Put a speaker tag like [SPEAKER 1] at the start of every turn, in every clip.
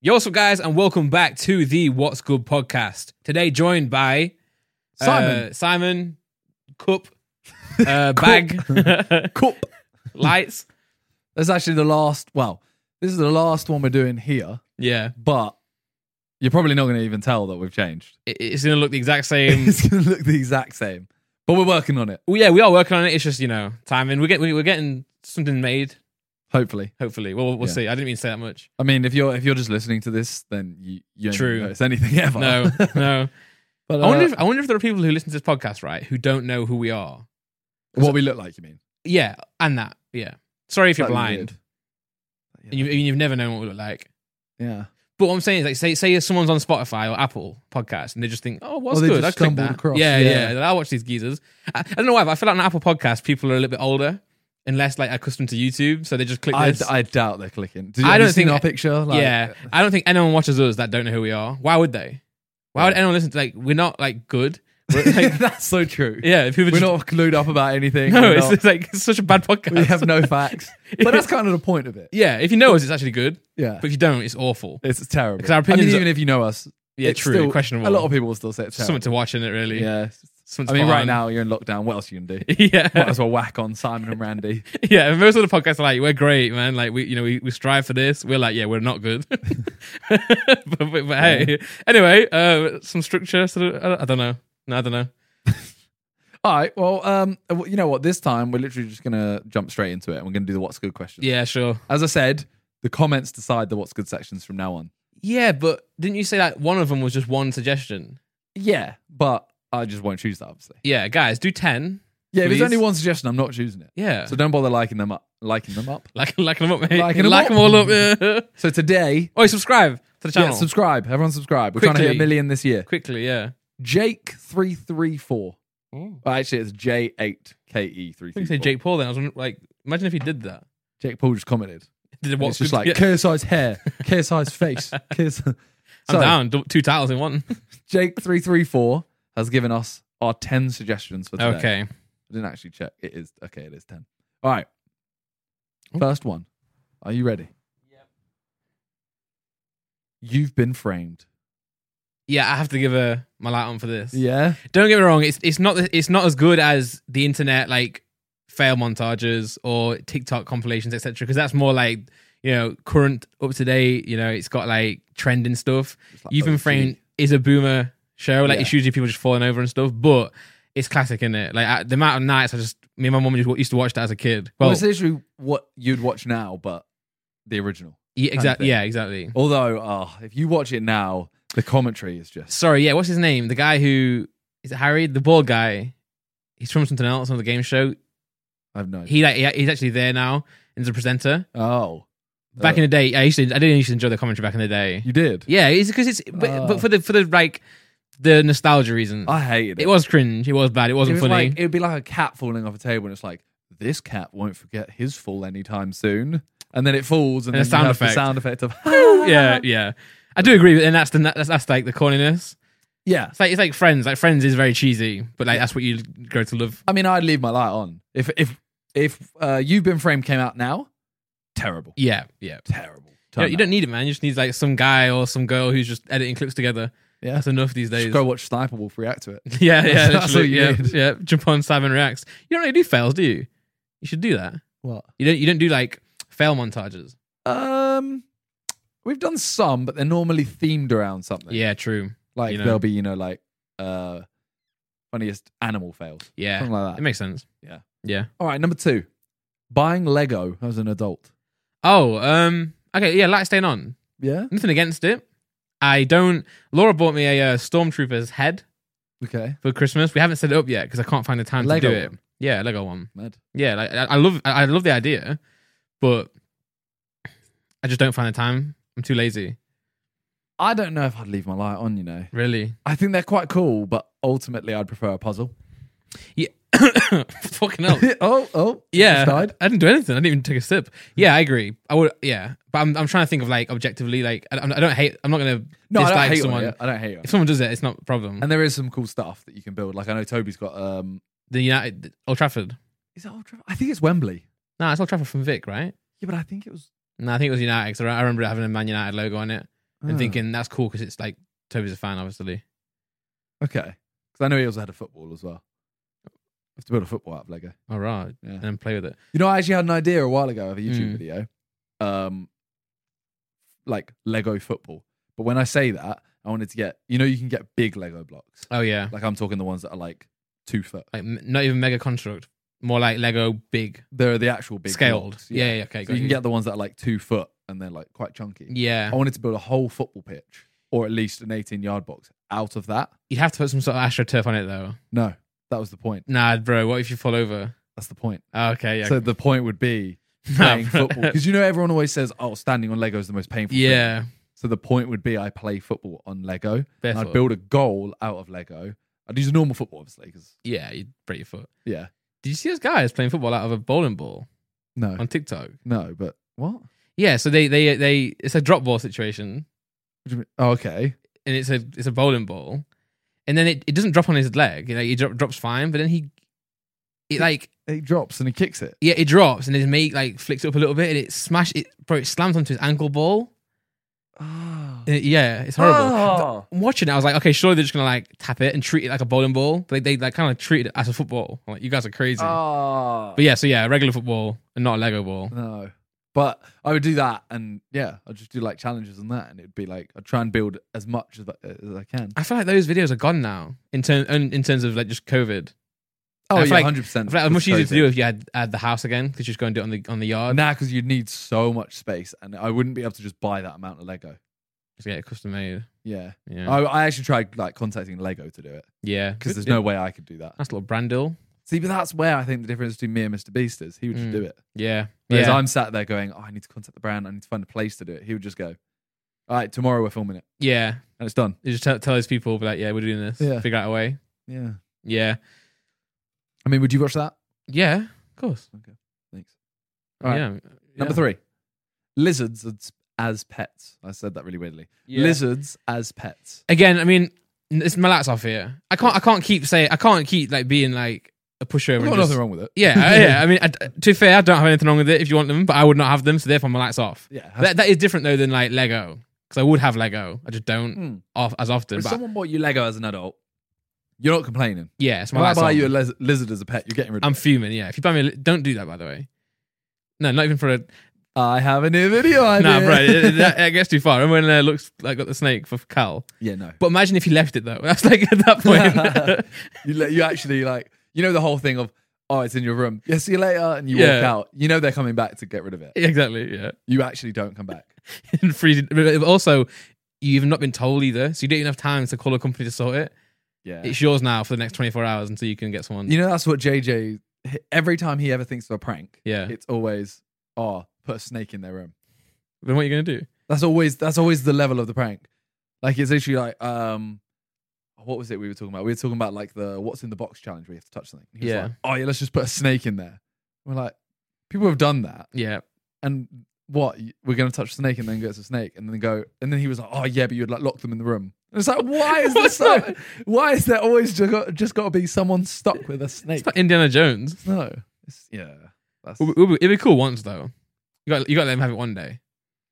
[SPEAKER 1] Yo, what's up, guys, and welcome back to the What's Good podcast. Today, joined by uh,
[SPEAKER 2] Simon.
[SPEAKER 1] Simon, cup, uh, bag,
[SPEAKER 2] Cup.
[SPEAKER 1] lights.
[SPEAKER 2] That's actually the last. Well, this is the last one we're doing here,
[SPEAKER 1] Yeah,
[SPEAKER 2] but you're probably not going to even tell that we've changed.
[SPEAKER 1] It- it's gonna look the exact same.
[SPEAKER 2] It's going to look the exact same, but we're working on it.
[SPEAKER 1] well, yeah, we are working on it. It's just you know timing. We're getting we're getting something made.
[SPEAKER 2] Hopefully,
[SPEAKER 1] Hopefully, well, we'll
[SPEAKER 2] Yeah.
[SPEAKER 1] see. I didn't mean to say that much.
[SPEAKER 2] I mean, if you're if you're just listening to this, then you you ain't
[SPEAKER 1] True.
[SPEAKER 2] gonna notice anything ever.
[SPEAKER 1] No, no.
[SPEAKER 2] but
[SPEAKER 1] I wonder
[SPEAKER 2] Oh. uh,
[SPEAKER 1] if I wonder if there are people who listen to this podcast right who don't know who we are.
[SPEAKER 2] what we look like. You mean
[SPEAKER 1] Yeah, and that. Yeah. Sorry if you're
[SPEAKER 2] That'd be
[SPEAKER 1] blind
[SPEAKER 2] weird.
[SPEAKER 1] and you, and you've never known what we look like.
[SPEAKER 2] Yeah.
[SPEAKER 1] But what I'm saying is, like, say say someone's on Spotify or Apple Podcast, and they just think, "Oh, what's
[SPEAKER 2] Or they
[SPEAKER 1] good?" I
[SPEAKER 2] just
[SPEAKER 1] click
[SPEAKER 2] stumbled
[SPEAKER 1] that.
[SPEAKER 2] across,
[SPEAKER 1] Yeah, yeah,
[SPEAKER 2] yeah.
[SPEAKER 1] I'll watch these geezers. I, I don't know why, but I feel like on Apple Podcast, people are a little bit older and less like accustomed to YouTube, so they just click
[SPEAKER 2] I,
[SPEAKER 1] this.
[SPEAKER 2] I doubt they're clicking.
[SPEAKER 1] I
[SPEAKER 2] Did you, I
[SPEAKER 1] don't
[SPEAKER 2] don't seen
[SPEAKER 1] think-
[SPEAKER 2] our picture. Like,
[SPEAKER 1] yeah, I don't think anyone watches us that don't know who we are. Why would they? Why would
[SPEAKER 2] Yeah.
[SPEAKER 1] anyone listen to like we're not like good? We're, like,
[SPEAKER 2] that's so true.
[SPEAKER 1] yeah, people
[SPEAKER 2] We're
[SPEAKER 1] just
[SPEAKER 2] not clued up about anything.
[SPEAKER 1] no.
[SPEAKER 2] We're
[SPEAKER 1] It's,
[SPEAKER 2] not-
[SPEAKER 1] it's like it's such a bad podcast.
[SPEAKER 2] we have no facts, but that's kind of the point of it.
[SPEAKER 1] yeah, if you know us, it's actually good.
[SPEAKER 2] Yeah,
[SPEAKER 1] But if you don't, it's awful.
[SPEAKER 2] it's terrible.
[SPEAKER 1] 'Cause our
[SPEAKER 2] I mean,
[SPEAKER 1] opinions are-
[SPEAKER 2] even if you know us,
[SPEAKER 1] Yeah,
[SPEAKER 2] it's
[SPEAKER 1] true.
[SPEAKER 2] still-
[SPEAKER 1] questionable.
[SPEAKER 2] A lot of people will still say it's
[SPEAKER 1] something
[SPEAKER 2] terrible.
[SPEAKER 1] to watch in it, really.
[SPEAKER 2] yeah. I
[SPEAKER 1] Something to
[SPEAKER 2] mean,
[SPEAKER 1] put
[SPEAKER 2] right
[SPEAKER 1] on.
[SPEAKER 2] now you're in lockdown. What else you can do?
[SPEAKER 1] yeah.
[SPEAKER 2] Might as well whack on Simon and Randy.
[SPEAKER 1] Yeah, and most of the podcasts are like, we're great, man. Like, we, you know, we, we strive for this. We're like, yeah, we're not good. but, but, but hey, anyway, uh, some structure. Sort of, I, I don't know. No, I don't know.
[SPEAKER 2] All right. Well, um, w- you know what? This time we're literally just gonna jump straight into it, and we're gonna do the what's good question.
[SPEAKER 1] Yeah, sure.
[SPEAKER 2] As I said, the comments decide the what's good sections from now on.
[SPEAKER 1] Yeah, but didn't you say that one of them was just one suggestion?
[SPEAKER 2] Yeah, but I just won't choose that, obviously.
[SPEAKER 1] Yeah, guys, do ten.
[SPEAKER 2] Yeah, if
[SPEAKER 1] Please.
[SPEAKER 2] there's only one suggestion, I'm not choosing it.
[SPEAKER 1] Yeah,
[SPEAKER 2] So don't bother liking them up. Liking them up.
[SPEAKER 1] like like them up, mate. Like,
[SPEAKER 2] Liking 'em up.
[SPEAKER 1] them all up. Yeah.
[SPEAKER 2] So today,
[SPEAKER 1] oh, subscribe to the channel
[SPEAKER 2] yeah, subscribe. Everyone subscribe. We're trying to hit
[SPEAKER 1] Quickly.
[SPEAKER 2] a million this year.
[SPEAKER 1] quickly. Yeah.
[SPEAKER 2] Jake three three four.
[SPEAKER 1] Oh,
[SPEAKER 2] Well, actually, it's J eight K E three.
[SPEAKER 1] I think say Jake Paul. Then I was wondering, like, imagine if he did that.
[SPEAKER 2] Jake Paul just commented.
[SPEAKER 1] Did
[SPEAKER 2] What's
[SPEAKER 1] what's
[SPEAKER 2] it's just
[SPEAKER 1] good-
[SPEAKER 2] like
[SPEAKER 1] yeah,
[SPEAKER 2] KSI's hair, KSI's face, KSI.
[SPEAKER 1] I'm
[SPEAKER 2] So
[SPEAKER 1] down. dou- Two titles in one.
[SPEAKER 2] Jake three three four has given us our ten suggestions for today.
[SPEAKER 1] okay.
[SPEAKER 2] I didn't actually check. It is okay. It is ten. All right. First one. Are you ready? You've been framed.
[SPEAKER 1] Yeah, I have to give a my light on for this.
[SPEAKER 2] Yeah.
[SPEAKER 1] Don't get me wrong, it's it's not it's not as good as the internet like fail montages or TikTok compilations etc. Because that's more like you know current up to date. You know, it's got like trending stuff.
[SPEAKER 2] It's like
[SPEAKER 1] You've been
[SPEAKER 2] OG.
[SPEAKER 1] framed is a boomer show. Like
[SPEAKER 2] Yeah.
[SPEAKER 1] it's usually people just falling over and stuff, but it's classic in it. Like I, the amount of nights I just me and my mum used to watch that as a kid.
[SPEAKER 2] Well,
[SPEAKER 1] Well,
[SPEAKER 2] it's literally what you'd watch now, but the original.
[SPEAKER 1] yeah, exactly.
[SPEAKER 2] thing.
[SPEAKER 1] Yeah, exactly.
[SPEAKER 2] Although, uh, if you watch it now, the commentary is just
[SPEAKER 1] Sorry, yeah. What's his name? The guy who is it Harry, the bald guy. He's from something else on the game show.
[SPEAKER 2] I have no. idea.
[SPEAKER 1] He like he- he's actually there now and he's a presenter.
[SPEAKER 2] oh,
[SPEAKER 1] Back in the day, I used to I didn't used to enjoy the commentary back in the day.
[SPEAKER 2] you did.
[SPEAKER 1] Yeah, it's because it's but,
[SPEAKER 2] Oh.
[SPEAKER 1] but for the for the like the nostalgia reason,
[SPEAKER 2] I hated it.
[SPEAKER 1] it was cringe. It was bad. It
[SPEAKER 2] It
[SPEAKER 1] wasn't
[SPEAKER 2] was
[SPEAKER 1] funny.
[SPEAKER 2] Like, it would be like a cat falling off a table, and it's like this cat won't forget his fall anytime soon. And then it falls, and,
[SPEAKER 1] And a
[SPEAKER 2] then you
[SPEAKER 1] sound
[SPEAKER 2] have the
[SPEAKER 1] effect.
[SPEAKER 2] sound effect of
[SPEAKER 1] yeah, yeah. I do agree, but then that's the that's, that's like the corniness.
[SPEAKER 2] yeah.
[SPEAKER 1] It's like it's like Friends. Like Friends is very cheesy, but like that's what you grow to love.
[SPEAKER 2] I mean, I'd leave my light on if if if uh, you've been framed came out now. Terrible,
[SPEAKER 1] Yeah, yeah.
[SPEAKER 2] terrible.
[SPEAKER 1] You, know, you
[SPEAKER 2] Turn
[SPEAKER 1] don't need it, man. You just need like some guy or some girl who's just editing clips together.
[SPEAKER 2] that. yeah.
[SPEAKER 1] That's enough these
[SPEAKER 2] Just
[SPEAKER 1] days.
[SPEAKER 2] go watch Sniper Wolf react to it.
[SPEAKER 1] Yeah, yeah,
[SPEAKER 2] That's
[SPEAKER 1] literally.
[SPEAKER 2] what you
[SPEAKER 1] Yeah,
[SPEAKER 2] need.
[SPEAKER 1] yeah. Jump on Simon Reacts. You don't really do fails, do you? You should do that.
[SPEAKER 2] What?
[SPEAKER 1] You don't. You don't do like fail montages.
[SPEAKER 2] Um, we've done some, but they're normally themed around something.
[SPEAKER 1] Yeah, true.
[SPEAKER 2] like
[SPEAKER 1] you know.
[SPEAKER 2] there'll be you know like uh funniest animal fails,
[SPEAKER 1] Yeah,
[SPEAKER 2] something like
[SPEAKER 1] it
[SPEAKER 2] that.
[SPEAKER 1] makes sense.
[SPEAKER 2] Yeah.
[SPEAKER 1] yeah.
[SPEAKER 2] All right, number two, buying Lego as an adult.
[SPEAKER 1] Oh, um, okay, yeah. Light staying on.
[SPEAKER 2] Yeah.
[SPEAKER 1] Nothing against it. I don't. Laura bought me a uh, stormtrooper's head
[SPEAKER 2] Okay.
[SPEAKER 1] for Christmas. We haven't set it up yet because I can't find the time
[SPEAKER 2] Lego
[SPEAKER 1] to do it.
[SPEAKER 2] one.
[SPEAKER 1] Yeah, Lego one.
[SPEAKER 2] Mad.
[SPEAKER 1] Yeah, like I, I love. I, I love the idea, but I just don't find the time. I'm too lazy.
[SPEAKER 2] I don't know if I'd leave my light on. You know,
[SPEAKER 1] Really.
[SPEAKER 2] I think they're quite cool, but ultimately I'd prefer a puzzle.
[SPEAKER 1] Yeah. Fucking hell.
[SPEAKER 2] oh, oh,
[SPEAKER 1] Yeah,
[SPEAKER 2] just died.
[SPEAKER 1] I didn't do anything. I didn't even take a sip. Yeah, I agree. I would. Yeah, but I'm, I'm trying to think of like objectively. Like I, I'm- I don't hate. I'm not gonna
[SPEAKER 2] No, I
[SPEAKER 1] dislike
[SPEAKER 2] don't hate
[SPEAKER 1] someone.
[SPEAKER 2] someone. I don't hate it.
[SPEAKER 1] If someone does it, it's not a problem.
[SPEAKER 2] And there is some cool stuff that you can build. Like I know Toby's got. um
[SPEAKER 1] the United Old Trafford.
[SPEAKER 2] Is it Old Trafford? I think it's Wembley.
[SPEAKER 1] No, it's Old Trafford from Vic, right?
[SPEAKER 2] Yeah, but I think it was.
[SPEAKER 1] No, I think it was United. 'cause I I remember it having a Man United logo on it. and
[SPEAKER 2] Ah,
[SPEAKER 1] thinking that's cool because it's like Toby's a fan, obviously.
[SPEAKER 2] Okay. Because I know he also had a football as well. I have to build a football out of Lego.
[SPEAKER 1] All right,
[SPEAKER 2] Yeah.
[SPEAKER 1] and then play with it.
[SPEAKER 2] You know, I actually had an idea a while ago of a YouTube
[SPEAKER 1] Mm.
[SPEAKER 2] video, um, like Lego football. But when I say that, I wanted to get you know you can get big Lego blocks.
[SPEAKER 1] Oh yeah,
[SPEAKER 2] Like I'm talking the ones that are like two foot.
[SPEAKER 1] like m- not even mega construct, more like Lego big,
[SPEAKER 2] They're the actual big
[SPEAKER 1] scaled.
[SPEAKER 2] blocks,
[SPEAKER 1] yeah. yeah, okay,
[SPEAKER 2] so
[SPEAKER 1] got
[SPEAKER 2] you can get Oh. the ones that are like two foot and they're like quite chunky.
[SPEAKER 1] yeah.
[SPEAKER 2] I wanted to build a whole football pitch or at least an 18 yard box out of that.
[SPEAKER 1] You'd have to put some sort of astroturf on it though.
[SPEAKER 2] No, that was the point.
[SPEAKER 1] Nah, bro. What if you fall over?
[SPEAKER 2] That's the point.
[SPEAKER 1] Oh, okay, yeah.
[SPEAKER 2] So the point would be
[SPEAKER 1] Nah,
[SPEAKER 2] playing
[SPEAKER 1] bro.
[SPEAKER 2] football because you know everyone always says, "Oh, standing on Lego is the most painful." thing."
[SPEAKER 1] yeah,
[SPEAKER 2] So the point would be I play football on Lego. And
[SPEAKER 1] barefoot.
[SPEAKER 2] I'd build a goal out of Lego. I'd use a normal football, obviously, because
[SPEAKER 1] yeah, you'd break your foot.
[SPEAKER 2] yeah,
[SPEAKER 1] Did you see those guys playing football out of a bowling ball
[SPEAKER 2] no,
[SPEAKER 1] on TikTok?
[SPEAKER 2] no, but what? What
[SPEAKER 1] Yeah, so they they they it's a drop ball situation,
[SPEAKER 2] do you mean? Oh, okay,
[SPEAKER 1] and it's a it's a bowling ball, and then it, it doesn't drop on his leg. You know, he drop, drops fine, but then he it like
[SPEAKER 2] it drops and he kicks it.
[SPEAKER 1] yeah it drops and his mate like flicks it up a little bit and it smash it bro it slams onto his ankle ball.
[SPEAKER 2] Ah,
[SPEAKER 1] And it- yeah, it's horrible.
[SPEAKER 2] Oh.
[SPEAKER 1] I'm watching it, I was like, okay, surely they're just gonna like tap it and treat it like a bowling ball. But they, they like kind of treat it as a football. I'm like you guys are crazy.
[SPEAKER 2] ah,
[SPEAKER 1] But yeah, so yeah, regular football and not a Lego ball.
[SPEAKER 2] no. But I would do that, and yeah, I'd just do like challenges and that, and it'd be like I'd try and build as much as I, as I can.
[SPEAKER 1] I feel like those videos are gone now in term in, in terms of like just COVID. I
[SPEAKER 2] Oh
[SPEAKER 1] feel
[SPEAKER 2] yeah,
[SPEAKER 1] like- I
[SPEAKER 2] hundred percent.
[SPEAKER 1] feel like it was much easier to do if you had, had the house again because you're just going to do it on the on the yard.
[SPEAKER 2] Nah, because you'd need so much space, and I wouldn't be able to just buy that amount of Lego.
[SPEAKER 1] Just get it custom made.
[SPEAKER 2] Yeah,
[SPEAKER 1] Yeah,
[SPEAKER 2] I, I actually tried like contacting Lego to do it
[SPEAKER 1] yeah.
[SPEAKER 2] because there's no way I could do that.
[SPEAKER 1] nice little brand deal.
[SPEAKER 2] See, but that's where I think the difference between me and Mr. Beast is he would just
[SPEAKER 1] Mm.
[SPEAKER 2] do it.
[SPEAKER 1] Yeah,
[SPEAKER 2] Whereas
[SPEAKER 1] yeah,
[SPEAKER 2] I'm sat there going, oh, I need to contact the brand. I need to find a place to do it. He would just go, all right, tomorrow we're filming it
[SPEAKER 1] yeah.
[SPEAKER 2] and it's done.
[SPEAKER 1] You just tell, tell those people, be like, yeah, we're doing this.
[SPEAKER 2] Yeah.
[SPEAKER 1] Figure out a way.
[SPEAKER 2] Yeah.
[SPEAKER 1] Yeah,
[SPEAKER 2] I mean, would you watch that?
[SPEAKER 1] yeah. Of course.
[SPEAKER 2] Thanks. All right.
[SPEAKER 1] Yeah.
[SPEAKER 2] Number
[SPEAKER 1] Yeah.
[SPEAKER 2] three, lizards as, as pets. I said that really weirdly.
[SPEAKER 1] Yeah.
[SPEAKER 2] Lizards as pets.
[SPEAKER 1] again, I mean, n- it's Malat's off here. I can't, I can't keep saying, I can't keep like being like a pushover.
[SPEAKER 2] I've
[SPEAKER 1] and
[SPEAKER 2] got
[SPEAKER 1] just-
[SPEAKER 2] nothing wrong with it.
[SPEAKER 1] Yeah, I- yeah. I mean, I, to be fair, I don't have anything wrong with it if you want them, but I would not have them, so therefore Malat's off.
[SPEAKER 2] Yeah. has-
[SPEAKER 1] That, that is different though than like Lego, because I would have Lego. I just don't
[SPEAKER 2] Hmm.
[SPEAKER 1] off as often.
[SPEAKER 2] If
[SPEAKER 1] But
[SPEAKER 2] someone bought you Lego as an adult, you're not complaining.
[SPEAKER 1] yeah, it's
[SPEAKER 2] When I
[SPEAKER 1] Malat's
[SPEAKER 2] buy
[SPEAKER 1] on.
[SPEAKER 2] you a liz- lizard as a pet, you're getting rid of
[SPEAKER 1] I'm
[SPEAKER 2] it.
[SPEAKER 1] fuming. Yeah, if you buy me, a li- don't do that. By the way, no, not even for a.
[SPEAKER 2] I have a new video idea.
[SPEAKER 1] Nah, bro, it, it- that, it gets too far. Remember when uh, looks like got the snake for Cal?
[SPEAKER 2] yeah, no.
[SPEAKER 1] But imagine if he left it though. That's like at that point.
[SPEAKER 2] You let, you actually like you know the whole thing of oh it's in your room. Yeah, see you later, and you walk
[SPEAKER 1] Yeah.
[SPEAKER 2] out. You know they're coming back to get rid of it.
[SPEAKER 1] exactly. Yeah.
[SPEAKER 2] You actually don't come back.
[SPEAKER 1] and free. but Also, you've not been told either, so you don't even have time to call a company to sort it.
[SPEAKER 2] Yeah,
[SPEAKER 1] It's yours now for the next 24 hours until you can get someone.
[SPEAKER 2] you know that's what JJ. Every time he ever thinks of a prank,
[SPEAKER 1] Yeah.
[SPEAKER 2] it's always oh put a snake in their room.
[SPEAKER 1] Then what are you going to do?
[SPEAKER 2] That's always that's always the level of the prank. Like it's literally like um. What was it we were talking about? We were talking about like the what's in the box challenge where you have to touch something. He was
[SPEAKER 1] Yeah.
[SPEAKER 2] like, oh yeah, let's just put a snake in there. We're like, people have done that.
[SPEAKER 1] Yeah.
[SPEAKER 2] and what y- we're going to touch the snake and then go to the snake and then go and then he was like oh yeah but you'd like lock them in the room and it's like why is this
[SPEAKER 1] What's
[SPEAKER 2] so,
[SPEAKER 1] that?
[SPEAKER 2] why is there always just got, just got to be someone stuck with a snake
[SPEAKER 1] It's not Indiana Jones.
[SPEAKER 2] no it's, yeah that's
[SPEAKER 1] It'd be, it'd be- it'd be cool once though. You got you got to let him have it one day.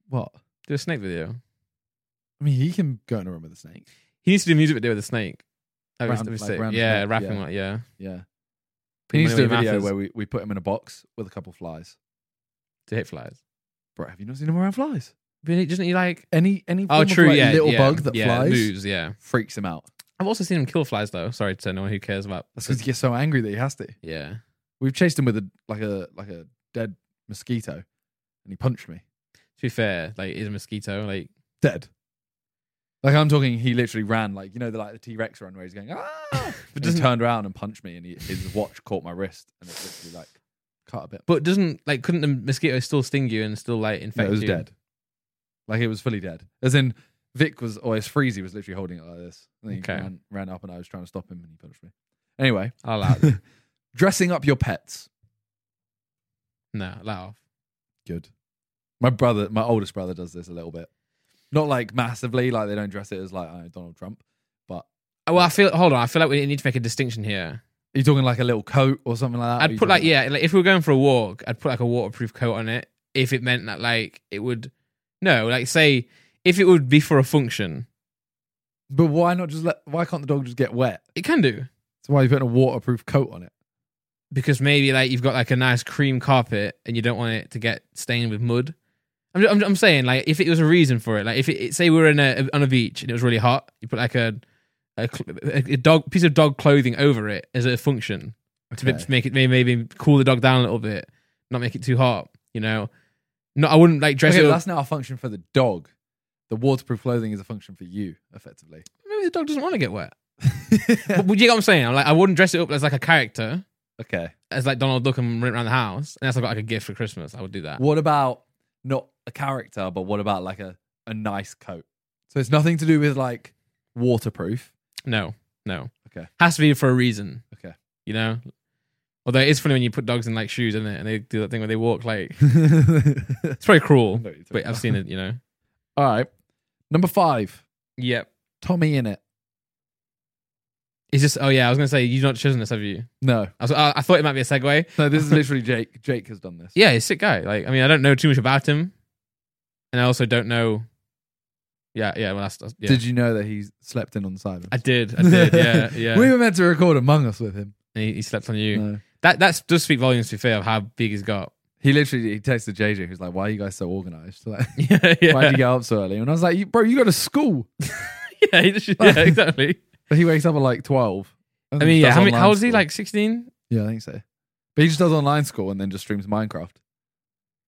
[SPEAKER 2] what
[SPEAKER 1] Do a snake video.
[SPEAKER 2] I mean he can go in a room with a snake
[SPEAKER 1] He needs to do a music video with a snake. That would
[SPEAKER 2] Round-
[SPEAKER 1] be
[SPEAKER 2] like
[SPEAKER 1] sick.
[SPEAKER 2] round
[SPEAKER 1] yeah,
[SPEAKER 2] snake,
[SPEAKER 1] rapping
[SPEAKER 2] yeah.
[SPEAKER 1] like yeah.
[SPEAKER 2] yeah
[SPEAKER 1] Put
[SPEAKER 2] he needs to
[SPEAKER 1] money where your
[SPEAKER 2] do a video
[SPEAKER 1] mouth is
[SPEAKER 2] where we, we put him in a box with a couple flies
[SPEAKER 1] to hit flies.
[SPEAKER 2] bro have you not seen him around flies
[SPEAKER 1] But he- doesn't he like?
[SPEAKER 2] any any
[SPEAKER 1] Oh,
[SPEAKER 2] form of,
[SPEAKER 1] true.
[SPEAKER 2] like,
[SPEAKER 1] yeah,
[SPEAKER 2] little
[SPEAKER 1] yeah,
[SPEAKER 2] bug that
[SPEAKER 1] yeah,
[SPEAKER 2] flies
[SPEAKER 1] moves. Yeah.
[SPEAKER 2] freaks him out
[SPEAKER 1] I've also seen him kill flies though. Sorry to anyone who cares about.
[SPEAKER 2] that's because he gets so angry that he has to
[SPEAKER 1] Yeah.
[SPEAKER 2] we've chased him with a like a like a dead mosquito and he punched me
[SPEAKER 1] To be fair, like is a mosquito like
[SPEAKER 2] dead. Like I'm talking, he literally ran like you know the like the T Rex run where he's going ah, but just
[SPEAKER 1] doesn't-
[SPEAKER 2] turned around and punched me, and he, his watch caught my wrist, and it literally like cut a bit.
[SPEAKER 1] But doesn't like couldn't the mosquito still sting you and still like infect
[SPEAKER 2] No, it was
[SPEAKER 1] you?
[SPEAKER 2] dead, like it was fully dead. As in, Vic was or his freezy was literally holding it like this. And then he
[SPEAKER 1] Okay.
[SPEAKER 2] ran, ran up, and I was trying to stop him, and he punched me. Anyway,
[SPEAKER 1] I'll allow it.
[SPEAKER 2] dressing up your pets,
[SPEAKER 1] no, allow off.
[SPEAKER 2] good. My brother, my oldest brother, does this a little bit, not like massively, like they don't dress it as like I don't know, Donald Trump, but
[SPEAKER 1] Oh, Well, I feel hold on. I feel like we need to make a distinction here.
[SPEAKER 2] are you talking like a little coat or something like that? Are
[SPEAKER 1] I'd
[SPEAKER 2] you
[SPEAKER 1] put
[SPEAKER 2] talking
[SPEAKER 1] like yeah, like if we were going for a walk, I'd put like a waterproof coat on it if it meant that like it would. No, like say if it would be for a function,
[SPEAKER 2] But why not just let? Why can't the dog just get wet?
[SPEAKER 1] it can do
[SPEAKER 2] So why are you putting a waterproof coat on it?
[SPEAKER 1] because maybe like you've got like a nice cream carpet and you don't want it to get stained with mud. I'm I'm, I'm saying like if it was a reason for it, like if it say we were in a on a beach and it was really hot, you put like a a, cl- a dog piece of dog clothing over it as a function. to
[SPEAKER 2] Okay.
[SPEAKER 1] to make it may- maybe cool the dog down a little bit, not make it too hot. You know, no, I wouldn't like dress
[SPEAKER 2] Okay,
[SPEAKER 1] it
[SPEAKER 2] but
[SPEAKER 1] up.
[SPEAKER 2] that's not a function for the dog. The waterproof clothing is a function for you, effectively.
[SPEAKER 1] Maybe the dog doesn't want to get wet. but, but you get what I'm saying? I'm like, I wouldn't dress it up as like a character,
[SPEAKER 2] okay.
[SPEAKER 1] as like Donald Duck and run around the house. And that's I've got like a gift for Christmas. I would do that.
[SPEAKER 2] What about not a character, but what about like a, a nice coat? So it's nothing to do with like waterproof.
[SPEAKER 1] No, no.
[SPEAKER 2] Okay.
[SPEAKER 1] Has to be for a reason.
[SPEAKER 2] Okay.
[SPEAKER 1] You know. Although it's funny when you put dogs in like shoes, isn't it? And they do that thing where they walk like it's very cruel. But I've seen it. You know.
[SPEAKER 2] All right. Number five,
[SPEAKER 1] Yep.
[SPEAKER 2] Tommy in it.
[SPEAKER 1] It's just. Oh yeah. I was gonna say you've not chosen this, have you?
[SPEAKER 2] No,
[SPEAKER 1] I, was, I, I thought it might be a segue.
[SPEAKER 2] no, this is literally Jake. Jake has done this.
[SPEAKER 1] yeah, he's a sick guy. Like, I mean, I don't know too much about him, and I also don't know. Yeah, yeah. Well, that's, that's yeah.
[SPEAKER 2] Did you know that he slept in on Simon?
[SPEAKER 1] I did, I did. Yeah, yeah.
[SPEAKER 2] we were meant to record Among Us with him.
[SPEAKER 1] And he, he slept on you.
[SPEAKER 2] No.
[SPEAKER 1] That that's does speak volumes. To be fair, of how big he's got.
[SPEAKER 2] He literally he texted JJ, who's like, "Why are you guys so organized? Like,
[SPEAKER 1] yeah, yeah.
[SPEAKER 2] why would you get up so early?" And I was like, "You- "Bro, you go to school."
[SPEAKER 1] yeah, he just- yeah, exactly.
[SPEAKER 2] But he wakes up at like twelve.
[SPEAKER 1] I mean, yeah. How, many, how old
[SPEAKER 2] was
[SPEAKER 1] is he? Like sixteen.
[SPEAKER 2] Yeah, I think so. But he just does online school and then just streams Minecraft.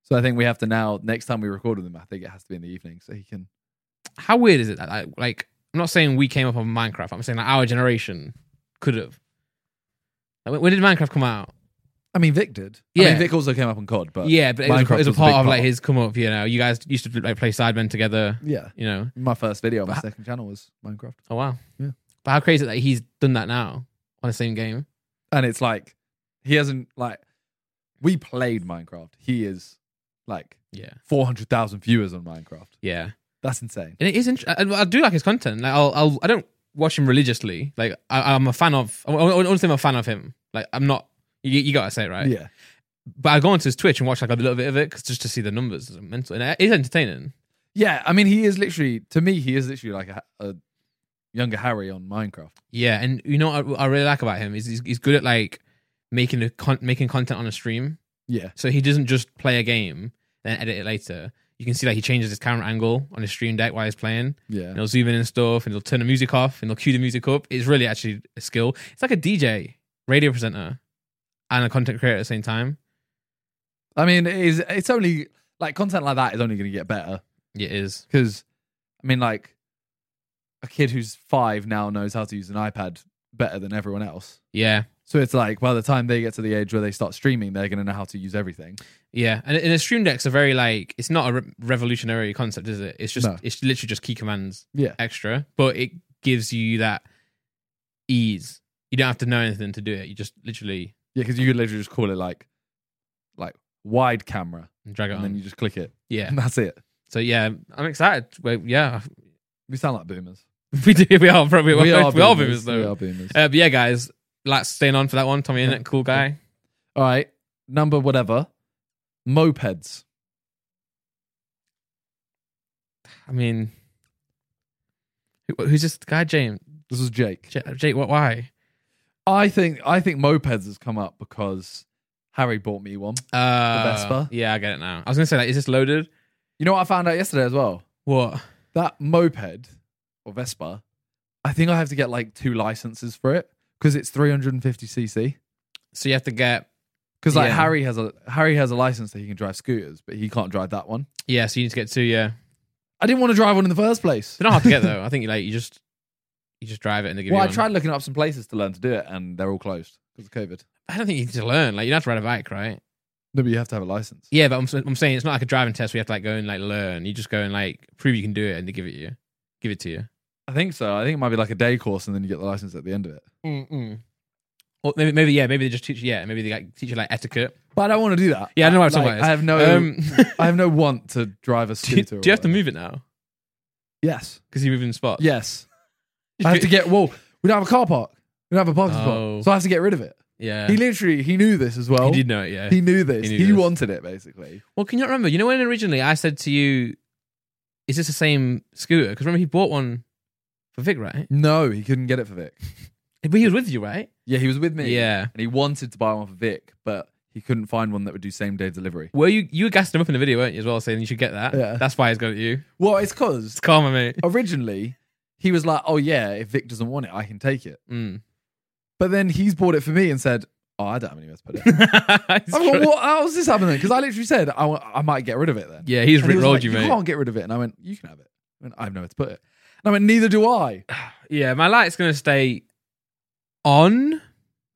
[SPEAKER 2] So I think we have to now next time we record with him, I think it has to be in the evening so he can.
[SPEAKER 1] How weird is it that like, like I'm not saying we came up on Minecraft. I'm saying like our generation could have. Like, when- when did Minecraft come out?
[SPEAKER 2] I mean, Vic did. I
[SPEAKER 1] Yeah.
[SPEAKER 2] mean, Vic also came up on COD, but
[SPEAKER 1] yeah, but it was,
[SPEAKER 2] Minecraft
[SPEAKER 1] it was a
[SPEAKER 2] was a
[SPEAKER 1] part
[SPEAKER 2] big
[SPEAKER 1] of like
[SPEAKER 2] part.
[SPEAKER 1] his come up. You know, you guys used to like play Sidemen together.
[SPEAKER 2] yeah.
[SPEAKER 1] You know,
[SPEAKER 2] My first video on my
[SPEAKER 1] But-
[SPEAKER 2] second channel was Minecraft,
[SPEAKER 1] Oh wow.
[SPEAKER 2] Yeah.
[SPEAKER 1] But how crazy that he's done that now on the same game.
[SPEAKER 2] and it's like he hasn't like we played Minecraft. He is like
[SPEAKER 1] Yeah.
[SPEAKER 2] four hundred thousand viewers on Minecraft.
[SPEAKER 1] Yeah.
[SPEAKER 2] That's insane.
[SPEAKER 1] And it is interesting. I, I do like his content. Like I'll, I'll I don't watch him religiously. Like I, I'm a fan of. I don't think I'm a fan of him. Like I'm not. You, you gotta say it right.
[SPEAKER 2] Yeah,
[SPEAKER 1] But I go onto his Twitch and watch like a little bit of it 'cause just to see the numbers. It's mental. And it is entertaining.
[SPEAKER 2] yeah. I mean, he is literally to me, he is literally like a, a younger Harry on Minecraft.
[SPEAKER 1] Yeah. And you know what I, I really like about him is he's, he's good at like making a con- making content on a stream.
[SPEAKER 2] Yeah,
[SPEAKER 1] So he doesn't just play a game then edit it later. You can see like he changes his camera angle on his stream deck while he's playing.
[SPEAKER 2] yeah.
[SPEAKER 1] and they'll zoom in and stuff, and they'll turn the music off, and they'll cue the music up. It's really actually a skill. It's like a DJ, radio presenter, and a content creator at the same time.
[SPEAKER 2] I mean, it is it's only like content like that is only going to get better
[SPEAKER 1] It is.
[SPEAKER 2] because, I mean, like a kid who's five now knows how to use an iPad better than everyone else.
[SPEAKER 1] Yeah,
[SPEAKER 2] So it's like by the time they get to the age where they start streaming, they're going to know how to use everything.
[SPEAKER 1] yeah. And, and a stream deck's a very like it's not a re- revolutionary concept, is it? It's just
[SPEAKER 2] No.
[SPEAKER 1] it's literally just key commands
[SPEAKER 2] Yeah,
[SPEAKER 1] extra, but it gives you that ease. You don't have to know anything to do it. You just literally
[SPEAKER 2] yeah, because you could literally just call it like, like wide camera,
[SPEAKER 1] drag it
[SPEAKER 2] and then
[SPEAKER 1] on.
[SPEAKER 2] you just click it,
[SPEAKER 1] Yeah.
[SPEAKER 2] and that's it.
[SPEAKER 1] So yeah, I'm excited. Well, yeah,
[SPEAKER 2] We sound like boomers.
[SPEAKER 1] we do. We are probably we are, we are boomers
[SPEAKER 2] We
[SPEAKER 1] though.
[SPEAKER 2] are boomers.
[SPEAKER 1] Uh, but yeah, guys, like staying on for that one. Tommy
[SPEAKER 2] Yeah,
[SPEAKER 1] Innit, cool guy.
[SPEAKER 2] All right, number whatever, mopeds.
[SPEAKER 1] I mean, who, who's this guy, James?
[SPEAKER 2] This is Jake.
[SPEAKER 1] J- Jake, what? Why?
[SPEAKER 2] I think I think mopeds has come up because Harry bought me one.
[SPEAKER 1] Uh,
[SPEAKER 2] Vespa?
[SPEAKER 1] Yeah, I get it now. I was gonna say like, is this loaded?
[SPEAKER 2] You know what I found out yesterday as well?
[SPEAKER 1] What?
[SPEAKER 2] That moped or Vespa, I think I have to get like two licenses for it because it's 350cc.
[SPEAKER 1] So you have to get
[SPEAKER 2] Because like
[SPEAKER 1] Yeah.
[SPEAKER 2] Harry has a Harry has a license that he can drive scooters, but he can't drive that one.
[SPEAKER 1] yeah. So you need to get two. Yeah,
[SPEAKER 2] I didn't want to drive one in the first place.
[SPEAKER 1] it's not hard to get though. I think you like you just you just drive it and they give
[SPEAKER 2] Well,
[SPEAKER 1] you.
[SPEAKER 2] I
[SPEAKER 1] one.
[SPEAKER 2] tried looking up some places to learn to do it, and they're all closed because of COVID.
[SPEAKER 1] I don't think you need to learn. Like you don't have to ride a bike, right?
[SPEAKER 2] No, but you have to have a license.
[SPEAKER 1] Yeah, but I'm s- I'm saying it's not like a driving test. where you have to like go and like learn. You just go and like prove you can do it, and they give it you, give it to you.
[SPEAKER 2] I think so. I think it might be like a day course, and then you get the license at the end of it.
[SPEAKER 1] Mm-mm. Or maybe, maybe yeah, maybe they just teach. Yeah, maybe they like teach you like etiquette.
[SPEAKER 2] But I don't want to do that.
[SPEAKER 1] Yeah, I know what I'm
[SPEAKER 2] Like,
[SPEAKER 1] talking about.
[SPEAKER 2] I have no.
[SPEAKER 1] Um,
[SPEAKER 2] I have no want to drive a
[SPEAKER 1] do, you,
[SPEAKER 2] scooter.
[SPEAKER 1] do
[SPEAKER 2] or
[SPEAKER 1] you have to
[SPEAKER 2] whatever.
[SPEAKER 1] move it now?
[SPEAKER 2] Yes.
[SPEAKER 1] Because you're moving spots.
[SPEAKER 2] Yes. I have to get. Well, we don't have a car park. We don't have a parking
[SPEAKER 1] Oh.
[SPEAKER 2] spot, so I have to get rid of it.
[SPEAKER 1] Yeah,
[SPEAKER 2] He
[SPEAKER 1] he,
[SPEAKER 2] literally he knew this as well. He,
[SPEAKER 1] did know it. Yeah.
[SPEAKER 2] knew this.
[SPEAKER 1] He
[SPEAKER 2] He,
[SPEAKER 1] knew this.
[SPEAKER 2] wanted it basically.
[SPEAKER 1] well, can you not remember? You know when originally I said to you, is this the same scooter? Because remember he bought one for Vic, right?
[SPEAKER 2] No, he couldn't get it for Vic.
[SPEAKER 1] But he was with you, right?
[SPEAKER 2] Yeah, he was with me.
[SPEAKER 1] Yeah.
[SPEAKER 2] And he wanted to buy one for Vic, but he couldn't find one that would do same day delivery.
[SPEAKER 1] Were you you were gassing him up in the video, weren't you? As well, saying you should get that.
[SPEAKER 2] Yeah.
[SPEAKER 1] That's why he's going at you.
[SPEAKER 2] Well, it's because
[SPEAKER 1] It's karma, mate.
[SPEAKER 2] originally he was like, oh, yeah, if Vic doesn't want it, I can take it.
[SPEAKER 1] Mm.
[SPEAKER 2] But then he's bought it for me and said, oh, I don't have anywhere to put it.
[SPEAKER 1] It's
[SPEAKER 2] I'm like,
[SPEAKER 1] true.
[SPEAKER 2] what? How's this happening? Because I literally said, I, wa- I might get rid of it then.
[SPEAKER 1] yeah, he's
[SPEAKER 2] And he
[SPEAKER 1] rickrolled
[SPEAKER 2] was like,
[SPEAKER 1] you,
[SPEAKER 2] You
[SPEAKER 1] mate.
[SPEAKER 2] can't get rid of it. And I went, you can have it. I, went, I have nowhere to put it. And I went, neither do I.
[SPEAKER 1] Yeah, my light's gonna stay on,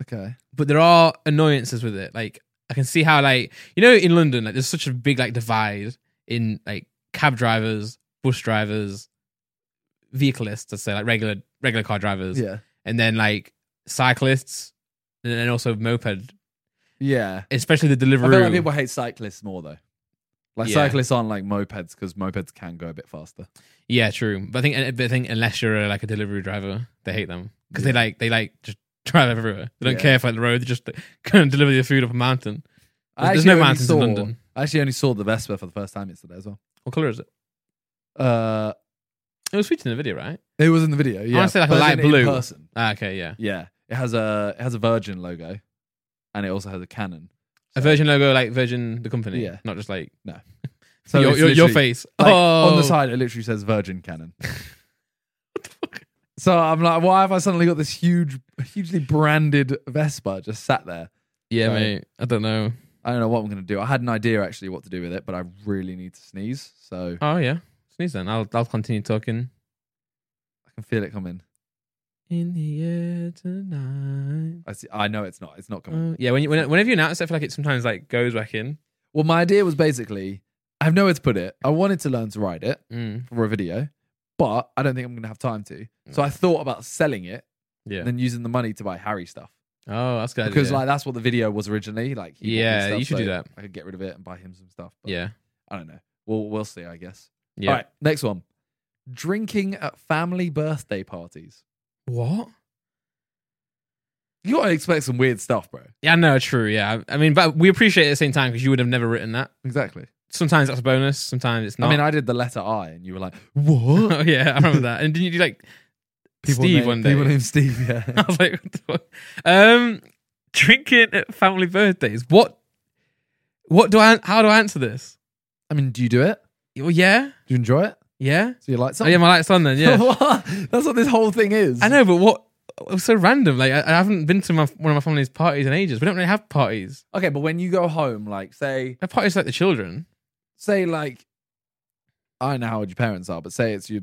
[SPEAKER 2] Okay.
[SPEAKER 1] but there are annoyances with it. Like I can see how, like you know, in London, like there's such a big like divide in like cab drivers, bus drivers, vehicleists, let's say like regular regular car drivers,
[SPEAKER 2] Yeah.
[SPEAKER 1] and then like cyclists, and then also moped,
[SPEAKER 2] Yeah.
[SPEAKER 1] especially the
[SPEAKER 2] I feel like
[SPEAKER 1] delivery.
[SPEAKER 2] people hate cyclists more though. Like
[SPEAKER 1] Yeah.
[SPEAKER 2] cyclists aren't like mopeds because mopeds can go a bit faster.
[SPEAKER 1] Yeah, true. But I think, but I think unless you're uh, like a delivery driver, they hate them because
[SPEAKER 2] Yeah.
[SPEAKER 1] they like they like just drive everywhere. They don't
[SPEAKER 2] Yeah.
[SPEAKER 1] care if like the road. They just kind of deliver your food off a mountain.
[SPEAKER 2] I
[SPEAKER 1] There's
[SPEAKER 2] actually
[SPEAKER 1] no
[SPEAKER 2] only
[SPEAKER 1] mountains in
[SPEAKER 2] saw-
[SPEAKER 1] London.
[SPEAKER 2] I actually only saw the Vespa for the first time yesterday as well.
[SPEAKER 1] What color is it?
[SPEAKER 2] Uh,
[SPEAKER 1] It was featured in the video, right?
[SPEAKER 2] it was in the video. Yeah,
[SPEAKER 1] wanna say like a
[SPEAKER 2] But
[SPEAKER 1] light
[SPEAKER 2] in- in
[SPEAKER 1] blue.
[SPEAKER 2] person.
[SPEAKER 1] Ah, okay, yeah.
[SPEAKER 2] Yeah, it has a it has a Virgin logo, and it also has a cannon.
[SPEAKER 1] A Virgin logo, like Virgin the company.
[SPEAKER 2] Yeah.
[SPEAKER 1] not just like
[SPEAKER 2] So
[SPEAKER 1] your,
[SPEAKER 2] it's
[SPEAKER 1] your, your
[SPEAKER 2] literally-
[SPEAKER 1] face
[SPEAKER 2] like,
[SPEAKER 1] oh.
[SPEAKER 2] on the side. It literally says Virgin cannon. So I'm like, why have I suddenly got this huge, hugely branded Vespa just sat there?
[SPEAKER 1] Yeah,
[SPEAKER 2] Sorry.
[SPEAKER 1] mate. I don't know.
[SPEAKER 2] I don't know what I'm gonna do. I had an idea actually what to do with it, but I really need to sneeze, so
[SPEAKER 1] Oh yeah, sneeze then. I'll I'll continue talking.
[SPEAKER 2] I can feel it coming.
[SPEAKER 1] In the air tonight.
[SPEAKER 2] I see. I know it's not. It's not coming.
[SPEAKER 1] Oh, yeah, when you, when, whenever you announce it, I feel like it sometimes like goes back in.
[SPEAKER 2] Well, my idea was basically I have nowhere to put it. I wanted to learn to ride it
[SPEAKER 1] Mm.
[SPEAKER 2] for a video, but I don't think I'm going to have time to. So I thought about selling it
[SPEAKER 1] Yeah.
[SPEAKER 2] and then using the money to buy Harry stuff
[SPEAKER 1] Oh, that's a good.
[SPEAKER 2] because
[SPEAKER 1] idea.
[SPEAKER 2] like that's what the video was originally. Like, he bought me
[SPEAKER 1] Yeah,
[SPEAKER 2] stuff,
[SPEAKER 1] you should
[SPEAKER 2] so
[SPEAKER 1] do that.
[SPEAKER 2] I could get rid of it and buy him some stuff. But
[SPEAKER 1] yeah,
[SPEAKER 2] I don't know. We'll we'll see. I guess.
[SPEAKER 1] yeah.
[SPEAKER 2] All right, next one. Drinking at family birthday parties.
[SPEAKER 1] What?
[SPEAKER 2] You gotta expect some weird stuff, bro.
[SPEAKER 1] Yeah, no, true. Yeah, I I mean, but we appreciate it at the same time because you would have never written that.
[SPEAKER 2] Exactly.
[SPEAKER 1] Sometimes that's a bonus. Sometimes it's not.
[SPEAKER 2] I mean, I did the letter I, and you were like,
[SPEAKER 1] what? oh, yeah, I remember that. And didn't you do like Steve
[SPEAKER 2] named-
[SPEAKER 1] one day?
[SPEAKER 2] People named Steve. Yeah.
[SPEAKER 1] I was like, what the fuck? um, drinking at family birthdays. What? What do I? How do I answer this?
[SPEAKER 2] I mean, do you do it?
[SPEAKER 1] Well, yeah,
[SPEAKER 2] Do you enjoy it?
[SPEAKER 1] yeah.
[SPEAKER 2] So you like
[SPEAKER 1] Oh
[SPEAKER 2] something?
[SPEAKER 1] yeah, my light's on then. Yeah,
[SPEAKER 2] What? That's what this whole thing is.
[SPEAKER 1] I know, but what? It was so random. Like I, I haven't been to my, one of my family's parties in ages. We don't really have parties.
[SPEAKER 2] Okay, but when you go home, like say,
[SPEAKER 1] Our parties are like the children.
[SPEAKER 2] say like, I don't know how old your parents are, but say it's your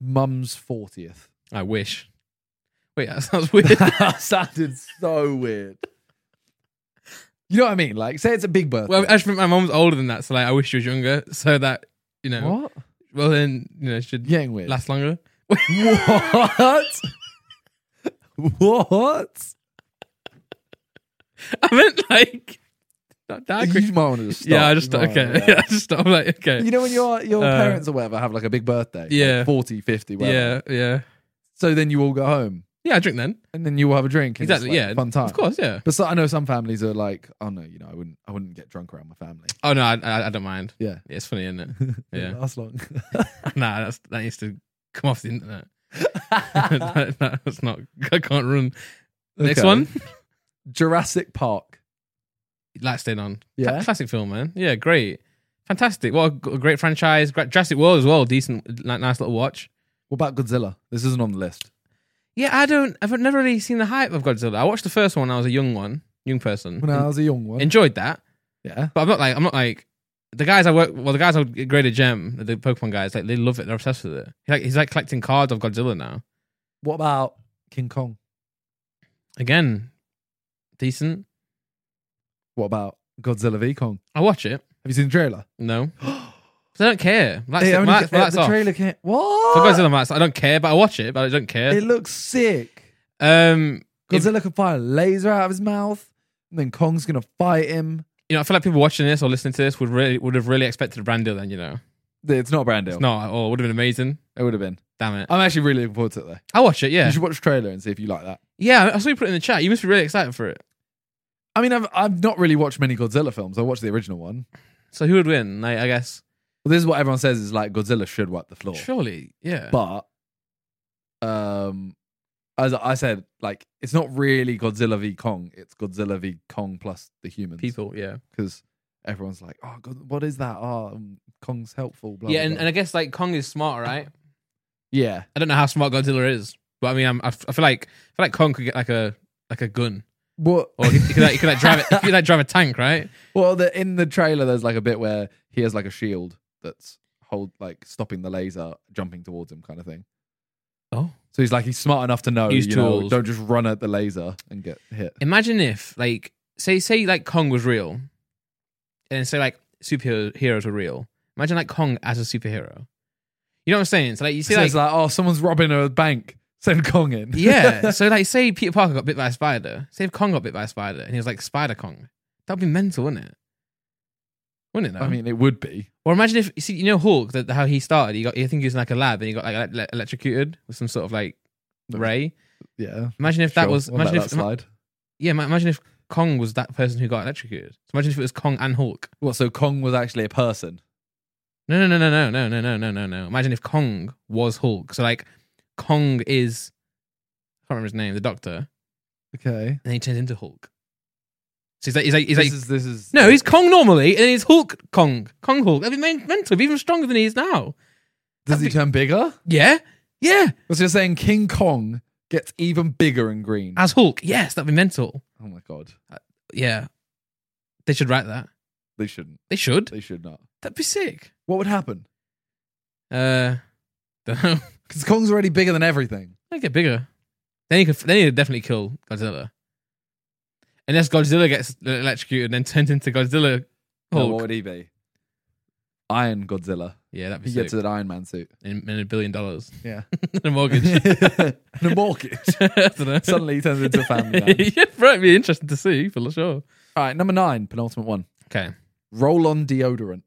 [SPEAKER 2] mum's fortieth.
[SPEAKER 1] I wish. Wait, that sounds weird.
[SPEAKER 2] that sounded so weird. You know what I mean? Like, say it's a big birthday.
[SPEAKER 1] Well, I just think my mom's older than that, so like I wish she was younger, so that you know.
[SPEAKER 2] what?
[SPEAKER 1] Well, then you know it should
[SPEAKER 2] You're Getting weird.
[SPEAKER 1] last longer.
[SPEAKER 2] what? what?
[SPEAKER 1] I meant like. Not that quick.
[SPEAKER 2] You might want to just stop.
[SPEAKER 1] Yeah, I just
[SPEAKER 2] You might
[SPEAKER 1] okay.
[SPEAKER 2] wanna-
[SPEAKER 1] Yeah. I just I'm like okay.
[SPEAKER 2] You know when your your
[SPEAKER 1] Uh,
[SPEAKER 2] parents or whatever have like a big birthday, like
[SPEAKER 1] Yeah.
[SPEAKER 2] 40, 50, whatever.
[SPEAKER 1] yeah, yeah,
[SPEAKER 2] So then you all go home
[SPEAKER 1] yeah. I drink then.
[SPEAKER 2] and then you all have a drink. And
[SPEAKER 1] Exactly.
[SPEAKER 2] It's like
[SPEAKER 1] yeah,
[SPEAKER 2] a fun time.
[SPEAKER 1] Of course. Yeah.
[SPEAKER 2] But so, I know some families are like, oh no, you know, I wouldn't, I wouldn't get drunk around my family.
[SPEAKER 1] Oh no, I, I, I don't mind.
[SPEAKER 2] Yeah,
[SPEAKER 1] It's funny, isn't it? Yeah.
[SPEAKER 2] last long.
[SPEAKER 1] nah, that's that needs to come off the internet. that, that's not. I can't run. Next
[SPEAKER 2] Okay.
[SPEAKER 1] one.
[SPEAKER 2] Jurassic Park.
[SPEAKER 1] Light stayed on.
[SPEAKER 2] Yeah?
[SPEAKER 1] Cla- classic film, man. Yeah, great, fantastic. What a, g- a great franchise. Great, Jurassic World as well. Decent, like, nice little watch.
[SPEAKER 2] What about Godzilla? This isn't on the list.
[SPEAKER 1] Yeah, I don't. I've never really seen the hype of Godzilla. I watched the first one when I was a young one, young person.
[SPEAKER 2] When I was a young
[SPEAKER 1] En-
[SPEAKER 2] one,
[SPEAKER 1] enjoyed that,
[SPEAKER 2] yeah,
[SPEAKER 1] but I'm not like I'm not like the guys I work. Well, the guys I would grade a gem, the Pokemon guys, like they love it. They're obsessed with it. He's like he's like collecting cards of Godzilla now.
[SPEAKER 2] What about King Kong?
[SPEAKER 1] Again, decent.
[SPEAKER 2] What about Godzilla v Kong?
[SPEAKER 1] I watch it.
[SPEAKER 2] Have you seen the trailer?
[SPEAKER 1] No, 'Cause I don't care. That's
[SPEAKER 2] They
[SPEAKER 1] it.
[SPEAKER 2] only-
[SPEAKER 1] My-
[SPEAKER 2] they-
[SPEAKER 1] my light's
[SPEAKER 2] the
[SPEAKER 1] off.
[SPEAKER 2] trailer can't.
[SPEAKER 1] For
[SPEAKER 2] What?
[SPEAKER 1] Godzilla, my light's- I don't care, but I watch it. But I don't
[SPEAKER 2] It
[SPEAKER 1] care.
[SPEAKER 2] looks sick.
[SPEAKER 1] Um, If-
[SPEAKER 2] Godzilla could fire a laser out of his mouth, and then Kong's gonna fight him.
[SPEAKER 1] you know, I feel like people watching this or listening to this would really would have really expected a brand deal. Then you know,
[SPEAKER 2] It's not a brand deal.
[SPEAKER 1] it's not. Or would have been amazing.
[SPEAKER 2] It would have been.
[SPEAKER 1] Damn it.
[SPEAKER 2] I'm actually really looking forward to it though.
[SPEAKER 1] I watch it. Yeah.
[SPEAKER 2] You should watch the trailer and see if you like that.
[SPEAKER 1] Yeah, I saw you put it in the chat. You must be really excited for it.
[SPEAKER 2] I mean, I've I've not really watched many Godzilla films. I watched the original one.
[SPEAKER 1] So who would win? Like, I guess
[SPEAKER 2] Well, this is what everyone says is like Godzilla should wipe the floor.
[SPEAKER 1] Surely, yeah.
[SPEAKER 2] But um as I said, like it's not really Godzilla v Kong, it's Godzilla v Kong plus the humans.
[SPEAKER 1] people, yeah,
[SPEAKER 2] Because everyone's like, Oh God, what is that? Oh um, Kong's helpful, blah
[SPEAKER 1] yeah,
[SPEAKER 2] blah,
[SPEAKER 1] and,
[SPEAKER 2] blah.
[SPEAKER 1] and I guess like Kong is smart, right?
[SPEAKER 2] Yeah.
[SPEAKER 1] I don't know how smart Godzilla is, but I mean, I'm, I f- I feel like I feel like Kong could get like a like a gun,
[SPEAKER 2] What
[SPEAKER 1] or he he could like, he could like drive it, he could like drive a tank, right?
[SPEAKER 2] Well, the, in the trailer, there's like a bit where he has like a shield that's hold like stopping the laser jumping towards him, kind of thing.
[SPEAKER 1] Oh,
[SPEAKER 2] So he's like he's smart enough to know,
[SPEAKER 1] Use
[SPEAKER 2] you know,
[SPEAKER 1] tools.
[SPEAKER 2] don't just run at the laser and get hit.
[SPEAKER 1] imagine if like say say like Kong was real, and say like superheroes were real. Imagine like Kong as a superhero. You know what I'm saying? So like you see
[SPEAKER 2] so
[SPEAKER 1] like
[SPEAKER 2] it's like, oh, someone's robbing a bank. Send Kong in.
[SPEAKER 1] yeah. So like, say Peter Parker got bit by a spider. Say if Kong got bit by a spider, and he was like Spider Kong. That'd be mental, wouldn't it? Wouldn't it? Though?
[SPEAKER 2] I mean, it would be.
[SPEAKER 1] or imagine if you see, you know, Hulk. That how he started. He got. I think he was in like a lab, and he got like ele- electrocuted with some sort of like ray.
[SPEAKER 2] Yeah.
[SPEAKER 1] Imagine if that
[SPEAKER 2] sure.
[SPEAKER 1] was.
[SPEAKER 2] We'll let
[SPEAKER 1] Imagine
[SPEAKER 2] that
[SPEAKER 1] if.
[SPEAKER 2] slide.
[SPEAKER 1] Yeah. ma- Imagine if Kong was that person who got electrocuted. So imagine if it was Kong and Hulk.
[SPEAKER 2] What? So Kong was actually a person.
[SPEAKER 1] No, no, no, no, no, no, no, no, no, no, no. Imagine if Kong was Hulk. So like, Kong is. I can't remember his name. The Doctor,
[SPEAKER 2] Okay.
[SPEAKER 1] and he turns into Hulk. So he's like, he's like, he's
[SPEAKER 2] this
[SPEAKER 1] like
[SPEAKER 2] is this is
[SPEAKER 1] No, he's Kong normally, and then he's Hulk Kong. Kong Hulk. That'd be men- mental. He'd be even stronger than he is now.
[SPEAKER 2] does he turn bigger?
[SPEAKER 1] Yeah? Yeah.
[SPEAKER 2] I was just saying King Kong gets even bigger and green.
[SPEAKER 1] As Hulk. Yes, that'd be mental.
[SPEAKER 2] Ah. Oh my god.
[SPEAKER 1] Yeah. They should write that.
[SPEAKER 2] They shouldn't.
[SPEAKER 1] They should.
[SPEAKER 2] They should not.
[SPEAKER 1] That'd be sick.
[SPEAKER 2] What would happen?
[SPEAKER 1] Uh, don't know.
[SPEAKER 2] Because Kong's already bigger than everything.
[SPEAKER 1] they get bigger. Then he could. Then he would definitely kill Godzilla. Unless Godzilla gets electrocuted and then turned into Godzilla
[SPEAKER 2] No,
[SPEAKER 1] Hulk.
[SPEAKER 2] what would he be? Iron Godzilla.
[SPEAKER 1] yeah, that'd be
[SPEAKER 2] He
[SPEAKER 1] sick.
[SPEAKER 2] gets an Iron Man suit.
[SPEAKER 1] In, in a billion dollars.
[SPEAKER 2] Yeah.
[SPEAKER 1] and a mortgage.
[SPEAKER 2] the mortgage.
[SPEAKER 1] I don't know.
[SPEAKER 2] Suddenly he turns into a family man.
[SPEAKER 1] yeah, right. It'd be interesting to see for sure.
[SPEAKER 2] All right, number nine, penultimate one.
[SPEAKER 1] Okay.
[SPEAKER 2] Roll on deodorant.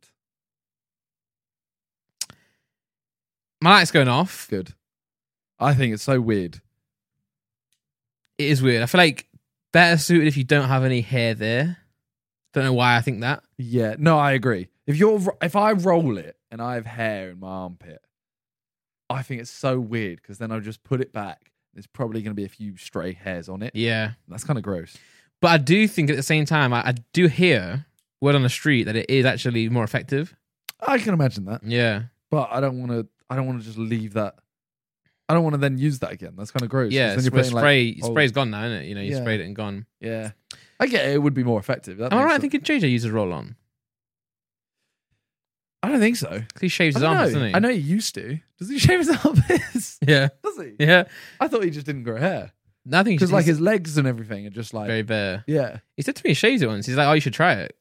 [SPEAKER 1] my light's going off.
[SPEAKER 2] Good. I think it's so weird.
[SPEAKER 1] It is weird. I feel like better suited if you don't have any hair there. Don't know why I think that.
[SPEAKER 2] Yeah, no, I agree. If you're if I roll it and I have hair in my armpit, I think it's so weird because then I just put it back. There's probably going to be a few stray hairs on it.
[SPEAKER 1] Yeah.
[SPEAKER 2] That's kind of gross.
[SPEAKER 1] But I do think at the same time, I, I do hear word on the street that it is actually more effective.
[SPEAKER 2] I can imagine that,
[SPEAKER 1] Yeah.
[SPEAKER 2] but I don't want to. I don't want to just leave that. I don't want to then use that again. That's kind of gross. 'cause
[SPEAKER 1] Yeah.
[SPEAKER 2] then
[SPEAKER 1] Spray,
[SPEAKER 2] you're putting, like,
[SPEAKER 1] spray,
[SPEAKER 2] old-
[SPEAKER 1] spray's gone now, isn't it? You know, you
[SPEAKER 2] Yeah.
[SPEAKER 1] sprayed it and gone.
[SPEAKER 2] Yeah, I get it. It would be more effective. That
[SPEAKER 1] Am I
[SPEAKER 2] makes
[SPEAKER 1] right? I
[SPEAKER 2] sense.
[SPEAKER 1] think JJ uses roll on.
[SPEAKER 2] I don't think so.
[SPEAKER 1] 'Cause He shaves
[SPEAKER 2] I,
[SPEAKER 1] his
[SPEAKER 2] don't
[SPEAKER 1] arms,
[SPEAKER 2] know.
[SPEAKER 1] doesn't he?
[SPEAKER 2] I know he used to. Does he shave his armpits?
[SPEAKER 1] Yeah.
[SPEAKER 2] Does he?
[SPEAKER 1] Yeah.
[SPEAKER 2] I thought he just didn't grow hair
[SPEAKER 1] No, I think he's
[SPEAKER 2] because like
[SPEAKER 1] he's
[SPEAKER 2] his legs and everything are just like
[SPEAKER 1] very bare.
[SPEAKER 2] yeah.
[SPEAKER 1] He said to me he shaves it once. He's like, oh, you should try it.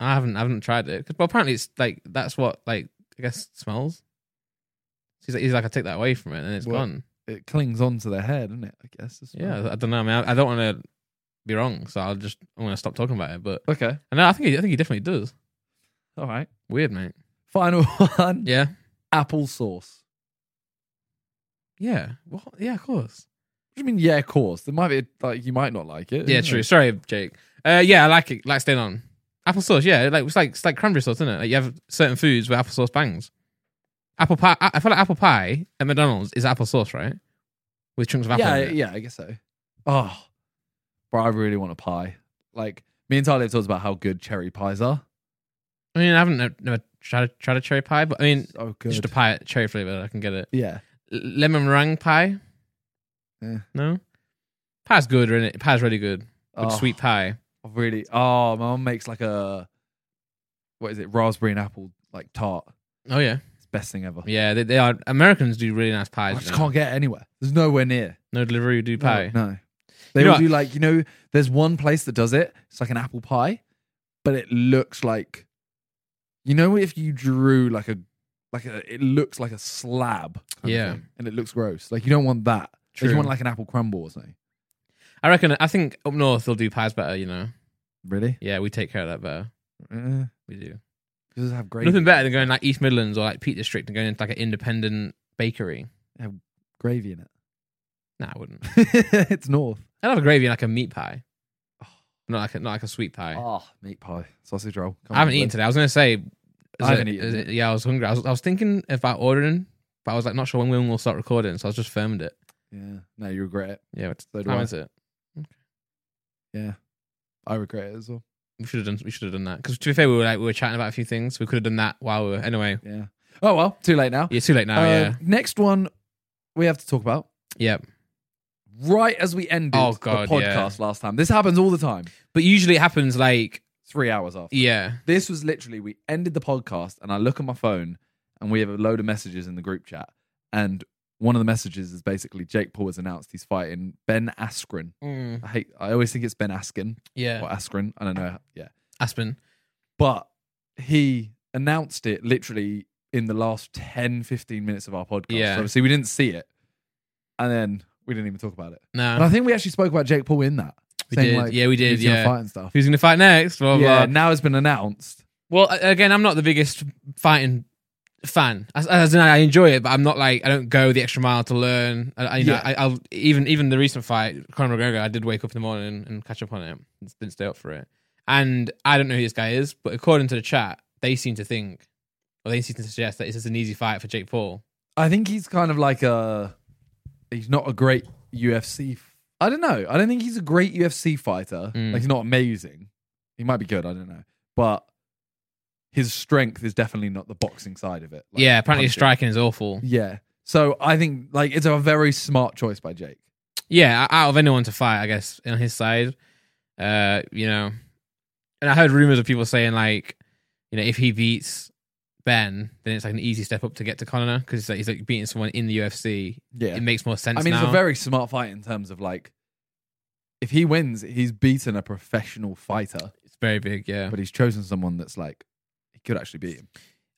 [SPEAKER 1] I haven't, I haven't tried it. 'Cause- Well, apparently it's like, that's what, like, I guess smells. So He's like, he's like, I take that away from it and it's
[SPEAKER 2] Well,
[SPEAKER 1] gone.
[SPEAKER 2] It clings on to their hair, doesn't it? I guess. as well.
[SPEAKER 1] Yeah, I don't know. I mean, I, I don't want to be wrong, so I'll just, I'm going to stop talking about it. But
[SPEAKER 2] Okay.
[SPEAKER 1] I know, I think he, I think he definitely does.
[SPEAKER 2] All right.
[SPEAKER 1] Weird, mate.
[SPEAKER 2] Final one.
[SPEAKER 1] Yeah.
[SPEAKER 2] Apple sauce.
[SPEAKER 1] Yeah. What? Yeah, of course.
[SPEAKER 2] What do you mean? Yeah, of course. There might be like you might not like it.
[SPEAKER 1] Yeah,
[SPEAKER 2] you know.
[SPEAKER 1] true. Sorry, Jake. Uh, yeah, I like it. Like staying on. Applesauce, yeah. Like it's like it's like cranberry sauce, isn't it? Like you have certain foods where applesauce bangs. Apple pie. I, I feel like apple pie at McDonald's is applesauce, right? With chunks of apple.
[SPEAKER 2] Yeah,
[SPEAKER 1] in it.
[SPEAKER 2] yeah, I guess so. Oh, bro, I really want a pie. Like me and Tyler have talked about how good cherry pies are.
[SPEAKER 1] I mean, I haven't ne- never tried a, tried a cherry pie, but I mean,
[SPEAKER 2] So good.
[SPEAKER 1] just a pie cherry flavor. I can get it.
[SPEAKER 2] yeah,
[SPEAKER 1] L- lemon meringue pie.
[SPEAKER 2] Yeah.
[SPEAKER 1] No, pie's good, isn't it? Pie's really good. Good
[SPEAKER 2] oh,
[SPEAKER 1] sweet pie.
[SPEAKER 2] I Really. Oh, my mum makes like a what is it? Raspberry and apple like tart.
[SPEAKER 1] Oh yeah,
[SPEAKER 2] It's the best thing ever.
[SPEAKER 1] yeah. They, they are Americans do really nice
[SPEAKER 2] I
[SPEAKER 1] pies.
[SPEAKER 2] just
[SPEAKER 1] you know.
[SPEAKER 2] can't get it anywhere. There's nowhere near.
[SPEAKER 1] No delivery do
[SPEAKER 2] No,
[SPEAKER 1] pie.
[SPEAKER 2] No. They
[SPEAKER 1] know
[SPEAKER 2] all
[SPEAKER 1] what?
[SPEAKER 2] do like, you know, there's one place that does it. It's like an apple pie, but it looks like you know if you drew like a like a it looks like a slab kind of
[SPEAKER 1] Yeah.
[SPEAKER 2] thing, and it looks gross. Like you don't want that. Like,
[SPEAKER 1] True.
[SPEAKER 2] you want like an apple crumble or something.
[SPEAKER 1] I reckon. I think up north they'll do pies better. You know.
[SPEAKER 2] Really?
[SPEAKER 1] Yeah, we take care of that better.
[SPEAKER 2] Uh,
[SPEAKER 1] We do.
[SPEAKER 2] just have gravy.
[SPEAKER 1] Nothing better than going like East Midlands or like Peak District and going into like an independent bakery.
[SPEAKER 2] gravy in it.
[SPEAKER 1] Nah, I wouldn't.
[SPEAKER 2] it's north.
[SPEAKER 1] I'd have a gravy and like a meat pie, not like a, not like a sweet pie.
[SPEAKER 2] Ah, meat pie, sausage roll. Come
[SPEAKER 1] I haven't
[SPEAKER 2] on,
[SPEAKER 1] eaten
[SPEAKER 2] Liz.
[SPEAKER 1] today. Oh, I was gonna say
[SPEAKER 2] I haven't eaten
[SPEAKER 1] is
[SPEAKER 2] it.
[SPEAKER 1] Yeah, I was hungry. I was, I was thinking about ordering, but I was like not sure when we'll start recording, so I just filmed it.
[SPEAKER 2] Yeah. No, you regret it.
[SPEAKER 1] Yeah, what
[SPEAKER 2] So do
[SPEAKER 1] time
[SPEAKER 2] I.
[SPEAKER 1] is it?
[SPEAKER 2] Yeah. I regret it as well.
[SPEAKER 1] We should have done. We should have done that because to be fair, we were like we were chatting about a few things. We could have done that while we were anyway.
[SPEAKER 2] Yeah. Oh well, too late now.
[SPEAKER 1] Yeah, it's too late now.
[SPEAKER 2] Uh,
[SPEAKER 1] yeah,
[SPEAKER 2] Next one we have to talk about.
[SPEAKER 1] yeah.
[SPEAKER 2] Right as we ended
[SPEAKER 1] Oh,
[SPEAKER 2] the
[SPEAKER 1] God,
[SPEAKER 2] podcast last time. This happens all the time.
[SPEAKER 1] But usually it happens like
[SPEAKER 2] Three hours after.
[SPEAKER 1] yeah.
[SPEAKER 2] This was literally we ended the podcast and I look at my phone and we have a load of messages in the group chat. And one of the messages is basically Jake Paul has announced he's fighting Ben Askren.
[SPEAKER 1] Mm,
[SPEAKER 2] I hate I always think it's Ben Askin
[SPEAKER 1] yeah,
[SPEAKER 2] or Askren. I don't know. Yeah.
[SPEAKER 1] Aspen.
[SPEAKER 2] But he announced it literally in the last 10, 15 minutes of our podcast.
[SPEAKER 1] Yeah.
[SPEAKER 2] So obviously we didn't see it. And then we didn't even talk about it.
[SPEAKER 1] No,
[SPEAKER 2] And I think we actually spoke about Jake Paul in that.
[SPEAKER 1] we did. yeah, we did.
[SPEAKER 2] he's gonna
[SPEAKER 1] Yeah.
[SPEAKER 2] fight and stuff.
[SPEAKER 1] Who's gonna fight next? Blah, blah,
[SPEAKER 2] yeah,
[SPEAKER 1] blah.
[SPEAKER 2] now it's been announced.
[SPEAKER 1] Well, a- again, I'm not the biggest fighting fan. As, as in, I enjoy it, but I'm not like I don't go the extra mile to learn. I, I, you know,
[SPEAKER 2] Yeah.
[SPEAKER 1] I, I'll even even the recent fight, Conor McGregor. I did wake up in the morning and, and catch up on it. Didn't stay up for it. And I don't know who this guy is, but according to the chat, they seem to think, or they seem to suggest that this is an easy fight for Jake Paul.
[SPEAKER 2] I think he's kind of like a. He's not a great UFC. f- I don't know. I don't think he's a great UFC fighter.
[SPEAKER 1] Mm.
[SPEAKER 2] Like he's not amazing. He might be good. I don't know. But his strength is definitely not the boxing side of it. like
[SPEAKER 1] yeah, apparently his
[SPEAKER 2] punching.
[SPEAKER 1] striking is awful.
[SPEAKER 2] Yeah. So I think like it's a very smart choice by Jake.
[SPEAKER 1] yeah, out of anyone to fight, I guess on his side, uh, you know, and I heard rumors of people saying like, you know, if he beats Ben, then it's like an easy step up to get to Conor because like, he's like beating someone in the UFC.
[SPEAKER 2] Yeah.
[SPEAKER 1] It makes more sense.
[SPEAKER 2] I mean,
[SPEAKER 1] now.
[SPEAKER 2] it's a very smart fight in terms of like, if he wins, he's beaten a professional fighter,
[SPEAKER 1] it's very big. Yeah,
[SPEAKER 2] but he's chosen someone that's like he could actually beat him.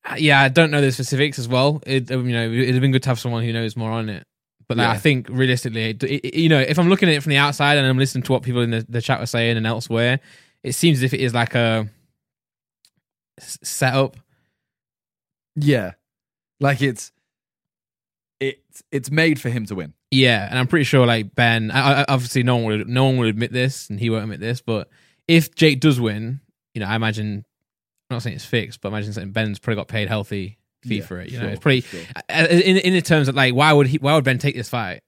[SPEAKER 1] Uh, yeah. I don't know the specifics as well. It um, you know it'd have been good to have someone who knows more on it. But like,
[SPEAKER 2] Yeah.
[SPEAKER 1] I think realistically, it, it, you know, if I'm looking at it from the outside and I'm listening to what people in the, the chat were saying and elsewhere, it seems as if it is like a s- setup
[SPEAKER 2] Yeah, like it's it's it's made for him to win.
[SPEAKER 1] Yeah, and I'm pretty sure like Ben. I, I, obviously, no one would no one would admit this, and he won't admit this. But if Jake does win, you know, I imagine. I'm not saying it's fixed, but I imagine saying Ben's probably got paid healthy fee for it. You know, it's pretty uh, in in the terms of like why would he why would Ben take this fight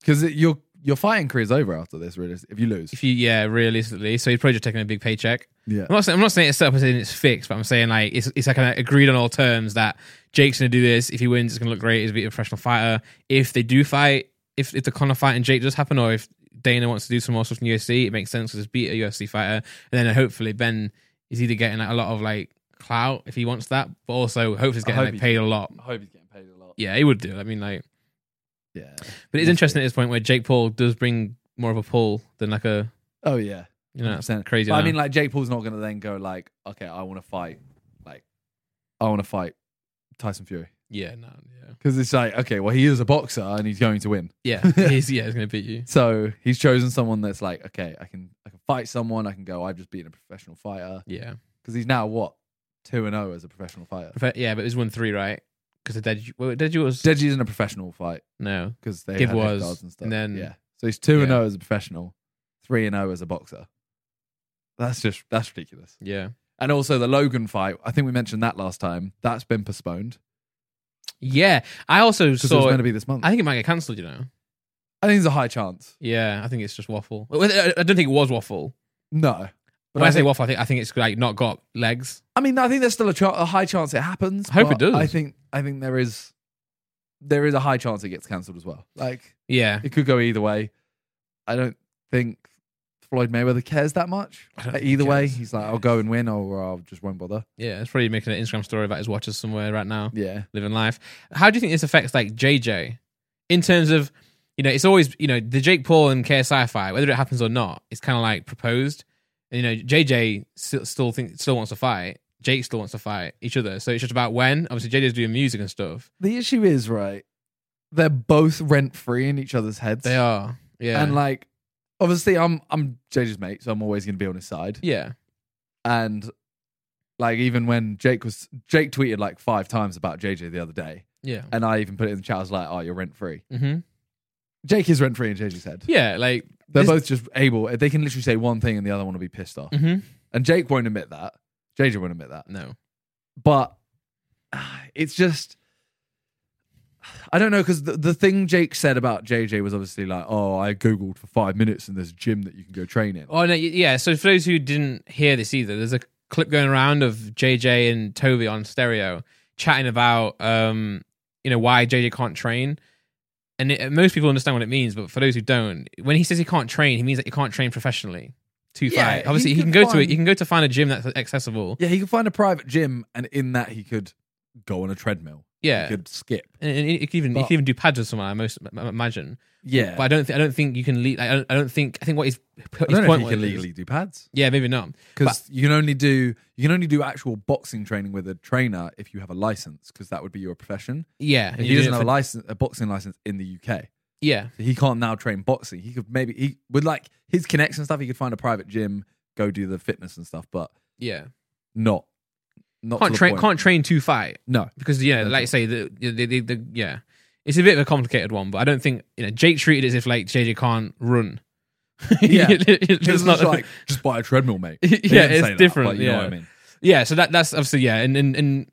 [SPEAKER 2] because your your fighting career is over after this. Really, if you lose,
[SPEAKER 1] if you yeah realistically? So he's probably just taking a big paycheck.
[SPEAKER 2] yeah,
[SPEAKER 1] I'm not saying I'm not saying it's set up and saying it's fixed, but I'm saying like it's it's like an agreed on all terms that Jake's gonna do this. If he wins, it's gonna look great. He's gonna be a professional fighter. If they do fight, if if the Connor fight and Jake does happen, or if Dana wants to do some more stuff in UFC, it makes sense because it's beat a UFC fighter, and then hopefully Ben is either getting like, a lot of like clout if he wants that, but also hopefully he's
[SPEAKER 2] I
[SPEAKER 1] getting
[SPEAKER 2] hope
[SPEAKER 1] like
[SPEAKER 2] he-
[SPEAKER 1] paid a lot.
[SPEAKER 2] I hope he's getting paid a lot.
[SPEAKER 1] Yeah, he would do. it. I mean, like,
[SPEAKER 2] Yeah.
[SPEAKER 1] but it's
[SPEAKER 2] Must
[SPEAKER 1] interesting at this point where Jake Paul does bring more of a pull than like a
[SPEAKER 2] Oh yeah.
[SPEAKER 1] you know
[SPEAKER 2] 100%.
[SPEAKER 1] crazy.
[SPEAKER 2] But I
[SPEAKER 1] now.
[SPEAKER 2] mean, like Jake Paul's not going to then go like, okay, I want to fight, like, I want to fight Tyson Fury
[SPEAKER 1] yeah, no, yeah,
[SPEAKER 2] because it's like, okay, well, he is a boxer and he's going to win.
[SPEAKER 1] yeah, he's yeah, he's gonna beat you.
[SPEAKER 2] So he's chosen someone that's like, okay, I can, I can fight someone. I can go. I've just beaten a professional fighter
[SPEAKER 1] Yeah.
[SPEAKER 2] because he's now what two and zero as a professional fighter.
[SPEAKER 1] Profe- Yeah, but it was one three, right? Because the Deju, well, Deju was
[SPEAKER 2] Deji isn't a professional fight
[SPEAKER 1] no.
[SPEAKER 2] because they
[SPEAKER 1] Gibb
[SPEAKER 2] had
[SPEAKER 1] was,
[SPEAKER 2] headguards and stuff.
[SPEAKER 1] and then-
[SPEAKER 2] yeah, so he's two and
[SPEAKER 1] Yeah.
[SPEAKER 2] zero as a professional, three and zero as a boxer. That's just that's ridiculous.
[SPEAKER 1] Yeah,
[SPEAKER 2] And also the Logan fight. I think we mentioned that last time. That's been postponed.
[SPEAKER 1] yeah. I also
[SPEAKER 2] Because it was
[SPEAKER 1] saw.
[SPEAKER 2] meant to be this month.
[SPEAKER 1] I
[SPEAKER 2] I,
[SPEAKER 1] think it might get cancelled. You know.
[SPEAKER 2] think there's a high chance.
[SPEAKER 1] Yeah, I think it's just waffle. Well, I I don't think it was waffle.
[SPEAKER 2] No. But
[SPEAKER 1] when I,
[SPEAKER 2] I,
[SPEAKER 1] say
[SPEAKER 2] think,
[SPEAKER 1] waffle, I think I think it's like not got legs.
[SPEAKER 2] I mean, I think there's still a, cha- a high chance it happens.
[SPEAKER 1] I hope it
[SPEAKER 2] but
[SPEAKER 1] does.
[SPEAKER 2] I think I think there is there is a high chance it gets cancelled as well. Like
[SPEAKER 1] Yeah,
[SPEAKER 2] it could go either way. I don't think Floyd Mayweather cares that much.
[SPEAKER 1] I don't
[SPEAKER 2] Like,
[SPEAKER 1] think he
[SPEAKER 2] either way,
[SPEAKER 1] cares.
[SPEAKER 2] he's like, I'll go and win, or I'll just won't bother.
[SPEAKER 1] yeah. It's probably making an Instagram story about his watches somewhere right now,
[SPEAKER 2] Yeah,
[SPEAKER 1] living life. How do you think this affects like JJ in terms of? You know, it's always you know the Jake Paul and KSI fight, whether it happens or not, it's kind of like proposed. And, you know, JJ still still think still wants to fight. Jake still wants to fight each other. So it's just about when. Obviously, JJ's doing music and stuff.
[SPEAKER 2] the issue is right. They're both rent free in each other's heads.
[SPEAKER 1] They are. Yeah.
[SPEAKER 2] and like obviously, I'm I'm JJ's mate, so I'm always going to be on his side.
[SPEAKER 1] yeah.
[SPEAKER 2] and like even when Jake was Jake tweeted like five times about JJ the other day,
[SPEAKER 1] Yeah.
[SPEAKER 2] and I even put it in the chat. I was like, "Oh, you're rent free."
[SPEAKER 1] hmm
[SPEAKER 2] Jake is rent free in JJ's head.
[SPEAKER 1] Yeah. Like,
[SPEAKER 2] They're
[SPEAKER 1] this- Mm.
[SPEAKER 2] both just able. They can literally say one
[SPEAKER 1] Mm-hmm.
[SPEAKER 2] thing and the other one will be pissed off.
[SPEAKER 1] hmm
[SPEAKER 2] And Jake won't admit that. JJ won't admit that.
[SPEAKER 1] no.
[SPEAKER 2] But it's just I don't know because the, the thing Jake said about JJ was obviously like, oh, I googled for five minutes and there's a gym that you can go train in.
[SPEAKER 1] Oh no, y- yeah. So for those who didn't hear this either, there's a clip going around of JJ and Toby on stereo chatting about um, you know, why JJ can't train. And it, most people understand what it means, but for those who don't, when he says he can't train, he means that he can't train professionally. Too far.
[SPEAKER 2] Yeah, he
[SPEAKER 1] Obviously, he,
[SPEAKER 2] could
[SPEAKER 1] can go to it.
[SPEAKER 2] find-
[SPEAKER 1] He can go to find a gym that's accessible.
[SPEAKER 2] Yeah, he could find a private gym and in that he could go on a treadmill.
[SPEAKER 1] Yeah,
[SPEAKER 2] He could skip.
[SPEAKER 1] and, and he could even he
[SPEAKER 2] But-
[SPEAKER 1] could even do pads with someone. I most I imagine.
[SPEAKER 2] Yeah.
[SPEAKER 1] But I don't. Th- I don't think you can. Le- I, don't, I don't think. I think what his, his
[SPEAKER 2] I don't know if
[SPEAKER 1] point
[SPEAKER 2] you can
[SPEAKER 1] was-
[SPEAKER 2] legally do pads
[SPEAKER 1] Yeah, maybe not.
[SPEAKER 2] because you can only do you can only do actual boxing training with a trainer if you have a license because that would be your profession.
[SPEAKER 1] Yeah,
[SPEAKER 2] And
[SPEAKER 1] you
[SPEAKER 2] he doesn't
[SPEAKER 1] do it
[SPEAKER 2] have
[SPEAKER 1] for-
[SPEAKER 2] a license, a boxing license in the UK.
[SPEAKER 1] Yeah,
[SPEAKER 2] So he can't now train boxing. He could maybe he with like his connects and stuff. He could find a private gym, go do the fitness and stuff, but
[SPEAKER 1] yeah.
[SPEAKER 2] not not
[SPEAKER 1] Can't
[SPEAKER 2] to the
[SPEAKER 1] train.
[SPEAKER 2] point.
[SPEAKER 1] Can't train to fight.
[SPEAKER 2] No,
[SPEAKER 1] because yeah,
[SPEAKER 2] That's
[SPEAKER 1] like I
[SPEAKER 2] all.
[SPEAKER 1] say, the, the, the, the yeah, it's a bit of a complicated one, but I don't think you know Jake treated it as if like JJ can't run.
[SPEAKER 2] Yeah.
[SPEAKER 1] it's,
[SPEAKER 2] it's
[SPEAKER 1] not
[SPEAKER 2] not like just buy a treadmill, mate. He
[SPEAKER 1] yeah,
[SPEAKER 2] didn't say
[SPEAKER 1] it's
[SPEAKER 2] that,
[SPEAKER 1] different.
[SPEAKER 2] but you
[SPEAKER 1] yeah,
[SPEAKER 2] know what I mean.
[SPEAKER 1] yeah. So that that's obviously yeah, and and, and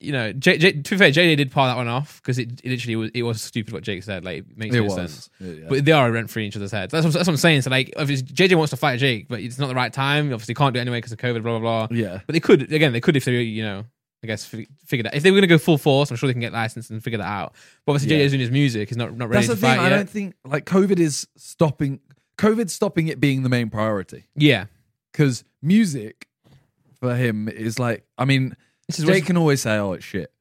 [SPEAKER 1] you know, J, J, to be fair, JJ did par that one off because it, it literally was it was stupid what Jake said. Like, it makes
[SPEAKER 2] It
[SPEAKER 1] no
[SPEAKER 2] was.
[SPEAKER 1] sense.
[SPEAKER 2] Yeah, yeah.
[SPEAKER 1] But they are rent free in each other's heads. That's what, that's what I'm saying. So like, if it's, JJ wants to fight Jake, but it's not the right time. Obviously, can't do it anyway because of COVID. Blah blah blah.
[SPEAKER 2] yeah,
[SPEAKER 1] But they could again. They could if they you know I guess fi- figure that if they were going to go full force, I'm sure they can get licensed and figure that out. But obviously,
[SPEAKER 2] Yeah.
[SPEAKER 1] JJ's doing his music. He's not not ready
[SPEAKER 2] that's
[SPEAKER 1] to
[SPEAKER 2] the thing. I
[SPEAKER 1] fight yet.
[SPEAKER 2] don't think like COVID is stopping. COVID stopping it being the main priority
[SPEAKER 1] Yeah,
[SPEAKER 2] because music for him is like. I mean,
[SPEAKER 1] this is
[SPEAKER 2] Jake
[SPEAKER 1] what,
[SPEAKER 2] can always say, "Oh, it's shit."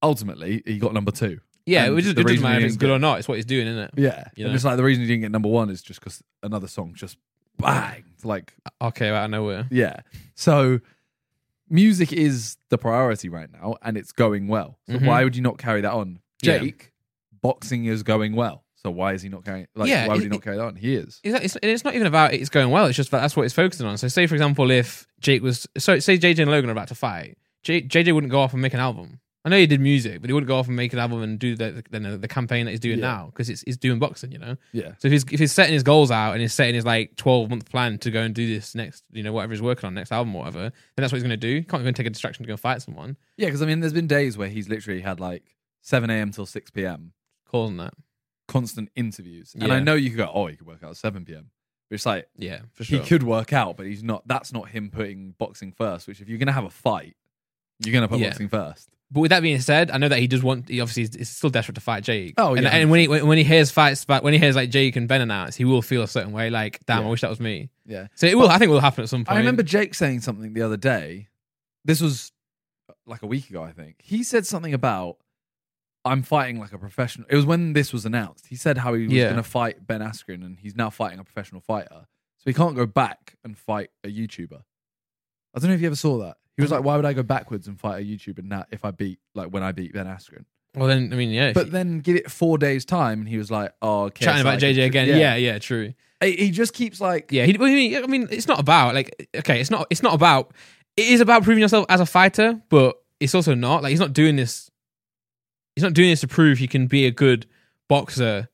[SPEAKER 2] Ultimately, he got number two.
[SPEAKER 1] yeah. It
[SPEAKER 2] and
[SPEAKER 1] was just
[SPEAKER 2] the
[SPEAKER 1] it doesn't
[SPEAKER 2] reason
[SPEAKER 1] matter
[SPEAKER 2] we
[SPEAKER 1] if it's
[SPEAKER 2] didn't
[SPEAKER 1] good
[SPEAKER 2] get-
[SPEAKER 1] or not. It's what he's doing, isn't it?
[SPEAKER 2] Yeah,
[SPEAKER 1] You know?
[SPEAKER 2] and it's like the reason he didn't get number one is just because another song just bang, like
[SPEAKER 1] Okay, out of nowhere.
[SPEAKER 2] yeah. So music is the priority right now, and it's going well. So
[SPEAKER 1] Mhm.
[SPEAKER 2] why would you not carry that on,
[SPEAKER 1] Yeah.
[SPEAKER 2] Jake? Boxing is going well, so why is he not carrying? Like,
[SPEAKER 1] Yeah,
[SPEAKER 2] why would
[SPEAKER 1] it-
[SPEAKER 2] he not carry that on? He is.
[SPEAKER 1] It's, it's, it's not even about it's going well. It's just that that's what it's focusing on. So, say for example, if Jake was so say JJ and Logan are about to fight, J, JJ wouldn't go off and make an album. I know he did music, but he wouldn't go off and make an album and do the the, the, the campaign that he's doing
[SPEAKER 2] Yeah.
[SPEAKER 1] now because it's it's doing boxing, you know.
[SPEAKER 2] Yeah,
[SPEAKER 1] So if he's if he's setting his goals out and he's setting his like twelve month plan to go and do this next, you know, whatever he's working on next album, or whatever, then that's what he's going to do. He can't go and take a distraction to go and fight someone,
[SPEAKER 2] yeah. Because I mean, there's been days where he's literally had like 7 a.m. till 6 p.m.
[SPEAKER 1] causing that.
[SPEAKER 2] constant interviews, and
[SPEAKER 1] Yeah.
[SPEAKER 2] I know you could go, oh, he could work out at 7 p.m. But it's like
[SPEAKER 1] Yeah, for sure.
[SPEAKER 2] he could work out, but he's not. That's not him putting boxing first. Which if you're gonna have a fight, you're gonna put
[SPEAKER 1] Yeah.
[SPEAKER 2] boxing first.
[SPEAKER 1] But with that being said, I know that he does want. He obviously is- is still desperate to fight Jake.
[SPEAKER 2] Oh,
[SPEAKER 1] And,
[SPEAKER 2] yeah.
[SPEAKER 1] and when he when when he hears fights, but when he hears like Jake and Ben announce, he will feel a certain way. Like, damn,
[SPEAKER 2] Yeah.
[SPEAKER 1] I wish that was me.
[SPEAKER 2] Yeah.
[SPEAKER 1] So it will. I think it will happen at some point.
[SPEAKER 2] I remember Jake saying something the other day. This was uh, like a week ago, I think. He said something about I'm fighting like a professional. It was when this was announced. He said how he was
[SPEAKER 1] Yeah.
[SPEAKER 2] going to fight Ben Askren, and he's now fighting a professional fighter, so he can't go back and fight a YouTuber. I don't know if you ever saw that. He
[SPEAKER 1] Uh-huh.
[SPEAKER 2] was like, "Why would I go backwards and fight a YouTuber now if I beat like when I beat Ben Askren?"
[SPEAKER 1] Well, then I mean, yeah. if
[SPEAKER 2] But
[SPEAKER 1] you-
[SPEAKER 2] then give it four days time, and he was like, "Oh, okay,
[SPEAKER 1] chatting
[SPEAKER 2] so I
[SPEAKER 1] about
[SPEAKER 2] can
[SPEAKER 1] JJ
[SPEAKER 2] tr-
[SPEAKER 1] again. Yeah. yeah, true.
[SPEAKER 2] He he just keeps like,
[SPEAKER 1] Yeah. He, well, I mean, I mean, it's not about like okay, it's not it's not about. It is about proving yourself as a fighter, but it's also not like he's not doing this. He's not doing this to prove he can be a good boxer.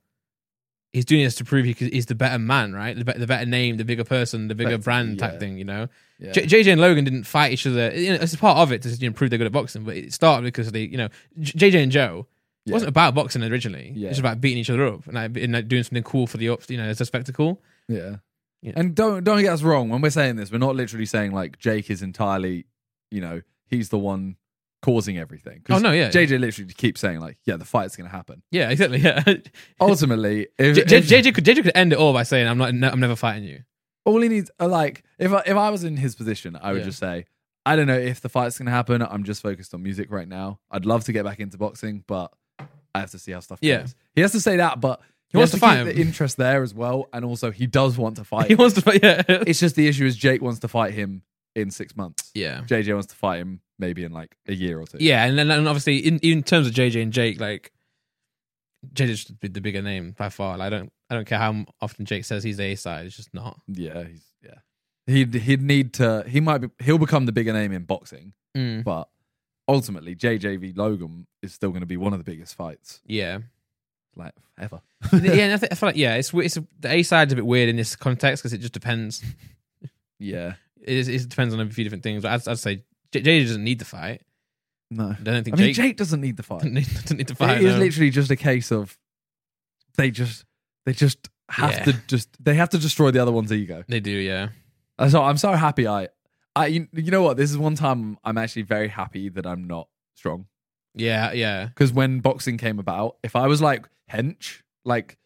[SPEAKER 1] He's doing this to prove he c- he's the better man, right? The, be- the better name, the bigger person, the bigger
[SPEAKER 2] Effectively,
[SPEAKER 1] brand type
[SPEAKER 2] yeah.
[SPEAKER 1] thing, you know.
[SPEAKER 2] yeah.
[SPEAKER 1] J- JJ and Logan didn't fight each other. You know, it's a part of it to you know, prove they're good at boxing, but it started because they, you know, J- JJ and Joe. It
[SPEAKER 2] Yeah.
[SPEAKER 1] wasn't about boxing originally. It
[SPEAKER 2] Yeah.
[SPEAKER 1] was about beating each other up and, like, and like, doing something cool for the up, you know, as a spectacle.
[SPEAKER 2] Yeah.
[SPEAKER 1] Yeah.
[SPEAKER 2] And don't don't get us wrong. When we're saying this, we're not literally saying like Jake is entirely, you know, he's the one causing everything.
[SPEAKER 1] Oh,
[SPEAKER 2] 'Cause
[SPEAKER 1] no, yeah.
[SPEAKER 2] JJ literally keeps saying like, yeah, the fight's gonna happen.
[SPEAKER 1] Yeah, exactly. Yeah,
[SPEAKER 2] Ultimately, if,
[SPEAKER 1] J- J-
[SPEAKER 2] if-
[SPEAKER 1] JJ could JJ could end it all by saying, "I'm not, no, I'm never fighting you."
[SPEAKER 2] all he needs, uh, like, if I, if I was in his position, I would
[SPEAKER 1] Yeah.
[SPEAKER 2] just say, I don't know if the fight's gonna happen. I'm just focused on music right now. I'd love to get back into boxing, but I have to see how stuff
[SPEAKER 1] Yeah.
[SPEAKER 2] goes. He has to say that, but he,
[SPEAKER 1] wants
[SPEAKER 2] has
[SPEAKER 1] to
[SPEAKER 2] to
[SPEAKER 1] fight
[SPEAKER 2] keep
[SPEAKER 1] him.
[SPEAKER 2] the interest there as well, and also he does want to fight.
[SPEAKER 1] He
[SPEAKER 2] him.
[SPEAKER 1] wants to fight. Yeah,
[SPEAKER 2] it's just the issue is Jake wants to fight him in six months.
[SPEAKER 1] yeah,
[SPEAKER 2] JJ wants to fight him maybe in like a year or two.
[SPEAKER 1] yeah. And then and obviously, in, in terms of JJ and Jake, like JJ's just the bigger name by far. Like, I don't, I don't care how often Jake says he's the A side. It's just not.
[SPEAKER 2] yeah, he's yeah. He'd he'd need to. He might be. He'll become the bigger name in boxing,
[SPEAKER 1] Mm.
[SPEAKER 2] but ultimately JJ v Logan is still going to be one of the biggest fights
[SPEAKER 1] Yeah.
[SPEAKER 2] like ever.
[SPEAKER 1] yeah, and I, think, I feel like yeah, it's it's the A side's a bit weird in this context because it just depends.
[SPEAKER 2] Yeah,
[SPEAKER 1] It, is, it depends on a few different things. But I'd, I'd say J- JJ doesn't need the fight.
[SPEAKER 2] No.
[SPEAKER 1] I don't
[SPEAKER 2] I
[SPEAKER 1] think
[SPEAKER 2] mean,
[SPEAKER 1] Jake,
[SPEAKER 2] Jake doesn't need the fight.
[SPEAKER 1] doesn't need, doesn't need to fight.
[SPEAKER 2] It is
[SPEAKER 1] no.
[SPEAKER 2] literally just a case of they just they just have
[SPEAKER 1] Yeah.
[SPEAKER 2] to just they have to destroy the other one's ego.
[SPEAKER 1] They do, yeah.
[SPEAKER 2] And Uh, So I'm so happy. I I you, you know what? This is one time I'm actually very happy that I'm not strong
[SPEAKER 1] Yeah, yeah.
[SPEAKER 2] because when boxing came about, if I was like hench, like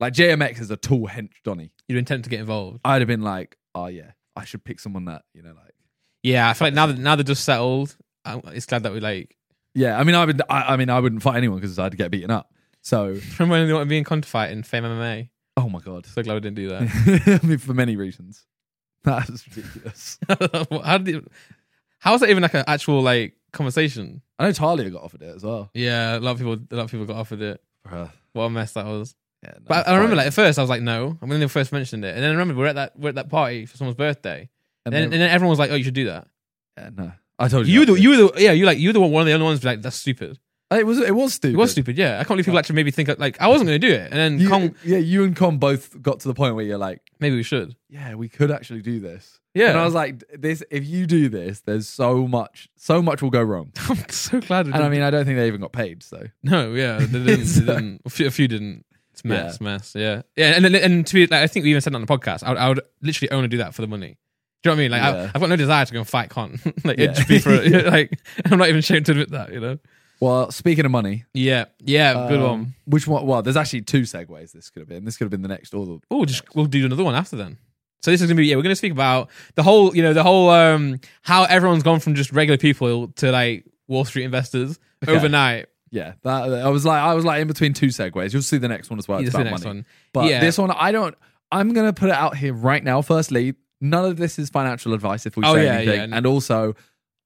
[SPEAKER 2] like JMX is a tall hench, Donny,
[SPEAKER 1] You intend to get involved.
[SPEAKER 2] I'd have been like, oh yeah, I should pick someone that you know like.
[SPEAKER 1] Yeah, I feel like now that now they're just settled, I'm, it's glad that we like.
[SPEAKER 2] Yeah, I mean, I would. I, I mean, I wouldn't fight anyone because I'd get beaten up. So,
[SPEAKER 1] Remember when they wanted me in Confight in Fame MMA?
[SPEAKER 2] oh my god,
[SPEAKER 1] So glad we didn't do that.
[SPEAKER 2] I mean, for many reasons. That is ridiculous.
[SPEAKER 1] how did it- how is that even like an actual like conversation?
[SPEAKER 2] I know Talia got offered it as well.
[SPEAKER 1] Yeah, a lot of people a lot of people got offered it. What a mess that was.
[SPEAKER 2] Yeah, no,
[SPEAKER 1] But I, I remember
[SPEAKER 2] fine.
[SPEAKER 1] like at first I was like no. And when they first mentioned it, and then I remember we we're at that we we're at that party for someone's birthday, and,
[SPEAKER 2] And
[SPEAKER 1] then,
[SPEAKER 2] then-
[SPEAKER 1] and then everyone was like, oh, you should do that.
[SPEAKER 2] yeah, no, I told you.
[SPEAKER 1] You were
[SPEAKER 2] that.
[SPEAKER 1] the, you were the yeah you were, like you were the one, one of the only ones like that's stupid.
[SPEAKER 2] It was it was stupid.
[SPEAKER 1] It was stupid. Yeah, I can't believe people actually maybe think like I wasn't going to do it, and then
[SPEAKER 2] You,
[SPEAKER 1] Kong
[SPEAKER 2] Yeah, you and Con both got to the point where you're like,
[SPEAKER 1] maybe we should.
[SPEAKER 2] yeah, we could actually do this.
[SPEAKER 1] Yeah,
[SPEAKER 2] And I was like, this if you do this, there's so much, so much will go wrong.
[SPEAKER 1] I'm so glad. we
[SPEAKER 2] And I
[SPEAKER 1] didn't.
[SPEAKER 2] mean, I don't think they even got paid. So
[SPEAKER 1] No, yeah, they didn't.
[SPEAKER 2] So-
[SPEAKER 1] they didn't. A, few, a few didn't. It's mess,
[SPEAKER 2] Yeah.
[SPEAKER 1] it's mess. Yeah, yeah. And and- and to be, like, I think we even said that on the podcast. I would, I would literally only do that for the money. Do you know what I mean? Like, I,
[SPEAKER 2] Yeah.
[SPEAKER 1] I've got no desire to go and fight Con. like,
[SPEAKER 2] Yeah.
[SPEAKER 1] it'd just be for
[SPEAKER 2] Yeah.
[SPEAKER 1] like. I'm not even ashamed to admit that. You know.
[SPEAKER 2] well, speaking of money,
[SPEAKER 1] Yeah, yeah. good
[SPEAKER 2] um,
[SPEAKER 1] one.
[SPEAKER 2] Which one? Well, there's actually two segues. This could have been. This could have been the next or the
[SPEAKER 1] Oh, just we'll do another one after then. So this is gonna be yeah. We're gonna speak about the whole you know the whole um how everyone's gone from just regular people to like Wall Street investors
[SPEAKER 2] Okay.
[SPEAKER 1] overnight.
[SPEAKER 2] Yeah, that I was like, I was like in between two segues. You'll see the next one as well.
[SPEAKER 1] You'll
[SPEAKER 2] It's
[SPEAKER 1] see the
[SPEAKER 2] about
[SPEAKER 1] next
[SPEAKER 2] money.
[SPEAKER 1] one.
[SPEAKER 2] but
[SPEAKER 1] Yeah.
[SPEAKER 2] this one I don't. I'm gonna put it out here right now. Firstly, none of this is financial advice if we
[SPEAKER 1] Oh,
[SPEAKER 2] say
[SPEAKER 1] yeah,
[SPEAKER 2] anything,
[SPEAKER 1] yeah.
[SPEAKER 2] and also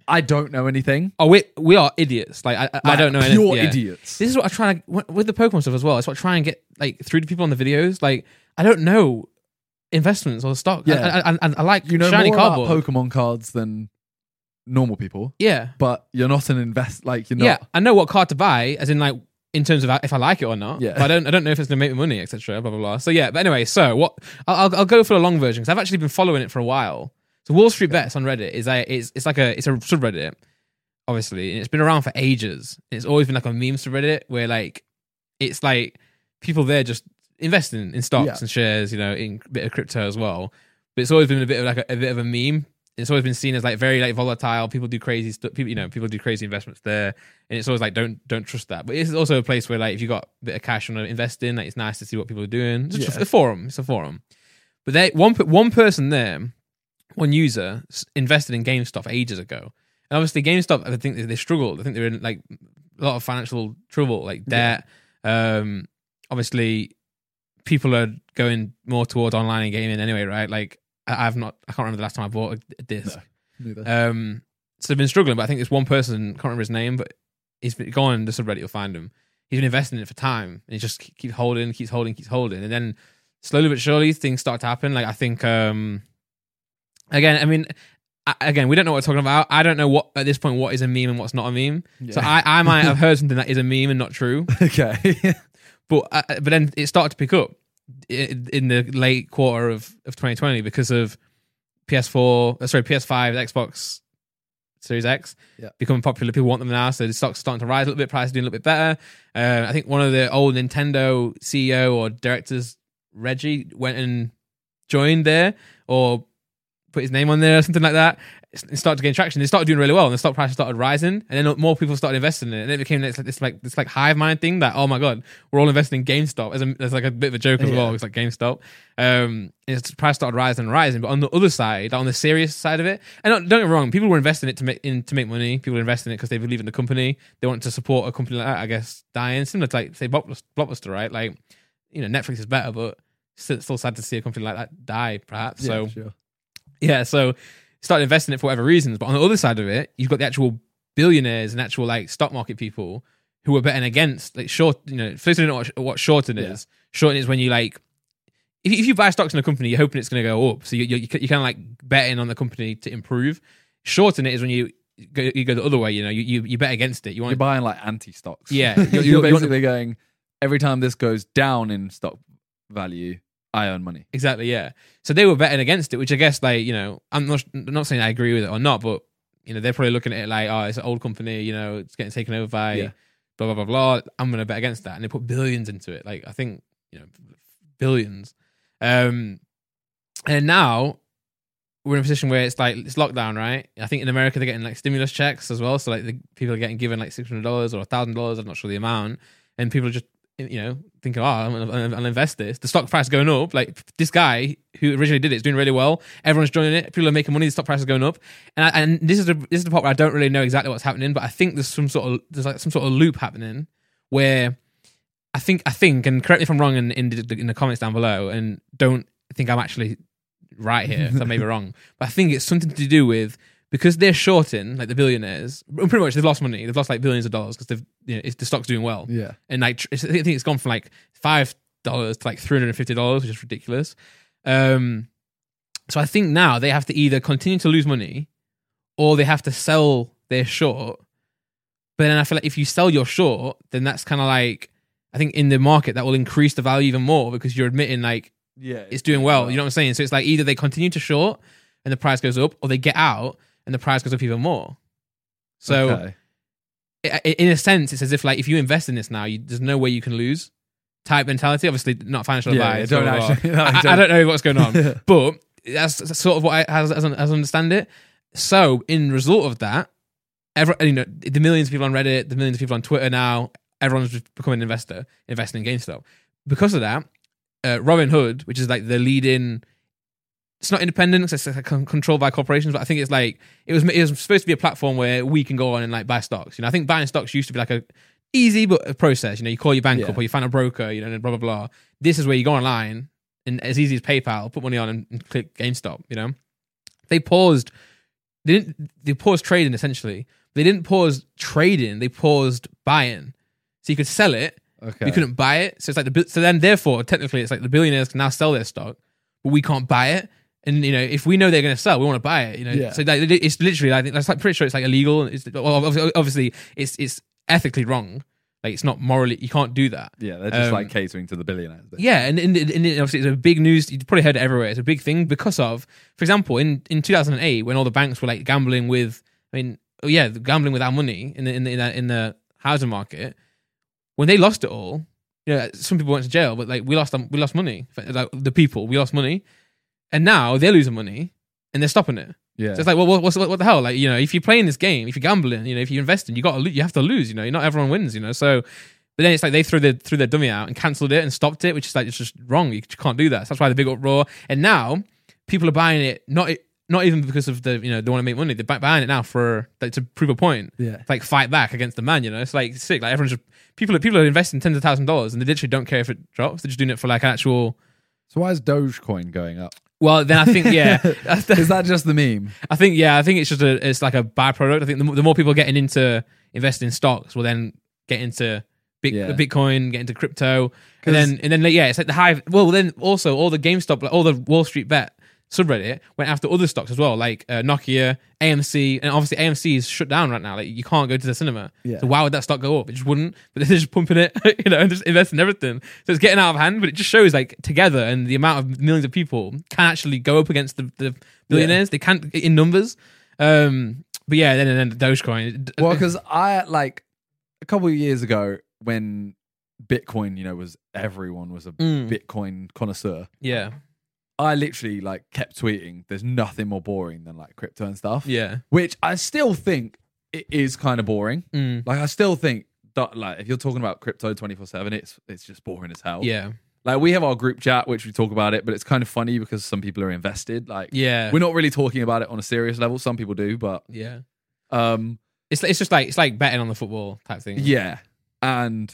[SPEAKER 2] I don't know anything.
[SPEAKER 1] Oh, we we are idiots. Like I, I- I
[SPEAKER 2] Like,
[SPEAKER 1] don't know. anything.
[SPEAKER 2] Pure
[SPEAKER 1] Yeah.
[SPEAKER 2] idiots.
[SPEAKER 1] This is what I try to with- with the Pokemon stuff as well. It's what I try and get like through to people on the videos. Like I don't know investments or stock.
[SPEAKER 2] Yeah.
[SPEAKER 1] Yeah, and I, I, I like
[SPEAKER 2] you know
[SPEAKER 1] shiny
[SPEAKER 2] more
[SPEAKER 1] cardboard.
[SPEAKER 2] about Pokemon cards than normal people,
[SPEAKER 1] yeah,
[SPEAKER 2] but you're not an invest. Like you're not.
[SPEAKER 1] yeah. I know what card to buy, as in like in terms of if I like it or not.
[SPEAKER 2] Yeah.
[SPEAKER 1] but I don't. I don't know if it's gonna make me money, etc. Blah blah blah. So yeah, but anyway, so what? I'll I'll, I'll go for the long version because I've actually been following it for a while. So Wall Street Bets on Reddit is a it's it's like a it's a subreddit, obviously, and it's been around for ages. And it's always been like a meme subreddit where like it's like people there just investing in stocks
[SPEAKER 2] Yeah.
[SPEAKER 1] and shares, you know, in a bit of crypto as well. But it's always been a bit of like a, a bit of a meme. It's always been seen as like very like volatile. People do crazy stuff. People, you know, people do crazy investments there, and it's always like don't don't trust that. But it's also a place where like if you got a bit of cash you want to invest in, like it's nice to see what people are doing. It's just
[SPEAKER 2] Yeah.
[SPEAKER 1] a forum. It's a forum. But they one pe- one person there, one user s- invested in GameStop ages ago, and obviously GameStop, I think they, they struggled. I think they're in like a lot of financial trouble, like debt. Um, obviously, people are going more towards online and gaming anyway, right? Like I, I've not, I can't remember the last time I bought a- a disc.
[SPEAKER 2] Neither.
[SPEAKER 1] Um, so they've been struggling, but I think there's one person, can't remember his name, but he's been gone. The subreddit, you'll find him. He's been investing in it for time, and he just keep- keep holding, keeps holding, keeps holding, and then slowly but surely things start to happen. Like I think, um, again, I mean, I, again, we don't know what we're talking about. I don't know what at this point what is a meme and what's not a meme. So
[SPEAKER 2] Yeah.
[SPEAKER 1] I, I might have heard something that is a meme and not true,
[SPEAKER 2] okay.
[SPEAKER 1] but uh, but then it started to pick up i- in the late quarter of, of 2020 because of PS4, uh, sorry, PS5, Xbox Series X
[SPEAKER 2] Yeah.
[SPEAKER 1] becoming popular. People want them now, so the stock's starting to rise a little bit. Price doing a little bit better. Uh, I think one of the old Nintendo CEO or directors, Reggie, went and joined there or put his name on there or something like that. It started to gain traction. They started doing really well, and the stock price started rising. And then more people started investing in it, and it became this like this like this like hive mind thing that oh my god, we're all investing in GameStop as a, as like a bit of a joke as
[SPEAKER 2] Yeah.
[SPEAKER 1] well. It's like GameStop. Um, and its price started rising and rising. But on the other side, on the serious side of it, and don't, don't get me wrong, people were investing it to make in to make money. People were investing it because they believe in the company. They want to support a company like that. I guess dying similar to like say Blockbus- Blockbuster, right? Like you know, Netflix is better, but. Still, still sad to see a company like that die, perhaps. so,
[SPEAKER 2] Yeah, sure.
[SPEAKER 1] yeah, so started investing it for whatever reasons. But on the other side of it, you've got the actual billionaires and actual like stock market people who are betting against like short. You know, first you don't know what, what shorting
[SPEAKER 2] Yeah.
[SPEAKER 1] is. Shorting is when you like. If if you buy stocks in a company, you're hoping it's going to go up, so you you you kind of like betting on the company to improve. Shorting it is when you go, you go the other way. You know, you you, you bet against it. You want
[SPEAKER 2] You're buying like anti stocks.
[SPEAKER 1] Yeah, you-
[SPEAKER 2] you're,
[SPEAKER 1] you- you want-
[SPEAKER 2] basically going every time this goes down in stock value, I earn money.
[SPEAKER 1] Exactly, yeah. So they were betting against it, which I guess, like, you know, I'm not, I'm not saying I agree with it or not, but you know, they're probably looking at it like, oh, it's an old company, you know, it's getting taken over by
[SPEAKER 2] Yeah.
[SPEAKER 1] blah blah blah blah. I'm gonna bet against that, and they put billions into it. Like I think you know, billions. Um, and now we're in a position where it's like it's lockdown, right? I think in America they're getting like stimulus checks as well, so like the people are getting given like six hundred dollars or thousand dollars. I'm not sure the amount, and people are just you know thinking, oh, I'm gonna, I'll invest this. The stock price is going up. Like this guy who originally did it is doing really well. Everyone's joining it. People are making money. The stock price is going up, and I, and this is the this is the part where I don't really know exactly what's happening, but I think there's some sort of there's like some sort of loop happening where I think I think, and correct me if I'm wrong in in the, in the comments down below, and don't think I'm actually right here. if I may be wrong, but I think it's something to do with because they're shorting like the billionaires. Pretty much, they've lost money. They've lost like billions of dollars because they've you know it's, the stock's doing well,
[SPEAKER 2] Yeah.
[SPEAKER 1] and like tr- it's- I think it's gone from like five dollars to like three hundred and fifty dollars, which is ridiculous. Um, so I think now they have to either continue to lose money, or they have to sell their short. But then I feel like if you sell your short, then that's kind of like I think in the market that will increase the value even more because you're admitting like
[SPEAKER 2] Yeah.
[SPEAKER 1] it's doing well. You know what I'm saying? So it's like either they continue to short and the price goes up, or they get out and the price goes up even more. So
[SPEAKER 2] Okay.
[SPEAKER 1] i- i- in a sense, it's as if like if you invest in this now, you, there's no way you can lose. Type mentality, obviously not financial
[SPEAKER 2] Yeah,
[SPEAKER 1] advice.
[SPEAKER 2] yeah, don't
[SPEAKER 1] blah, blah, blah.
[SPEAKER 2] actually- no,
[SPEAKER 1] uh, I, I don't know what's going on, but that's, that's sort of what I as, as, I- as I understand it. So in result of that, every you know the millions of people on Reddit, the millions of people on Twitter now, everyone's just becoming an investor, investing in GameStop. Because of that, uh, Robin Hood, which is like the leading. It's not independent; 'cause it's like con- controlled by corporations. But I think it's like it was. It was supposed to be a platform where we can go on and like buy stocks. You know, I think buying stocks used to be like a easy but a process. You know, you call your bank
[SPEAKER 2] Yeah.
[SPEAKER 1] up or you find a broker. You know, and blah blah blah. This is where you go online and as easy as PayPal, put money on and, and click GameStop. You know, they paused. They didn't. They paused trading essentially. They didn't pause trading. They paused buying. So you could sell it,
[SPEAKER 2] Okay.
[SPEAKER 1] you couldn't buy it. So it's like the bi- so then therefore technically it's like the billionaires can now sell their stock, but we can't buy it. And you know if we know they're going to sell, we want to buy it. You know,
[SPEAKER 2] Yeah.
[SPEAKER 1] so like, it's literally I think that's like pretty sure it's like illegal. and It's well, obvi- obviously it's it's ethically wrong. Like it's not morally you can't do that.
[SPEAKER 2] Yeah, they're just
[SPEAKER 1] Um,
[SPEAKER 2] like catering to the billionaires. then.
[SPEAKER 1] Yeah, and, and, and it- obviously it's a big news. You probably heard it everywhere. It's a big thing because of, for example, in, in 2008 when all the banks were like gambling with, I mean, oh yeah, gambling with our money in the in the in the, in the housing market. When they lost it all, you know, some people went to jail, but like we lost um, we lost money. Like the people, we lost money, and now they're losing money and they're stopping it.
[SPEAKER 2] Yeah.
[SPEAKER 1] So it's like, well, what, what's, what, what the hell? Like, you know, if you're playing this game, if you're gambling, you know, if you're investing, you got to, lo- you have to lose. You know, not everyone wins. You know, so. But then it's like they threw the threw their dummy out and cancelled it and stopped it, which is like it's just wrong. You can't do that. So that's why the big uproar. And now people are buying it not not even because of the you know they want to make money. They're bu- buying it now for like, to prove a point.
[SPEAKER 2] Yeah.
[SPEAKER 1] It's like fight back against the man. You know, it's like sick. Like everyone's just, people are people are investing tens of thousand dollars and they literally don't care if it drops. They're just doing it for like an actual.
[SPEAKER 2] So why is Dogecoin going up?
[SPEAKER 1] Well, then I think yeah,
[SPEAKER 2] Is that just the meme?
[SPEAKER 1] I think yeah, I think it's just a it's like a byproduct. I think the, mo- the more people getting into investing in stocks will then get into bit,
[SPEAKER 2] Yeah.
[SPEAKER 1] Bitcoin, get into crypto, and
[SPEAKER 2] 'Cause-
[SPEAKER 1] then and then like, yeah, it's like the high. Well, then also all the GameStop, like, all the Wall Street bet subreddit went after other stocks as well, like uh, Nokia, AMC, and obviously AMC is shut down right now. Like you can't go to the cinema.
[SPEAKER 2] Yeah.
[SPEAKER 1] So why would that stock go up? It just wouldn't. But they're just pumping it, you know, and just investing everything. So it's getting out of hand. But it just shows like together and the amount of millions of people can actually go up against the, the billionaires. They can't in numbers. Um, but yeah, then and then Dogecoin. d-
[SPEAKER 2] Well, because I like a couple of years ago when Bitcoin, you know, was everyone was a
[SPEAKER 1] Mm.
[SPEAKER 2] Bitcoin connoisseur.
[SPEAKER 1] yeah,
[SPEAKER 2] I literally like kept tweeting. There's nothing more boring than like crypto and stuff.
[SPEAKER 1] yeah,
[SPEAKER 2] Which I still think it is kind of boring.
[SPEAKER 1] mm,
[SPEAKER 2] Like I still think that like if you're talking about crypto 24 seven, it's it's just boring as hell.
[SPEAKER 1] yeah,
[SPEAKER 2] Like we have our group chat which we talk about it, but it's kind of funny because some people are invested. Like
[SPEAKER 1] yeah,
[SPEAKER 2] we're not really talking about it on a serious level. Some people do, but
[SPEAKER 1] yeah.
[SPEAKER 2] um
[SPEAKER 1] It's it's just like it's like betting on the football type thing.
[SPEAKER 2] yeah. And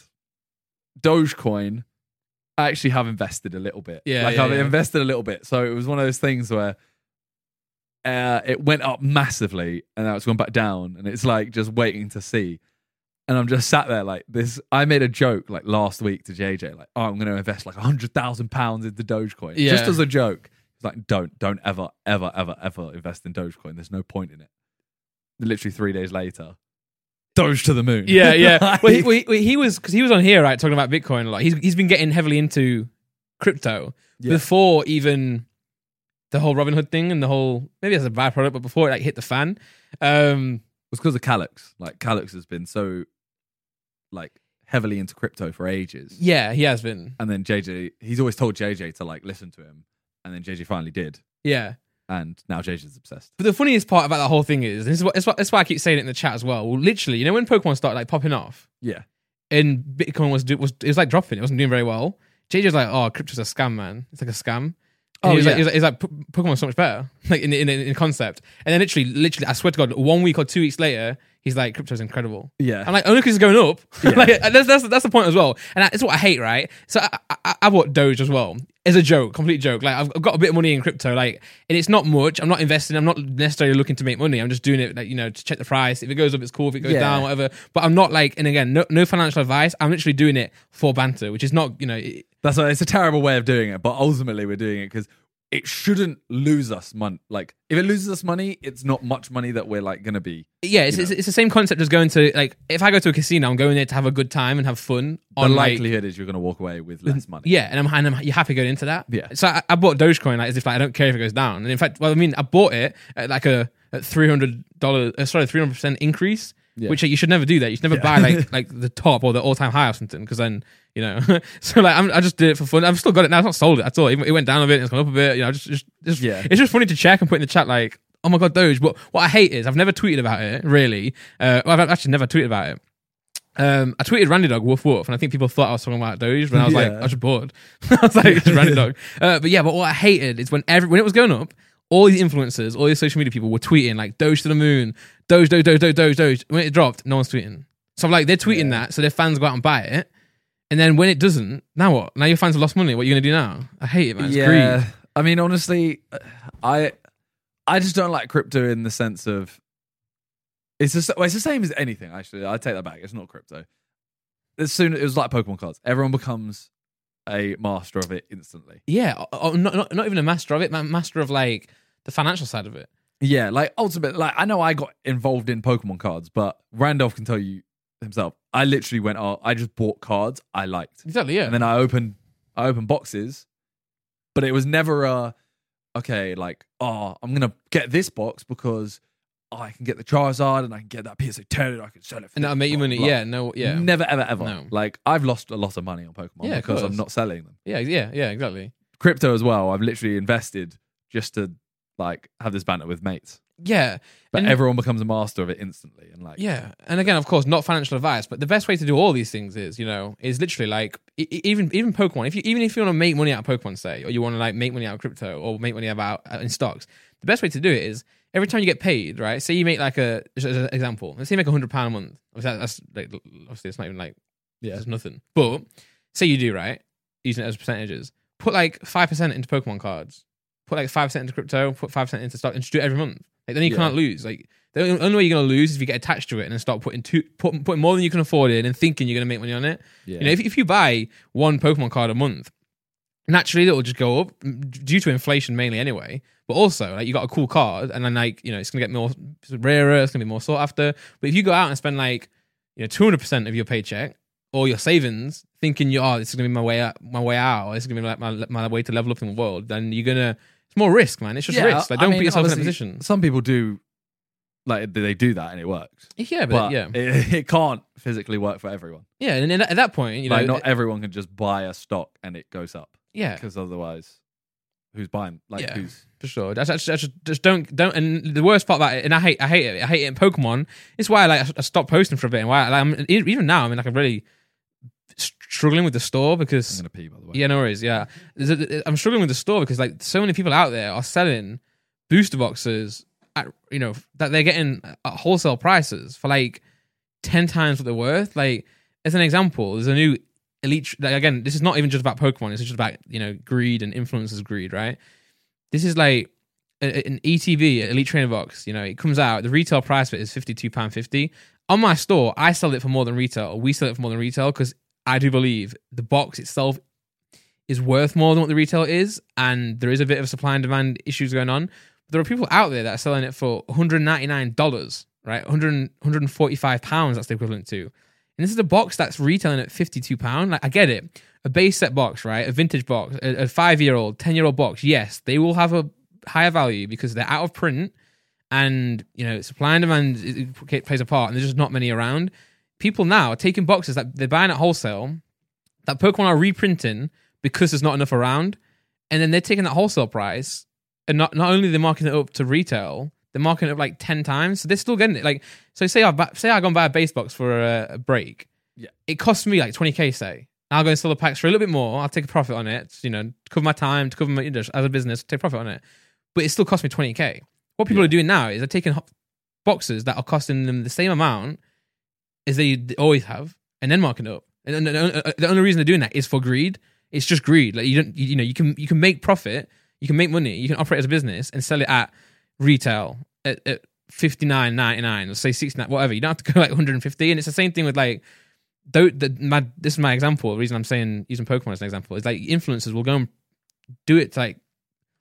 [SPEAKER 2] Dogecoin, I actually have invested a little bit.
[SPEAKER 1] Yeah,
[SPEAKER 2] like
[SPEAKER 1] yeah,
[SPEAKER 2] I've
[SPEAKER 1] yeah.
[SPEAKER 2] invested a little bit. So it was one of those things where uh, it went up massively and now it's gone back down, and it's like just waiting to see. And I'm just sat there like this. I made a joke like last week to JJ, like, "Oh, I'm going to invest like a hundred thousand pounds into Dogecoin,"
[SPEAKER 1] Yeah.
[SPEAKER 2] just as a joke. He's like, "Don't, don't ever, ever, ever, ever invest in Dogecoin. There's no point in it." Literally three days later, Doge to the moon.
[SPEAKER 1] Yeah, yeah.
[SPEAKER 2] Like-
[SPEAKER 1] well, he, well, he- well, he was because he was on here right talking about Bitcoin a lot. He's he's been getting heavily into crypto
[SPEAKER 2] Yeah.
[SPEAKER 1] before even the whole Robin Hood thing and the whole maybe as a byproduct, but before it like hit the fan, um,
[SPEAKER 2] was because of Calyx. Like Calyx has been so like heavily into crypto for ages.
[SPEAKER 1] yeah, he has been.
[SPEAKER 2] And then JJ he's always told JJ to like listen to him. And then JJ finally did.
[SPEAKER 1] Yeah.
[SPEAKER 2] And now JJ's obsessed.
[SPEAKER 1] But the funniest part about that whole thing is, this is, what, this is what- this is why I keep saying it in the chat as well. well literally, you know, when Pokemon started like popping off
[SPEAKER 2] Yeah.
[SPEAKER 1] and Bitcoin was, do- was it was like dropping, it wasn't doing very well. JJ was like, oh, crypto's a scam, man. It's like a scam. And
[SPEAKER 2] Oh,
[SPEAKER 1] he was
[SPEAKER 2] yeah.
[SPEAKER 1] like, he was like, he was like, "Po- Pokemon's so much better, like in, in, in concept. And then literally, literally, I swear to God, one week or two weeks later, he's like, crypto's incredible.
[SPEAKER 2] Yeah.
[SPEAKER 1] I'm like, only because it's going up. like, that's, that's, that's the point as well. And that's what I hate, right? So I, I, I bought Doge as well. As a joke, complete joke. Like I've I've got a bit of money in crypto, like, and it's not much. I'm not investing. I'm not necessarily looking to make money. I'm just doing it, like you know, to check the price. If it goes up, it's cool. If it goes
[SPEAKER 2] Yeah.
[SPEAKER 1] down, whatever. But I'm not like, and again, no, no financial advice. I'm literally doing it for banter, which is not, you know, it,
[SPEAKER 2] That's why it's a terrible way of doing it, but ultimately we're doing it because it shouldn't lose us money. Like if it loses us money, it's not much money that we're like gonna be.
[SPEAKER 1] yeah, it's,
[SPEAKER 2] You
[SPEAKER 1] it's, it's the same concept as going to like. If I go to a casino, I'm going there to have a good time and have fun.
[SPEAKER 2] The
[SPEAKER 1] on like,
[SPEAKER 2] likelihood is you're gonna walk away with less money.
[SPEAKER 1] Yeah, and I'm and I'm, you're happy going into that.
[SPEAKER 2] Yeah.
[SPEAKER 1] So I, I bought Dogecoin like as if like I don't care if it goes down. And in fact, well, I mean, I bought it at like a at three hundred dollars. Uh, sorry, three hundred percent increase.
[SPEAKER 2] Yeah.
[SPEAKER 1] Which you should never do that. You should never buy like like the top or the all time high or something because then you know. so like I'm, I just did it for fun. I've still got it now. It's not sold it at all. It, it went down a bit. and It's gone up a bit. You know, just just, just
[SPEAKER 2] Yeah.
[SPEAKER 1] It's just funny to check and put in the chat like, oh my god, Doge. But what I hate is I've never tweeted about it really. Uh, well, I've actually never tweeted about it. Um, I tweeted Randy Dog Woof Woof, and I think people thought I was talking about Doge, but I was like,
[SPEAKER 2] Yeah.
[SPEAKER 1] I was just bored. I was like, it's Randy Dog. Uh, but yeah, but what I hated is when every when it was going up, all these influencers, all these social media people were tweeting like Doge to the moon, Doge, Doge, Doge, Doge, Doge, Doge. When it dropped, no one's tweeting. So I'm like, they're tweeting that, so their fans go out and buy it. And then when it doesn't, now what? Now your fans have lost money. What are you gonna do now? I hate it, man. It's greed.
[SPEAKER 2] I mean, honestly, uh, I I just don't like crypto in the sense of it's just well, it's the same as anything. Actually, I take that back. It's not crypto. As soon it was like Pokemon cards, everyone becomes a master of it instantly.
[SPEAKER 1] Yeah, or, or not, not not even a master of it, man. Master of like the financial side of it.
[SPEAKER 2] Yeah, like ultimately, like I know I got involved in Pokemon cards, but Randolph can tell you himself. I literally went, oh, I just bought cards I liked.
[SPEAKER 1] Exactly. Yeah.
[SPEAKER 2] and then I opened I opened boxes, but it was never a okay like oh I'm gonna get this box because I can get the Charizard and I can get that PSA ten and I can sell it for
[SPEAKER 1] and
[SPEAKER 2] this,
[SPEAKER 1] that'll make you
[SPEAKER 2] blah,
[SPEAKER 1] money.
[SPEAKER 2] blah.
[SPEAKER 1] Yeah. No. Yeah.
[SPEAKER 2] never ever ever
[SPEAKER 1] No.
[SPEAKER 2] like I've lost a lot of money on Pokemon
[SPEAKER 1] Yeah, of
[SPEAKER 2] because I'm
[SPEAKER 1] course.
[SPEAKER 2] not selling them.
[SPEAKER 1] Yeah, yeah, yeah, exactly.
[SPEAKER 2] Crypto as well. I've literally invested just to like have this banter with mates,
[SPEAKER 1] Yeah,
[SPEAKER 2] but
[SPEAKER 1] And-
[SPEAKER 2] everyone becomes a master of it instantly and like
[SPEAKER 1] yeah. And again, of course, not financial advice, but the best way to do all these things is, you know, is literally like e- e- even even Pokemon. If you even if you want to make money out of Pokemon, say, or you want to like make money out of crypto or make money about uh, in stocks, the best way to do it is every time you get paid, right? Say you make like a just as an example, let's say you make a hundred pound a month. Obviously, that- that's like obviously it's not even like
[SPEAKER 2] Yeah.
[SPEAKER 1] it's nothing. But say you do right, using it as percentages, put like five percent into Pokemon cards. put like five percent into crypto, put five percent into stock, and just do it every month. Like then you
[SPEAKER 2] Yeah.
[SPEAKER 1] can't lose. Like the only- only way you're gonna lose is if you get attached to it and then start putting two, put, putting more than you can afford in, and thinking you're gonna make money on it.
[SPEAKER 2] yeah.
[SPEAKER 1] You know, if if you buy one Pokemon card a month, naturally it'll just go up m- due to inflation mainly anyway. But also, like you got a cool card, and then like you know it's gonna get more it's rarer, it's gonna be more sought after. But if you go out and spend like you know two hundred percent of your paycheck or your savings, thinking you oh this is gonna be my way out, my way out, or this is gonna be like my my way to level up in the world, then you're gonna it's more risk, man. It's just
[SPEAKER 2] Yeah,
[SPEAKER 1] risk. Like
[SPEAKER 2] I
[SPEAKER 1] don't
[SPEAKER 2] mean,
[SPEAKER 1] put yourself in that
[SPEAKER 2] obviously,
[SPEAKER 1] position.
[SPEAKER 2] Some people do like they do that and it works.
[SPEAKER 1] Yeah, but,
[SPEAKER 2] but
[SPEAKER 1] yeah,
[SPEAKER 2] it, it can't physically work for everyone.
[SPEAKER 1] yeah. And then at that point, you know,
[SPEAKER 2] like, not everyone can just buy a stock and it goes up
[SPEAKER 1] yeah.
[SPEAKER 2] because otherwise, who's buying? Like,
[SPEAKER 1] Yeah.
[SPEAKER 2] who's
[SPEAKER 1] for sure. That's, that's, that's just don't don't. And the worst part about it, and I hate I hate it. I hate it in Pokemon. It's why like I stopped posting for a bit, and why like, I'm even now I'm in like a really struggling with the store
[SPEAKER 2] I'm
[SPEAKER 1] because
[SPEAKER 2] gonna pee by the way?
[SPEAKER 1] yeah, no worries. Yeah, There's a- I'm struggling with the store because like so many people out there are selling booster boxes at you know that they're getting at wholesale prices for like ten times what they're worth. Like as an example, there's a new elite. Like again, this is not even just about Pokemon. It's just about you know greed and influencers' greed, right? This is like a- a- an ETB, an Elite Trainer Box. You know, it comes out. The retail price for it is fifty two pound fifty. On my store, I sell it for more than retail. Or we sell it for more than retail because I do believe the box itself is worth more than what the retail is, and there is a bit of supply and demand issues going on. There are people out there that are selling it for one hundred ninety nine dollars, right? 100, 145 pounds. That's the equivalent to. And this is a box that's retailing at fifty two pound. Like I get it, a base set box, right? A vintage box, a, a five year old, ten year old box. Yes, they will have a higher value because they're out of print, and you know supply and demand is- it plays a part, and there's just not many around. People now are taking boxes that they're buying at wholesale, that Pokemon are reprinting because there's not enough around, and then they're taking that wholesale price, and not not only they're marking it up to retail, they're marking it up like ten times, so they're still getting it. Like so, say I bu- say I go and buy a base box for a, a break,
[SPEAKER 2] Yeah.
[SPEAKER 1] it costs me like twenty k say. I'll go and sell the packs for a little bit more. I'll take a profit on it, you know, to cover my time, to cover my interest as a business, take profit on it. But it still cost me 20K. What people
[SPEAKER 2] Yeah.
[SPEAKER 1] are doing now is they're taking ho- boxes that are costing them the same amount as they d- always have and then marking it up. And, and- and- uh, the only reason they're doing that is for greed. It's just greed. Like you don't, you, you know, you can, you can make profit, you can make money, you can operate as a business and sell it at retail at, at 59.99 or say 69, whatever. You don't have to go like 150. And it's the same thing with like, though the, my this is my example. The reason I'm saying using Pokemon as an example is like influencers will go and do it to like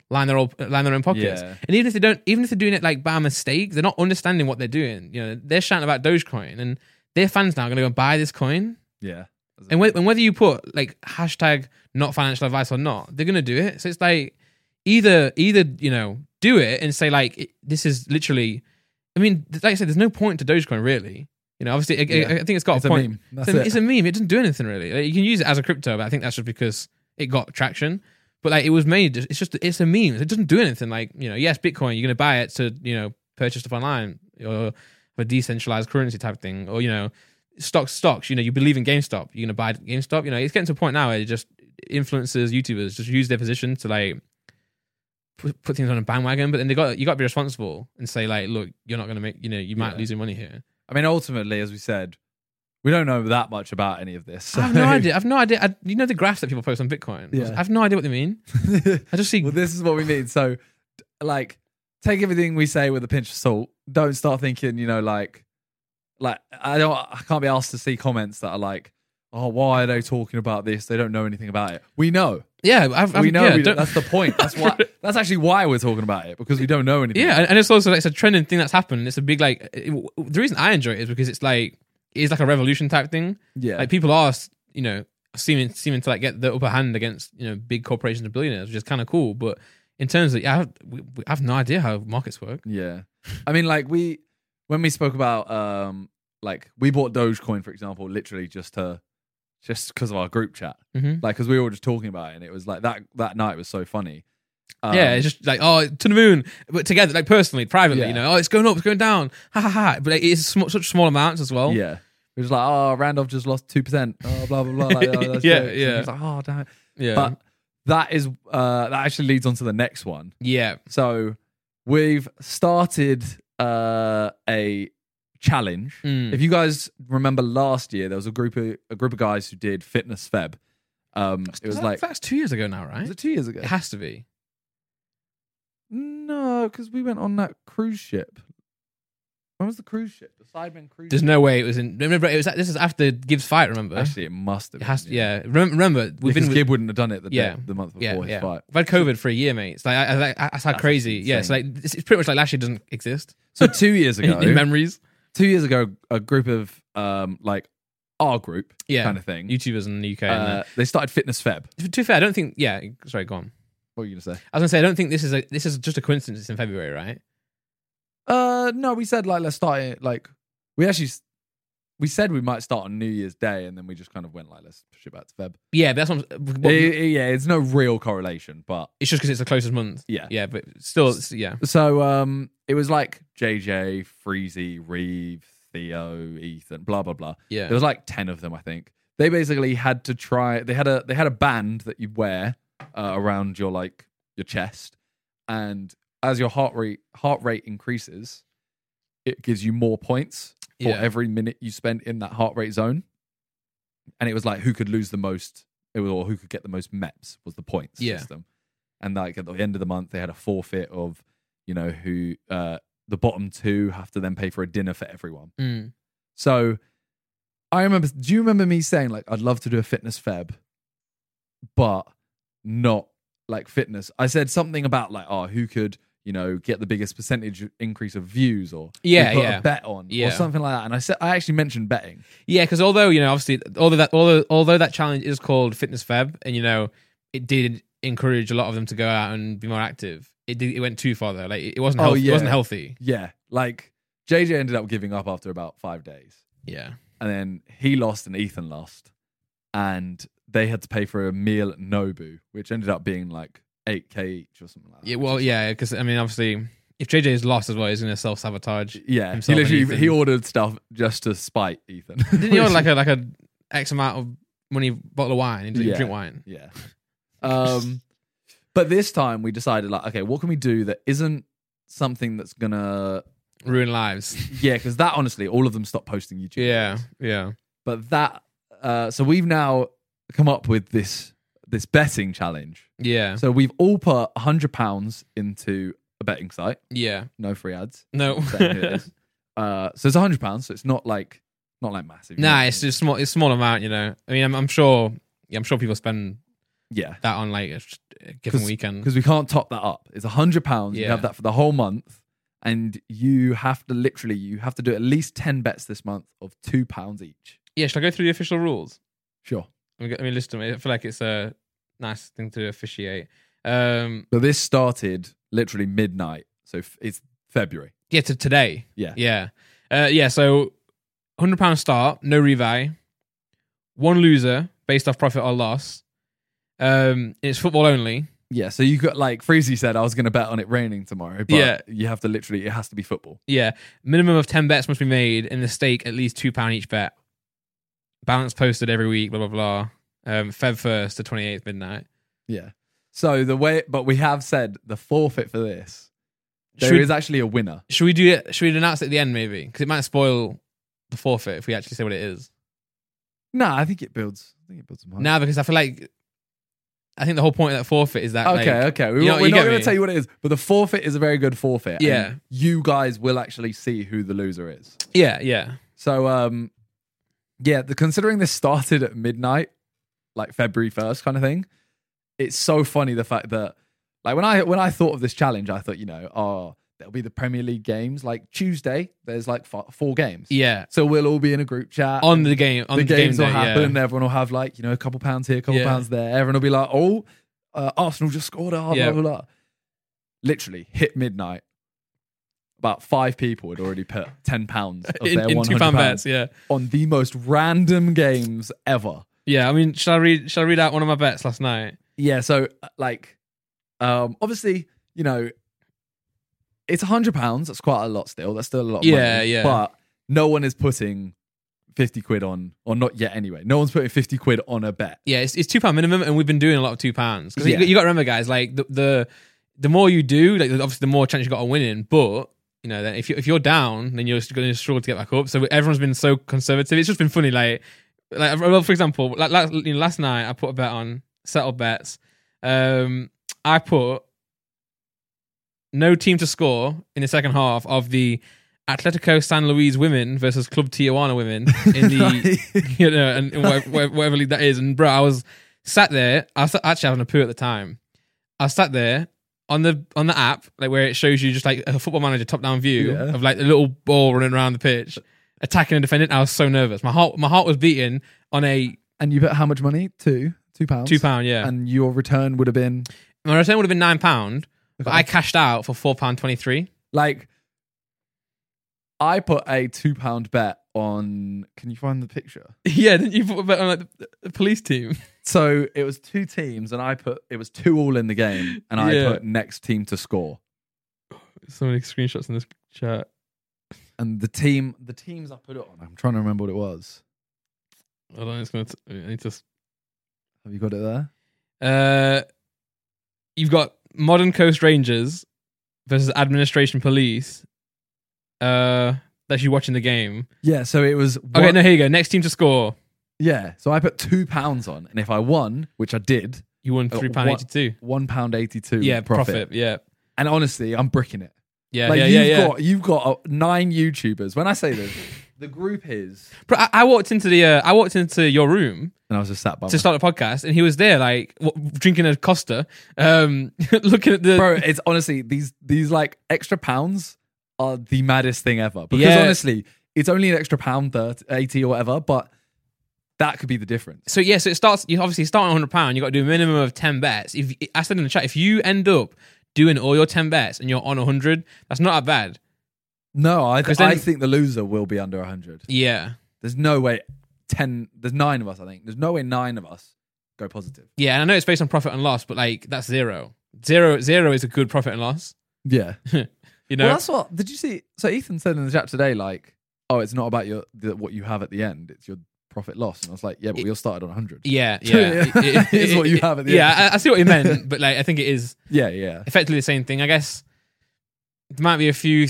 [SPEAKER 1] line their own line their own pockets.
[SPEAKER 2] Yeah.
[SPEAKER 1] And even if they don't, even if they're doing it like by mistake, they're not understanding what they're doing. You know, they're shouting about Dogecoin, and their fans now are going to go and buy this coin.
[SPEAKER 2] Yeah.
[SPEAKER 1] And, whe- and whether you put like hashtag not financial advice or not, they're going to do it. So it's like either either you know do it and say like it, this is literally. I mean, like I said, there's no point to Dogecoin really. You know, obviously, I- I,
[SPEAKER 2] Yeah.
[SPEAKER 1] I think it's got
[SPEAKER 2] it's
[SPEAKER 1] a
[SPEAKER 2] a
[SPEAKER 1] point.
[SPEAKER 2] meme. That's
[SPEAKER 1] It's a,
[SPEAKER 2] it.
[SPEAKER 1] it's a meme. It doesn't do anything really. Like, you can use it as a crypto, but I think that's just because it got traction. But like it was made, it's just it's a meme. It doesn't do anything. Like you know, yes, Bitcoin, you're gonna buy it to you know purchase stuff online or a decentralized currency type thing, or you know, stocks, stocks. You know, you believe in GameStop, you're gonna buy GameStop. You know, it's getting to a point now where it just influencers, YouTubers just use their position to like put, put things on a bandwagon. But then they got you got to be responsible and say like, look, you're not gonna make. You know, you might
[SPEAKER 2] Yeah.
[SPEAKER 1] lose your money here.
[SPEAKER 2] I mean, ultimately, as we said, we don't know that much about any of this.
[SPEAKER 1] I have
[SPEAKER 2] so-
[SPEAKER 1] no idea. I've no idea. I, you know the graphs that people post on Bitcoin.
[SPEAKER 2] Yeah.
[SPEAKER 1] I have no idea what they mean. I just see.
[SPEAKER 2] well, this is what we mean. So, d- like, take everything we say with a pinch of salt. Don't start thinking, you know, like, like I don't, I can't be asked to see comments that are like, oh, why are they talking about this? They don't know anything about it. We know,
[SPEAKER 1] yeah, I've, I've,
[SPEAKER 2] we know.
[SPEAKER 1] Yeah,
[SPEAKER 2] we don't-
[SPEAKER 1] don't-
[SPEAKER 2] that's the point. That's why. that's actually why we're talking about it because we don't know anything.
[SPEAKER 1] yeah, and- and it's also like, it's a trending thing that's happened. It's a big like. it- it- the reason I enjoy it is because it's like it's like a revolution type thing.
[SPEAKER 2] yeah.
[SPEAKER 1] Like people are, you know, seeming seeming to like get the upper hand against you know big corporations and billionaires, which is kind of cool. But in terms of, yeah, I have, we, we- I have no idea how markets work.
[SPEAKER 2] Yeah. I mean, like we when we spoke about um like we bought Dogecoin for example, literally just to just because of our group chat,
[SPEAKER 1] Mhm.
[SPEAKER 2] like because we were just talking about it, and it was like that that night was so funny. Um,
[SPEAKER 1] yeah, it's just like oh to the moon, but together, like personally, privately,
[SPEAKER 2] Yeah.
[SPEAKER 1] you know, oh it's going up, it's going down, ha ha ha. But like, it's sm- such small amounts as well.
[SPEAKER 2] yeah. It was like, oh, Randolph just lost two percent. Oh, blah blah blah. Like, oh, that's
[SPEAKER 1] Yeah,
[SPEAKER 2] jokes. And
[SPEAKER 1] yeah.
[SPEAKER 2] He was like, oh, damn. It.
[SPEAKER 1] yeah,
[SPEAKER 2] But that is uh, that actually leads on to the next one.
[SPEAKER 1] yeah.
[SPEAKER 2] So we've started uh, a challenge.
[SPEAKER 1] Mm.
[SPEAKER 2] If you guys remember last year, there was a group of a group of guys who did Fitness Feb. Um, it was
[SPEAKER 1] that-
[SPEAKER 2] like
[SPEAKER 1] that's two years ago now, right?
[SPEAKER 2] was it two years ago?
[SPEAKER 1] It has to be.
[SPEAKER 2] No, because we went on that cruise ship. When was the cruise ship? The Sidemen cruise.
[SPEAKER 1] There's
[SPEAKER 2] ship?
[SPEAKER 1] no way it was in. Remember, it was. This is after Gibbs' fight. Remember,
[SPEAKER 2] Actually, it must have.
[SPEAKER 1] it has.
[SPEAKER 2] been,
[SPEAKER 1] Yeah. Remember, remember we've
[SPEAKER 2] because
[SPEAKER 1] been. With,
[SPEAKER 2] Gib wouldn't have done it the day,
[SPEAKER 1] Yeah.
[SPEAKER 2] the month
[SPEAKER 1] Yeah,
[SPEAKER 2] before his
[SPEAKER 1] yeah.
[SPEAKER 2] fight.
[SPEAKER 1] we've had COVID for a year, mate. It's like, I, I, like that's how
[SPEAKER 2] That's
[SPEAKER 1] crazy. Yeah. So
[SPEAKER 2] insane.
[SPEAKER 1] like, it's, it's pretty much like last year doesn't exist
[SPEAKER 2] So two years ago,
[SPEAKER 1] in memories.
[SPEAKER 2] two years ago, a group of um like our group
[SPEAKER 1] Yeah.
[SPEAKER 2] kind of thing.
[SPEAKER 1] YouTubers in the UK.
[SPEAKER 2] uh, they started Fitness Feb.
[SPEAKER 1] and, uh, to be fair, I don't think. Yeah. Sorry, go on.
[SPEAKER 2] What were you gonna say?
[SPEAKER 1] I was gonna say I don't think this is a. This is just a coincidence. It's in February, right?
[SPEAKER 2] Uh, no, we said like let's start it. Like we actually, s- we said we might start on New Year's Day, and then we just kind of went like let's push it back to Feb.
[SPEAKER 1] Yeah. But that's what. I'm, what-
[SPEAKER 2] Eh, eh, yeah, it's no real correlation, but
[SPEAKER 1] it's just because it's the closest month.
[SPEAKER 2] yeah.
[SPEAKER 1] Yeah. But still, it's- yeah.
[SPEAKER 2] So um, it was like JJ, Freezy, Reeve, Theo, Ethan, blah blah blah.
[SPEAKER 1] Yeah.
[SPEAKER 2] There was like ten of them, I think. They basically had to try. They had a they had a band that you wear uh, around your like your chest, and as your heart rate heart rate increases, it gives you more points for
[SPEAKER 1] yeah.
[SPEAKER 2] every minute you spent in that heart rate zone. And it was like who could lose the most, it was, or who could get the most MEPs was the points
[SPEAKER 1] Yeah.
[SPEAKER 2] system. And like at the end of the month, they had a forfeit of, you know, who uh, the bottom two have to then pay for a dinner for everyone.
[SPEAKER 1] Mm.
[SPEAKER 2] So I remember. Do you remember me saying like I'd love to do a fitness feb, but not like fitness? I said something about like oh who could you know get the biggest percentage increase of views or we
[SPEAKER 1] Yeah,
[SPEAKER 2] put
[SPEAKER 1] yeah.
[SPEAKER 2] a bet on
[SPEAKER 1] Yeah.
[SPEAKER 2] or something like that. And I said I actually mentioned betting.
[SPEAKER 1] Yeah, because although you know, obviously, although that although although that challenge is called Fitness Feb, and you know, it did encourage a lot of them to go out and be more active. it did, it went too far though. Like it it wasn't
[SPEAKER 2] Oh,
[SPEAKER 1] healthy.
[SPEAKER 2] yeah.
[SPEAKER 1] It wasn't healthy.
[SPEAKER 2] Yeah, like JJ ended up giving up after about five days,
[SPEAKER 1] Yeah.
[SPEAKER 2] and then he lost and Ethan lost, and they had to pay for a meal at Nobu, which ended up being like eight k each or something like that.
[SPEAKER 1] Yeah. Well, yeah. Because I mean, obviously, if JJ is lost as well, he's gonna self sabotage.
[SPEAKER 2] yeah. He
[SPEAKER 1] himself and
[SPEAKER 2] literally he
[SPEAKER 1] Ethan.
[SPEAKER 2] ordered stuff just to spite Ethan.
[SPEAKER 1] Didn't he
[SPEAKER 2] Which-
[SPEAKER 1] order like a like a x amount of money bottle of wine and drink,
[SPEAKER 2] Yeah.
[SPEAKER 1] drink wine?
[SPEAKER 2] Yeah. Um, but this time we decided like, okay, what can we do that isn't something that's gonna
[SPEAKER 1] Ruin lives.
[SPEAKER 2] yeah, because that honestly, all of them stopped posting YouTube.
[SPEAKER 1] Yeah. Yeah.
[SPEAKER 2] But that uh, so we've now come up with this this betting challenge.
[SPEAKER 1] Yeah.
[SPEAKER 2] So we've all put hundred pounds into a betting site.
[SPEAKER 1] Yeah.
[SPEAKER 2] No free ads.
[SPEAKER 1] No.
[SPEAKER 2] Saying who it is. uh, so it's hundred pounds. So it's not like not like massive.
[SPEAKER 1] nah, it's just small. It's small amount. You know. I mean, I'm, I'm sure. Yeah, I'm sure people spend
[SPEAKER 2] yeah.
[SPEAKER 1] that on like a, sh- a given weekend.
[SPEAKER 2] because Mm-hmm. we can't top that up. It's a hundred pounds. You
[SPEAKER 1] Yeah.
[SPEAKER 2] have that for the whole month, and you have to literally you have to do at least ten bets this month of two pounds each.
[SPEAKER 1] Yeah. Shall I go through the official rules?
[SPEAKER 2] Sure.
[SPEAKER 1] Let me, go- let me list them. I feel like it's a nice thing to officiate. Um,
[SPEAKER 2] So this started literally midnight. So f- it's February.
[SPEAKER 1] yeah, to today.
[SPEAKER 2] Yeah.
[SPEAKER 1] Yeah. Uh, yeah. So, hundred pound start, no revi, one loser based off profit or loss. Um, it's football only.
[SPEAKER 2] Yeah. So you got like Freezy said, I was going to bet on it raining tomorrow, but
[SPEAKER 1] Yeah.
[SPEAKER 2] you have to literally it has to be football.
[SPEAKER 1] Yeah. Minimum of ten bets must be made, and the stake at least two pound each bet. Balance posted every week. Blah blah blah. Um, Feb first to twenty eighth midnight.
[SPEAKER 2] Yeah. So the way, but we have said the forfeit for this. There is
[SPEAKER 1] Should-
[SPEAKER 2] actually a winner.
[SPEAKER 1] Should we do it? Should we announce it at the end maybe? Because it might spoil the forfeit if we actually say what it is.
[SPEAKER 2] Nah, I think it builds. I think it builds. some hype.
[SPEAKER 1] No, because I feel like I think the whole point of that forfeit is that
[SPEAKER 2] Okay,
[SPEAKER 1] like,
[SPEAKER 2] okay. We,
[SPEAKER 1] you know-
[SPEAKER 2] are
[SPEAKER 1] you
[SPEAKER 2] not
[SPEAKER 1] get
[SPEAKER 2] going to
[SPEAKER 1] me?
[SPEAKER 2] tell you what it is, but the forfeit is a very good forfeit. and
[SPEAKER 1] Yeah.
[SPEAKER 2] you guys will actually see who the loser is.
[SPEAKER 1] yeah, yeah,
[SPEAKER 2] So, um, yeah, the, considering this started at midnight, like February first, kind of thing, it's so funny the fact that, like, when I when I thought of this challenge, I thought, you know, oh, there'll be the Premier League games. Like Tuesday, there's like f- four games.
[SPEAKER 1] yeah.
[SPEAKER 2] So we'll all be in a group chat
[SPEAKER 1] On the game, on
[SPEAKER 2] the
[SPEAKER 1] the,
[SPEAKER 2] games
[SPEAKER 1] game
[SPEAKER 2] will
[SPEAKER 1] day,
[SPEAKER 2] happen.
[SPEAKER 1] yeah.
[SPEAKER 2] Everyone will have like you know a couple pounds here, a couple
[SPEAKER 1] Yeah.
[SPEAKER 2] pounds there. Everyone will be like, oh, uh, Arsenal just scored. Oh,
[SPEAKER 1] Yeah.
[SPEAKER 2] blah blah blah. Literally hit midnight. About five people had already put ten pounds of
[SPEAKER 1] In,
[SPEAKER 2] their
[SPEAKER 1] in
[SPEAKER 2] one
[SPEAKER 1] two
[SPEAKER 2] hundred
[SPEAKER 1] fan
[SPEAKER 2] pounds
[SPEAKER 1] bets, yeah,
[SPEAKER 2] on the most random games ever.
[SPEAKER 1] yeah. I mean, shall I read? Shall I read out one of my bets last night?
[SPEAKER 2] Yeah, so uh, like, um, obviously you know, it's a hundred pounds. That's quite a lot still. That's still a lot. Of
[SPEAKER 1] Yeah,
[SPEAKER 2] money,
[SPEAKER 1] yeah.
[SPEAKER 2] But no one is putting fifty quid on, or not yet anyway. No one's putting fifty quid on a bet.
[SPEAKER 1] Yeah, it's, it's two pound minimum, and we've been doing a lot of two pounds because
[SPEAKER 2] Yeah.
[SPEAKER 1] you, got to remember, guys. Like the the the more you do, like obviously the more chance you got of winning, but. You know, then if you if you're down, then you're going to struggle to get back up. So everyone's been so conservative. It's just been funny. Like, like well, for example, like last, you know, last night I put a bet on settled bets. Um, I put no team to score in the second half of the Atletico San Luis women versus Club Tijuana women in the you know, and, and whatever, whatever, whatever league that is. And bro, I was sat there. I was actually having a poo at the time. I sat there on the on the app, like where it shows you just like a football manager top down view
[SPEAKER 2] Yeah.
[SPEAKER 1] of like the little ball running around the pitch, attacking and defending. I was so nervous. My heart my heart was beating on a
[SPEAKER 2] And you bet how much money? Two, two pounds.
[SPEAKER 1] two pound. Yeah,
[SPEAKER 2] And your return would have been
[SPEAKER 1] my return would have been nine pound, but
[SPEAKER 2] Okay.
[SPEAKER 1] I cashed out for four pound twenty three.
[SPEAKER 2] like, I put a two pound bet on. Can you find the picture?
[SPEAKER 1] yeah, didn't you put a bet on like the, the police team?
[SPEAKER 2] So it was two teams, and I put it was two all in the game, and I
[SPEAKER 1] Yeah.
[SPEAKER 2] put next team to score.
[SPEAKER 1] So many screenshots in this chat.
[SPEAKER 2] And the team, the teams I put it on. I'm trying to remember what it was.
[SPEAKER 1] Hold on, it's gonna. T- I need to
[SPEAKER 2] Have you got it there?
[SPEAKER 1] Uh, you've got modern coast rangers versus administration police. Uh, that's you watching the game.
[SPEAKER 2] Yeah. So it was.
[SPEAKER 1] Okay,
[SPEAKER 2] one-
[SPEAKER 1] no, here you go. Next team to score,
[SPEAKER 2] Yeah. So I put two pounds on, and if I won, which I did,
[SPEAKER 1] you won
[SPEAKER 2] Uh,
[SPEAKER 1] three pound
[SPEAKER 2] what-
[SPEAKER 1] eighty two.
[SPEAKER 2] one pound eighty two.
[SPEAKER 1] Yeah,
[SPEAKER 2] profit.
[SPEAKER 1] profit. Yeah,
[SPEAKER 2] And honestly, I'm bricking it.
[SPEAKER 1] yeah,
[SPEAKER 2] Like
[SPEAKER 1] yeah,
[SPEAKER 2] you've
[SPEAKER 1] yeah. yeah.
[SPEAKER 2] got you've got uh, nine YouTubers. When I say this, the group is,
[SPEAKER 1] Bro, I, I walked into the uh, I walked into your room
[SPEAKER 2] and I was just sat by
[SPEAKER 1] to
[SPEAKER 2] myself.
[SPEAKER 1] start the podcast, and he was there, like w- drinking a Costa, um, looking at the.
[SPEAKER 2] Bro, it's honestly these these like extra pounds are the maddest thing ever. Because
[SPEAKER 1] Yeah.
[SPEAKER 2] honestly, it's only an extra pound, 30, eighty or whatever, but that could be the difference.
[SPEAKER 1] So yeah, so it starts. You obviously start on hundred pound. You got to do a minimum of ten bets. If I said in the chat, if you end up doing all your 10 bets and you're on 100, that's not that bad.
[SPEAKER 2] No, I,
[SPEAKER 1] 'Cause then-
[SPEAKER 2] I think the loser will be under 100.
[SPEAKER 1] Yeah.
[SPEAKER 2] There's no way 10, there's nine of us, I think. There's no way nine of us go positive.
[SPEAKER 1] Yeah. And I know it's based on profit and loss, but like that's zero. Zero, zero is a good profit and loss.
[SPEAKER 2] Yeah.
[SPEAKER 1] You know?
[SPEAKER 2] Well, that's what, did you see? So Ethan said in the chat today, like, oh, it's not about your the, what you have at the end, it's your profit loss. And I was like, yeah, but we all started on 100.
[SPEAKER 1] yeah. Yeah.
[SPEAKER 2] Yeah. It's what you have at the
[SPEAKER 1] Yeah.
[SPEAKER 2] end.
[SPEAKER 1] I, I see what you meant, but like I think it is
[SPEAKER 2] Yeah, yeah.
[SPEAKER 1] effectively the same thing. I guess there might be a few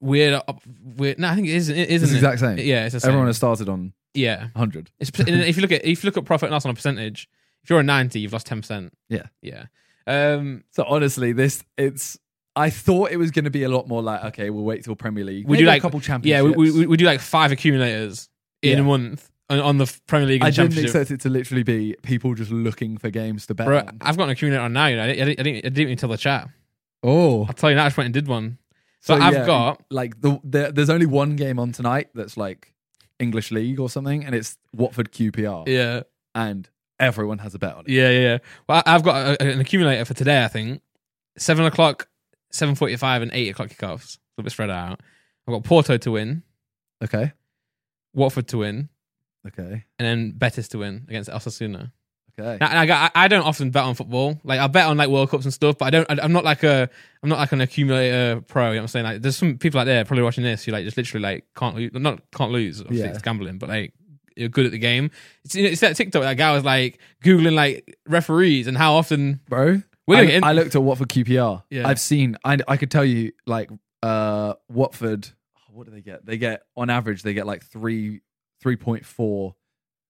[SPEAKER 1] weird, op- weird. No, I think it is. It
[SPEAKER 2] It's
[SPEAKER 1] isn't
[SPEAKER 2] the exact
[SPEAKER 1] it?
[SPEAKER 2] same.
[SPEAKER 1] Yeah, it's the same.
[SPEAKER 2] Everyone has started on
[SPEAKER 1] yeah.
[SPEAKER 2] 100.
[SPEAKER 1] It's, and if you look at if you look at profit and loss on a percentage, if you're a ninety, you've lost ten percent.
[SPEAKER 2] Yeah.
[SPEAKER 1] yeah. Um,
[SPEAKER 2] So honestly, this, it's, I thought it was going to be a lot more like, okay, we'll wait till Premier League.
[SPEAKER 1] We
[SPEAKER 2] Maybe
[SPEAKER 1] do like-
[SPEAKER 2] a couple
[SPEAKER 1] yeah,
[SPEAKER 2] championships.
[SPEAKER 1] we, we we do like five accumulators in
[SPEAKER 2] Yeah.
[SPEAKER 1] a month on, on the Premier League and
[SPEAKER 2] I didn't
[SPEAKER 1] Championship.
[SPEAKER 2] expect it to literally be people just looking for games to bet
[SPEAKER 1] Bro,
[SPEAKER 2] on.
[SPEAKER 1] I've got an accumulator on now. You know, I didn't, I didn't, I didn't even tell the chat.
[SPEAKER 2] Oh,
[SPEAKER 1] I'll tell you now. I just went and did one. So, I've
[SPEAKER 2] yeah,
[SPEAKER 1] got
[SPEAKER 2] like the, the there's only one game on tonight that's like English league or something, and it's Watford QPR,
[SPEAKER 1] yeah.
[SPEAKER 2] and everyone has a bet on it.
[SPEAKER 1] Yeah, yeah, yeah. Well, I- I've got a, an accumulator for today. I think seven o'clock, seven forty-five, and eight o'clock kickoffs. A little bit spread out. I've got Porto to win,
[SPEAKER 2] Okay,
[SPEAKER 1] Watford to win,
[SPEAKER 2] okay,
[SPEAKER 1] and then Betis to win against Osasuna.
[SPEAKER 2] okay.
[SPEAKER 1] Now, and I, got, I I don't often bet on football. Like I bet on like World Cups and stuff, but I don't. I, I'm not like a. I'm not like an accumulator pro. You know what I'm saying? Like there's some people out there probably watching this who like just literally like can't lo- not can't lose. Obviously,
[SPEAKER 2] Yeah.
[SPEAKER 1] it's gambling, but like you're good at the game. It's, it's that TikTok. That guy was like googling like referees and how often.
[SPEAKER 2] Bro,
[SPEAKER 1] We're gonna
[SPEAKER 2] I,
[SPEAKER 1] get in-
[SPEAKER 2] I looked at Watford QPR.
[SPEAKER 1] Yeah.
[SPEAKER 2] I've seen. I I could tell you like uh Watford. oh, What do they get? They get on average they get like three three point four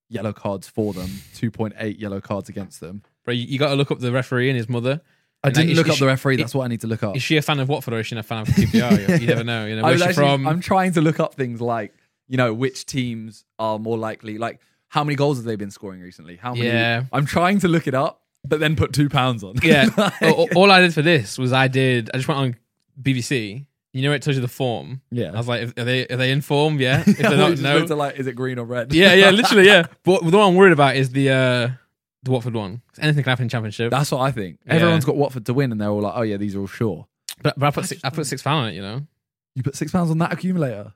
[SPEAKER 2] yellow cards for them, two point eight yellow cards against them.
[SPEAKER 1] Bro, you, you got to look up the referee and his mother.
[SPEAKER 2] I
[SPEAKER 1] And, like,
[SPEAKER 2] didn't
[SPEAKER 1] is-
[SPEAKER 2] look
[SPEAKER 1] is
[SPEAKER 2] up
[SPEAKER 1] she-
[SPEAKER 2] the referee.
[SPEAKER 1] is-
[SPEAKER 2] That's what I need to look up.
[SPEAKER 1] Is she a fan of Watford or is she a fan of QPR? You- You never know. You know
[SPEAKER 2] I
[SPEAKER 1] where's
[SPEAKER 2] was
[SPEAKER 1] she
[SPEAKER 2] actually-
[SPEAKER 1] from?
[SPEAKER 2] I'm trying to look up things like, you know, which teams are more likely, like how many goals have they been scoring recently? How many?
[SPEAKER 1] Yeah.
[SPEAKER 2] I'm trying to look it up, but then put two pounds on.
[SPEAKER 1] yeah.
[SPEAKER 2] Like-
[SPEAKER 1] All- all, all I did for this was I did. I just went on BBC. You know, where it tells you the form.
[SPEAKER 2] Yeah.
[SPEAKER 1] I was like, if- are they are they in form? Yeah. If they're not,
[SPEAKER 2] Just looked
[SPEAKER 1] no.
[SPEAKER 2] at, like, is it green or red?
[SPEAKER 1] Yeah, yeah, literally, yeah. But the one I'm worried about is the uh the Watford one. 'Cause Anything can happen in Championship.
[SPEAKER 2] That's what I think. Everyone's got Watford to win, and they're all like, oh, yeah, these are all sure.
[SPEAKER 1] But, but I put six, I put six pound on it. You know,
[SPEAKER 2] You put six pounds on that accumulator.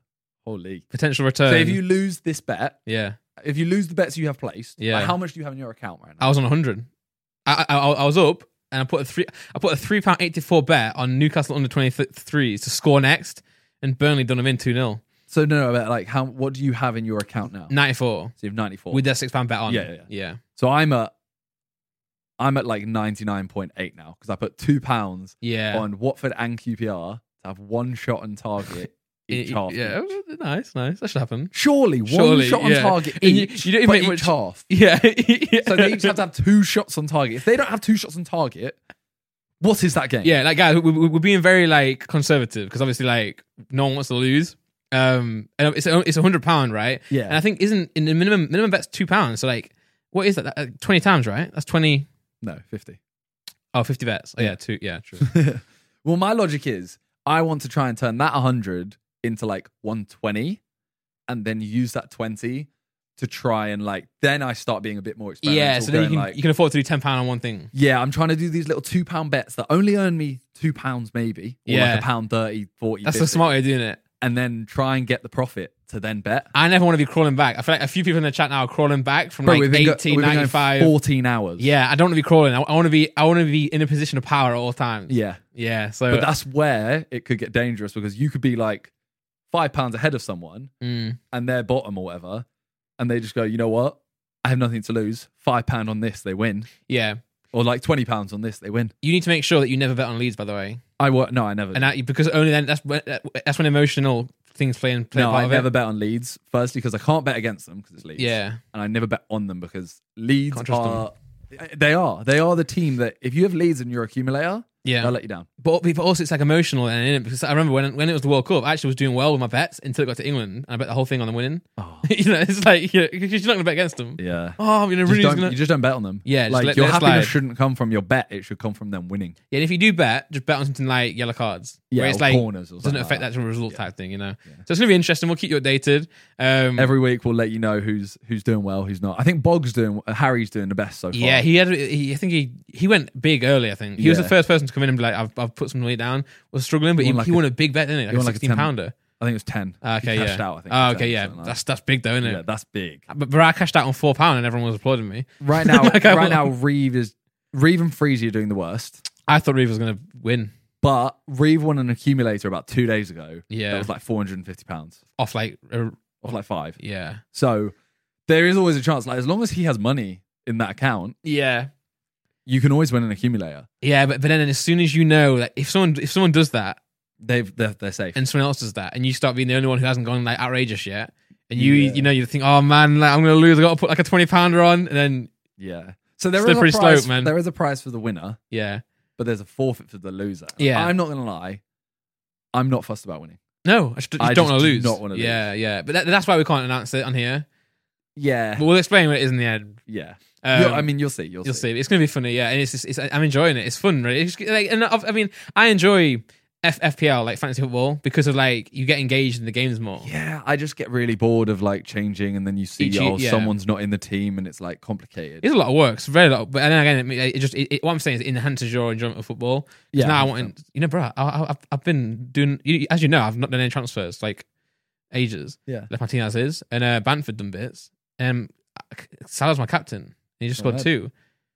[SPEAKER 2] Holy.
[SPEAKER 1] potential return.
[SPEAKER 2] So if you lose this bet,
[SPEAKER 1] yeah,
[SPEAKER 2] if you lose the bets you have placed,
[SPEAKER 1] Yeah.
[SPEAKER 2] like, how much do you have in your account right now?
[SPEAKER 1] I was on hundred. I, I I I was up and I put a three I put a three pound eighty four bet on Newcastle under twenty threes to score next, and Burnley done them in two 0
[SPEAKER 2] So no, no, but like how what do you have in your account now?
[SPEAKER 1] ninety four
[SPEAKER 2] So you have ninety four.
[SPEAKER 1] with their six pound bet on.
[SPEAKER 2] Yeah, yeah, yeah.
[SPEAKER 1] yeah.
[SPEAKER 2] So I'm at I'm at like 99.8 now because I put two pounds
[SPEAKER 1] Yeah.
[SPEAKER 2] on Watford and QPR to have one shot on target each
[SPEAKER 1] It-
[SPEAKER 2] half.
[SPEAKER 1] yeah,
[SPEAKER 2] each.
[SPEAKER 1] nice, nice. That should happen.
[SPEAKER 2] Surely,
[SPEAKER 1] Surely,
[SPEAKER 2] one shot on
[SPEAKER 1] yeah.
[SPEAKER 2] target
[SPEAKER 1] And you-
[SPEAKER 2] each,
[SPEAKER 1] you don't even
[SPEAKER 2] but
[SPEAKER 1] make
[SPEAKER 2] each
[SPEAKER 1] much-
[SPEAKER 2] half.
[SPEAKER 1] Yeah.
[SPEAKER 2] So they each have to have two shots on target. If they don't have two shots on target, what is that game?
[SPEAKER 1] yeah, like guys, we, we- we're being very like conservative because obviously like no one wants to lose. Um, and it's a- it's a hundred pound, right?
[SPEAKER 2] Yeah.
[SPEAKER 1] And I think isn't in the minimum minimum bet's two pounds. So like, what is that? That- uh, Twenty times, right? That's twenty.
[SPEAKER 2] No, 50.
[SPEAKER 1] Oh, 50 bets. Oh, yeah, two. Yeah, true.
[SPEAKER 2] well, my logic is I want to try and turn that 100 into like 120 and then use that 20 to try and like, then I start being a bit more experimental.
[SPEAKER 1] yeah, so then you
[SPEAKER 2] going
[SPEAKER 1] can
[SPEAKER 2] like,
[SPEAKER 1] you can afford to do ten pound on one thing.
[SPEAKER 2] yeah, I'm trying to do these little two pound bets that only earn me two pounds maybe, or
[SPEAKER 1] Yeah.
[SPEAKER 2] like a pound 30, 40.
[SPEAKER 1] That's the
[SPEAKER 2] 50,
[SPEAKER 1] smart way of doing it.
[SPEAKER 2] And then try and get the profit to then bet.
[SPEAKER 1] I never want to be crawling back. I feel like a few people in the chat now are crawling back from like
[SPEAKER 2] we've been, go-
[SPEAKER 1] 18,
[SPEAKER 2] we've been going
[SPEAKER 1] 95.
[SPEAKER 2] 14 hours.
[SPEAKER 1] yeah, I don't want to be crawling. I, I want to be I want to be in a position of power at all times.
[SPEAKER 2] Yeah.
[SPEAKER 1] Yeah, so
[SPEAKER 2] But that's where it could get dangerous because you could be like five pounds ahead of someone
[SPEAKER 1] Mm,
[SPEAKER 2] and they're bottom or whatever, and they just go, you know what? I have nothing to lose. Five pound on this, they win,
[SPEAKER 1] yeah.
[SPEAKER 2] or like twenty pounds on this, they win.
[SPEAKER 1] You need to make sure that you never bet on leads, by the way,
[SPEAKER 2] I wa- no, I never.
[SPEAKER 1] and that, because only then that's when that's when emotional things play and play a
[SPEAKER 2] no,
[SPEAKER 1] part
[SPEAKER 2] I
[SPEAKER 1] of
[SPEAKER 2] never
[SPEAKER 1] it.
[SPEAKER 2] bet on Leeds. Firstly, because I can't bet against them because it's Leeds.
[SPEAKER 1] Yeah,
[SPEAKER 2] and I never bet on them because Leeds
[SPEAKER 1] Can't trust
[SPEAKER 2] are. They are. They are the team that if you have Leeds in your accumulator,
[SPEAKER 1] yeah.
[SPEAKER 2] they'll let you down.
[SPEAKER 1] But, but also it's like emotional and in it because I remember when when it was the World Cup, I actually was doing well with my bets until it got to England, and I bet the whole thing on them winning.
[SPEAKER 2] Oh.
[SPEAKER 1] you know, it's like you know, 'cause you're not gonna bet against them.
[SPEAKER 2] Yeah.
[SPEAKER 1] Oh, you know,
[SPEAKER 2] Just
[SPEAKER 1] Rooney's
[SPEAKER 2] don't,
[SPEAKER 1] gonna.
[SPEAKER 2] You just don't bet on them.
[SPEAKER 1] Yeah, just
[SPEAKER 2] like
[SPEAKER 1] let-
[SPEAKER 2] your
[SPEAKER 1] let it
[SPEAKER 2] happiness
[SPEAKER 1] slide.
[SPEAKER 2] shouldn't come from your bet; it should come from them winning.
[SPEAKER 1] yeah, and if you do bet, just bet on something like yellow cards.
[SPEAKER 2] Yeah,
[SPEAKER 1] where it's
[SPEAKER 2] or
[SPEAKER 1] like
[SPEAKER 2] corners or
[SPEAKER 1] doesn't
[SPEAKER 2] something like
[SPEAKER 1] affect
[SPEAKER 2] that.
[SPEAKER 1] that actual result type thing. You know, so it's gonna be interesting. We'll keep you updated. Um,
[SPEAKER 2] Every week, we'll let you know who's who's doing well, who's not. I think Bog's doing. Harry's doing the best so far.
[SPEAKER 1] yeah, he had. He, I think he he went big early. I think he was the
[SPEAKER 2] Yeah.
[SPEAKER 1] first person to come in and be like, "I've, I've put some weight down." Was struggling, but
[SPEAKER 2] He
[SPEAKER 1] he,
[SPEAKER 2] won like
[SPEAKER 1] he
[SPEAKER 2] a-
[SPEAKER 1] won a big bet, didn't he? Like
[SPEAKER 2] he
[SPEAKER 1] a
[SPEAKER 2] won like a
[SPEAKER 1] sixteen
[SPEAKER 2] 10
[SPEAKER 1] pounder.
[SPEAKER 2] I think it was ten.
[SPEAKER 1] Ah, Okay,
[SPEAKER 2] he
[SPEAKER 1] yeah.
[SPEAKER 2] cashed out. I think.
[SPEAKER 1] Ah,
[SPEAKER 2] for 10
[SPEAKER 1] okay,
[SPEAKER 2] or
[SPEAKER 1] yeah.
[SPEAKER 2] something like that.
[SPEAKER 1] That's that's big though, isn't
[SPEAKER 2] yeah,
[SPEAKER 1] it?
[SPEAKER 2] that's big.
[SPEAKER 1] But, but I cashed out on four pound and everyone was applauding me.
[SPEAKER 2] Right now,
[SPEAKER 1] Like, I
[SPEAKER 2] right now,
[SPEAKER 1] won.
[SPEAKER 2] Reeve is Reeve and Freezy are doing the worst.
[SPEAKER 1] I thought Reeve was gonna win
[SPEAKER 2] But Reeve won an accumulator about two days ago.
[SPEAKER 1] Yeah.
[SPEAKER 2] that was like four hundred and fifty pounds
[SPEAKER 1] off like uh,
[SPEAKER 2] or like five.
[SPEAKER 1] yeah
[SPEAKER 2] So there is always a chance. Like as long as he has money in that account,
[SPEAKER 1] yeah
[SPEAKER 2] you can always win an accumulator.
[SPEAKER 1] yeah. But but then as soon as you know, like if someone if someone does that
[SPEAKER 2] They've they're, they're safe.
[SPEAKER 1] and someone else does that, and you start being the only one who hasn't gone like outrageous yet, and you
[SPEAKER 2] Yeah.
[SPEAKER 1] you know you think, oh man, like, I'm gonna lose. I got to put like a twenty pounder on, and then
[SPEAKER 2] yeah. So there is
[SPEAKER 1] Slippery
[SPEAKER 2] a prize.
[SPEAKER 1] slope, man.
[SPEAKER 2] There is a prize for the winner.
[SPEAKER 1] yeah
[SPEAKER 2] but there's a forfeit for the loser.
[SPEAKER 1] Yeah.
[SPEAKER 2] I'm not gonna lie, I'm not fussed about winning.
[SPEAKER 1] no, I, just, just
[SPEAKER 2] I
[SPEAKER 1] don't
[SPEAKER 2] just
[SPEAKER 1] want to
[SPEAKER 2] do
[SPEAKER 1] lose.
[SPEAKER 2] not wanna lose.
[SPEAKER 1] yeah yeah. But that, that's why we can't announce it on here.
[SPEAKER 2] Yeah,
[SPEAKER 1] But we'll explain what it is in the end.
[SPEAKER 2] yeah.
[SPEAKER 1] Um,
[SPEAKER 2] You'll- I mean, you'll see. You'll,
[SPEAKER 1] You'll
[SPEAKER 2] see.
[SPEAKER 1] see. It's gonna be funny, yeah. And it's, just, it's I'm enjoying it. It's fun, right? It's just, like, and I've- I mean, I enjoy F- FPL, like fantasy football, because of like you get engaged in the games more.
[SPEAKER 2] Yeah, I just get really bored of like changing, and then you see
[SPEAKER 1] Each year-
[SPEAKER 2] oh
[SPEAKER 1] yeah.
[SPEAKER 2] someone's not in the team, and it's like complicated.
[SPEAKER 1] It's a lot of work, it's very lot. Of, but then again, it, it just it, it- what I'm saying is it enhances your enjoyment of football. Yeah.
[SPEAKER 2] Yeah,
[SPEAKER 1] Now I want you know, bro. I, I, I've I've been doing you, as you know, I've not done any transfers like ages.
[SPEAKER 2] Yeah.
[SPEAKER 1] Left Martinez is and uh, Banford done bits. Um, Salah's my captain. And he just
[SPEAKER 2] Not
[SPEAKER 1] scored
[SPEAKER 2] bad.
[SPEAKER 1] two.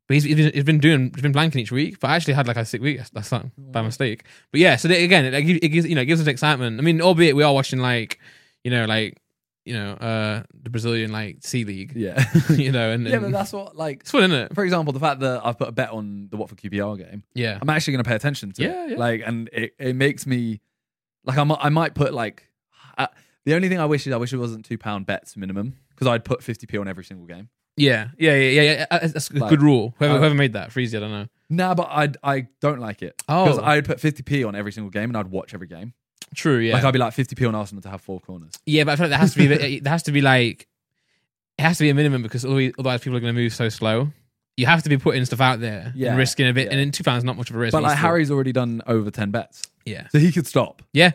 [SPEAKER 1] But he's, he's been- he's been doing he's been blanking each week. But I actually had like a sick week last time by mistake. But yeah, so they, again, it, like, it gives you know it gives us excitement. I mean, albeit we are watching like you know like you know uh the Brazilian like C League.
[SPEAKER 2] yeah,
[SPEAKER 1] you know, and,
[SPEAKER 2] yeah. But
[SPEAKER 1] and
[SPEAKER 2] that's what like.
[SPEAKER 1] it's fun, isn't it?
[SPEAKER 2] For example, the fact that I've put a bet on the Watford QPR game,
[SPEAKER 1] Yeah.
[SPEAKER 2] I'm actually going to pay attention to. it.
[SPEAKER 1] Yeah, yeah.
[SPEAKER 2] Like, and it, it makes me like I might, I might put like I, the only thing I wish is I wish it wasn't two pound bets minimum because I'd put 50p on every single game.
[SPEAKER 1] Yeah, yeah, yeah, yeah. yeah. Uh, That's a
[SPEAKER 2] Like-
[SPEAKER 1] good rule. Whoever,
[SPEAKER 2] Uh,
[SPEAKER 1] whoever made that, Freezy, I don't know.
[SPEAKER 2] Nah, but I I don't like it
[SPEAKER 1] Oh.
[SPEAKER 2] because I'd put 50p on every single game and I'd watch every game.
[SPEAKER 1] True, yeah,
[SPEAKER 2] Like I'd be like 50p on Arsenal to have four corners.
[SPEAKER 1] yeah. But I feel like there has to be there has to be like it has to be a minimum because otherwise otherwise people are going to move so slow. You have to be putting stuff out there
[SPEAKER 2] Yeah,
[SPEAKER 1] and risking a bit,
[SPEAKER 2] yeah.
[SPEAKER 1] and then two pounds not much of a risk.
[SPEAKER 2] But like
[SPEAKER 1] honestly.
[SPEAKER 2] Harry's already done over 10 bets,
[SPEAKER 1] yeah,
[SPEAKER 2] so he could stop.
[SPEAKER 1] yeah.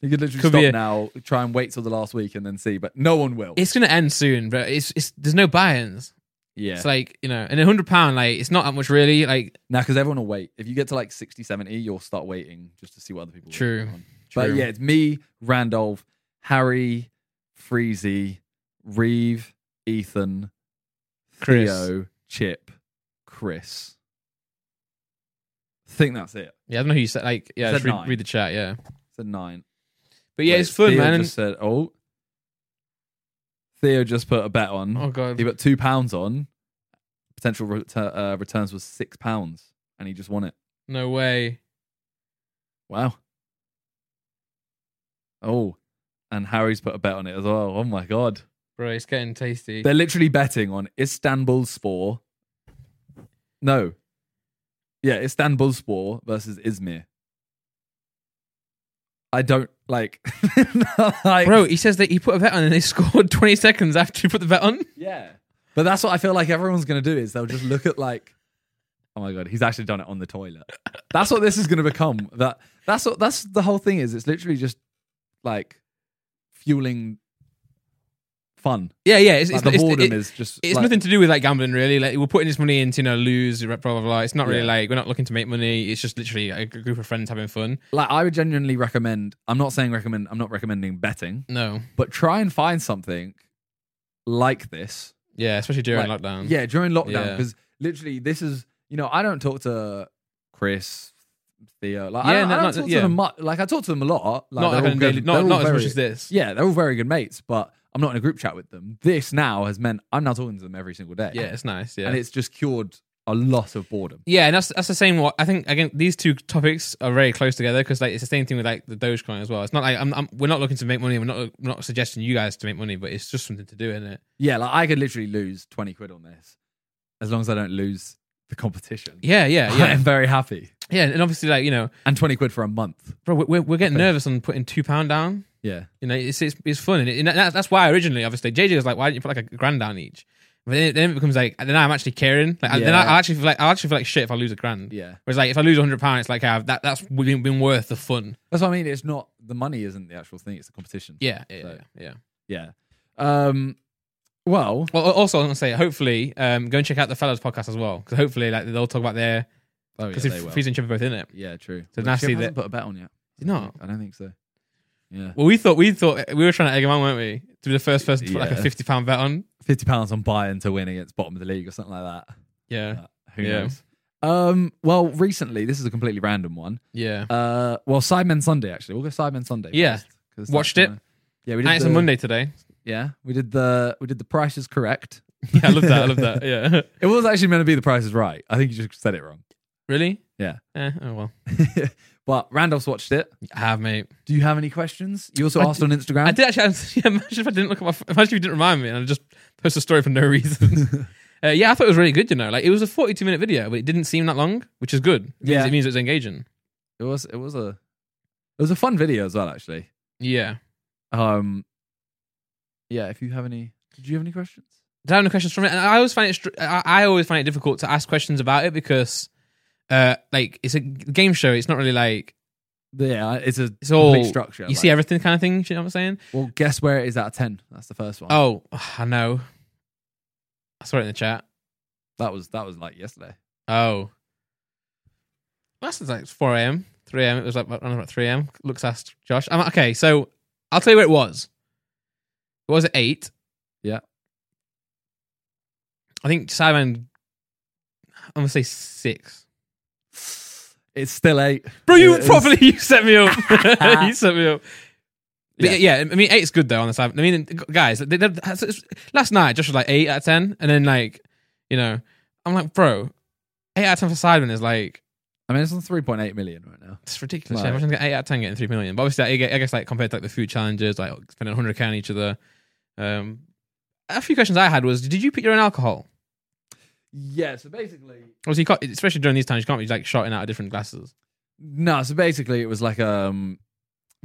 [SPEAKER 2] He could literally
[SPEAKER 1] Could be
[SPEAKER 2] stop
[SPEAKER 1] a-
[SPEAKER 2] now, try and wait till the last week and then see. But no one will.
[SPEAKER 1] It's going to end soon, but it's it's there's no buy-ins.
[SPEAKER 2] yeah,
[SPEAKER 1] It's like you know, and a hundred pound like it's not that much really. Like
[SPEAKER 2] now because everyone will wait. If you get to like 60, 70, you'll start waiting just to see what other people.
[SPEAKER 1] True.
[SPEAKER 2] want. But
[SPEAKER 1] True.
[SPEAKER 2] yeah, it's me, Randolph, Harry, Freezy, Reeve, Ethan,
[SPEAKER 1] Chris.
[SPEAKER 2] Theo, Chip, Chris. think that's it.
[SPEAKER 1] yeah, I don't know who you said. Like yeah,
[SPEAKER 2] Said
[SPEAKER 1] just read,
[SPEAKER 2] nine.
[SPEAKER 1] read the chat. Yeah,
[SPEAKER 2] It's a nine.
[SPEAKER 1] but yeah,
[SPEAKER 2] Wait,
[SPEAKER 1] it's fun,
[SPEAKER 2] Theo
[SPEAKER 1] man. and-
[SPEAKER 2] Just said, oh, Theo just put a bet on.
[SPEAKER 1] oh god,
[SPEAKER 2] He put two pounds on. Potential retur- uh, returns was six pounds, and he just won it.
[SPEAKER 1] no way.
[SPEAKER 2] Wow. Oh, and Harry's put a bet on it as well. Oh my god,
[SPEAKER 1] Bro, it's getting tasty.
[SPEAKER 2] they're literally betting on Istanbul Spor. No, yeah, Istanbul Spor versus Izmir. I don't like, like
[SPEAKER 1] Bro, he says that he put a bet on and he scored 20 seconds after he put the bet on.
[SPEAKER 2] Yeah. But that's what I feel like everyone's going to do is they'll just look at like, oh my god, he's actually done it on the toilet. That's what this is going to become. That that's what that's the whole thing is. It's literally just like fueling fun.
[SPEAKER 1] Yeah, yeah. It's,
[SPEAKER 2] Like
[SPEAKER 1] it's,
[SPEAKER 2] the
[SPEAKER 1] it's,
[SPEAKER 2] boredom
[SPEAKER 1] it-
[SPEAKER 2] is just.
[SPEAKER 1] it's
[SPEAKER 2] like-
[SPEAKER 1] nothing to do with like gambling, really. Like we're putting this money into you know lose, blah blah blah. It's not really
[SPEAKER 2] Yeah.
[SPEAKER 1] like we're not looking to make money. It's just literally a g- group of friends having fun.
[SPEAKER 2] Like I would genuinely recommend. I'm not saying recommend. I'm not recommending betting,
[SPEAKER 1] No,
[SPEAKER 2] but try and find something like this
[SPEAKER 1] yeah, especially during
[SPEAKER 2] Like,
[SPEAKER 1] lockdown.
[SPEAKER 2] Yeah, during lockdown,
[SPEAKER 1] Yeah.
[SPEAKER 2] because literally, this is you know, I don't talk to Chris, Theo. Like,
[SPEAKER 1] Yeah,
[SPEAKER 2] I don't,
[SPEAKER 1] no,
[SPEAKER 2] I don't
[SPEAKER 1] not-
[SPEAKER 2] talk
[SPEAKER 1] yeah.
[SPEAKER 2] to them much. Like, I talk to them a lot. Like,
[SPEAKER 1] not
[SPEAKER 2] they're
[SPEAKER 1] like
[SPEAKER 2] all
[SPEAKER 1] on a
[SPEAKER 2] good-
[SPEAKER 1] daily,
[SPEAKER 2] they're
[SPEAKER 1] not
[SPEAKER 2] all
[SPEAKER 1] not as
[SPEAKER 2] very-
[SPEAKER 1] much as this.
[SPEAKER 2] Yeah, they're all very good mates, but I'm not in a group chat with them. This now has meant I'm now talking to them every single day.
[SPEAKER 1] yeah, it's nice. Yeah,
[SPEAKER 2] and it's just cured a lot of boredom.
[SPEAKER 1] Yeah, and that's that's the same. What I think again, these two topics are very close together because like it's the same thing with like the Dogecoin as well. It's not like I'm, I'm we're not looking to make money. We're not we're not suggesting you guys to make money, but it's just something to do, isn't it?
[SPEAKER 2] Yeah, like I could literally lose twenty quid on this, as long as I don't lose the competition.
[SPEAKER 1] Yeah, yeah,
[SPEAKER 2] I am
[SPEAKER 1] yeah,
[SPEAKER 2] very happy,
[SPEAKER 1] yeah. And obviously, like you know,
[SPEAKER 2] and twenty quid for a month.
[SPEAKER 1] bro, we're, we're getting
[SPEAKER 2] Okay.
[SPEAKER 1] nervous on putting two pound down.
[SPEAKER 2] Yeah,
[SPEAKER 1] You know, it's it's, it's fun, and, it, and that, that's why originally, obviously, JJ was like, "Why didn't you put like a grand down each?" But then, then it becomes like, then I'm actually caring. Like, I then I,
[SPEAKER 2] Yeah.
[SPEAKER 1] I actually feel like I actually feel like shit if I lose a grand.
[SPEAKER 2] yeah.
[SPEAKER 1] Whereas like if I lose hundred pounds, it's like I've, that that's been, been worth the fun.
[SPEAKER 2] That's what I mean. It's not the money isn't the actual thing; it's the competition.
[SPEAKER 1] Yeah, yeah,
[SPEAKER 2] Right.
[SPEAKER 1] yeah.
[SPEAKER 2] Yeah. Um, Well,
[SPEAKER 1] Well, al- also, I want to say, hopefully, um, go and check out the Fellows podcast as well, because hopefully, like they'll talk about their
[SPEAKER 2] oh yeah,
[SPEAKER 1] because
[SPEAKER 2] they will.
[SPEAKER 1] Frieza and Chip are both in it.
[SPEAKER 2] Yeah, true.
[SPEAKER 1] So
[SPEAKER 2] But
[SPEAKER 1] now I
[SPEAKER 2] Chip
[SPEAKER 1] see
[SPEAKER 2] hasn't put a bet on yet.
[SPEAKER 1] Did not?
[SPEAKER 2] I don't think so. Yeah,
[SPEAKER 1] Well, we thought we thought we were trying to egg him on, weren't we? To be the first person to put like a
[SPEAKER 2] Yeah.
[SPEAKER 1] fifty pound bet on.
[SPEAKER 2] fifty pounds on Bayern to win against bottom of the league or something like that.
[SPEAKER 1] Yeah,
[SPEAKER 2] Uh, Who
[SPEAKER 1] Yeah.
[SPEAKER 2] knows? Um, well, recently this is a completely random one.
[SPEAKER 1] yeah.
[SPEAKER 2] Uh, well, Sidemen Sunday actually. We'll go Sidemen Sunday.
[SPEAKER 1] Yeah.
[SPEAKER 2] first, 'cause that's
[SPEAKER 1] Watched it.
[SPEAKER 2] gonna- Yeah, we
[SPEAKER 1] And
[SPEAKER 2] did
[SPEAKER 1] it's
[SPEAKER 2] the,
[SPEAKER 1] a Monday today.
[SPEAKER 2] Yeah, we did the we did the Price is Correct.
[SPEAKER 1] Yeah, I love that. I love that. Yeah.
[SPEAKER 2] It was actually meant to be the Price is Right. I think you just said it wrong.
[SPEAKER 1] really?
[SPEAKER 2] Yeah.
[SPEAKER 1] Eh, oh well.
[SPEAKER 2] but Randolph's watched it.
[SPEAKER 1] I have, mate.
[SPEAKER 2] Do you have any questions? You also
[SPEAKER 1] I
[SPEAKER 2] asked on Instagram.
[SPEAKER 1] I did actually. yeah, imagine if I didn't look at my. ph- Imagine if you didn't remind me, and I just post a story for no reason. uh, yeah, I thought it was really good. You know, like it was a forty-two minute video, but it didn't seem that long, which is good. It means-
[SPEAKER 2] Yeah.
[SPEAKER 1] it means it was engaging.
[SPEAKER 2] It was it was a it was a fun video as well actually.
[SPEAKER 1] Yeah.
[SPEAKER 2] Um, yeah. If you have any, did you have any questions?
[SPEAKER 1] Did I have any questions from it? And I always find it. Str- I, I always find it difficult to ask questions about it because, uh, like it's a g- game show. It's not really like
[SPEAKER 2] Yeah, it's a
[SPEAKER 1] It's all-
[SPEAKER 2] complete structure.
[SPEAKER 1] you see everything kind of thing. You know what I'm saying?
[SPEAKER 2] well, guess where it is out of ten. That's the first one.
[SPEAKER 1] Oh, I know. I saw it in the chat.
[SPEAKER 2] that was that was like yesterday.
[SPEAKER 1] Oh. That's like 4 a.m., 3 a.m. It was like, I don't know, about 3 a.m. Looks asked Josh. Um, okay, so I'll tell you where it was. It was at 8.
[SPEAKER 2] Yeah.
[SPEAKER 1] I think Simon, I'm going to say 6.
[SPEAKER 2] It's still eight.
[SPEAKER 1] Bro, you
[SPEAKER 2] It is-
[SPEAKER 1] properly you set me up. Uh, you set me up. But
[SPEAKER 2] Yeah.
[SPEAKER 1] yeah. I mean, eight's good though on the side. I mean, guys, they, they, last night Josh was like eight out of ten, and then like, you know, I'm like, bro, eight out of ten for Sidemen is like
[SPEAKER 2] I mean, it's on three point eight million right now.
[SPEAKER 1] It's ridiculous.
[SPEAKER 2] Like-
[SPEAKER 1] yeah, imagine getting eight out of ten getting three million. But obviously, I gue- I guess like compared to like the food challenges, like spending hundred k on each other. Um, a few questions I had was, did you put your own alcohol?
[SPEAKER 2] Yeah. So basically,
[SPEAKER 1] Obviously, you can't, especially during these times, you can't be like shouting out of different glasses.
[SPEAKER 2] no. So basically, it was like um,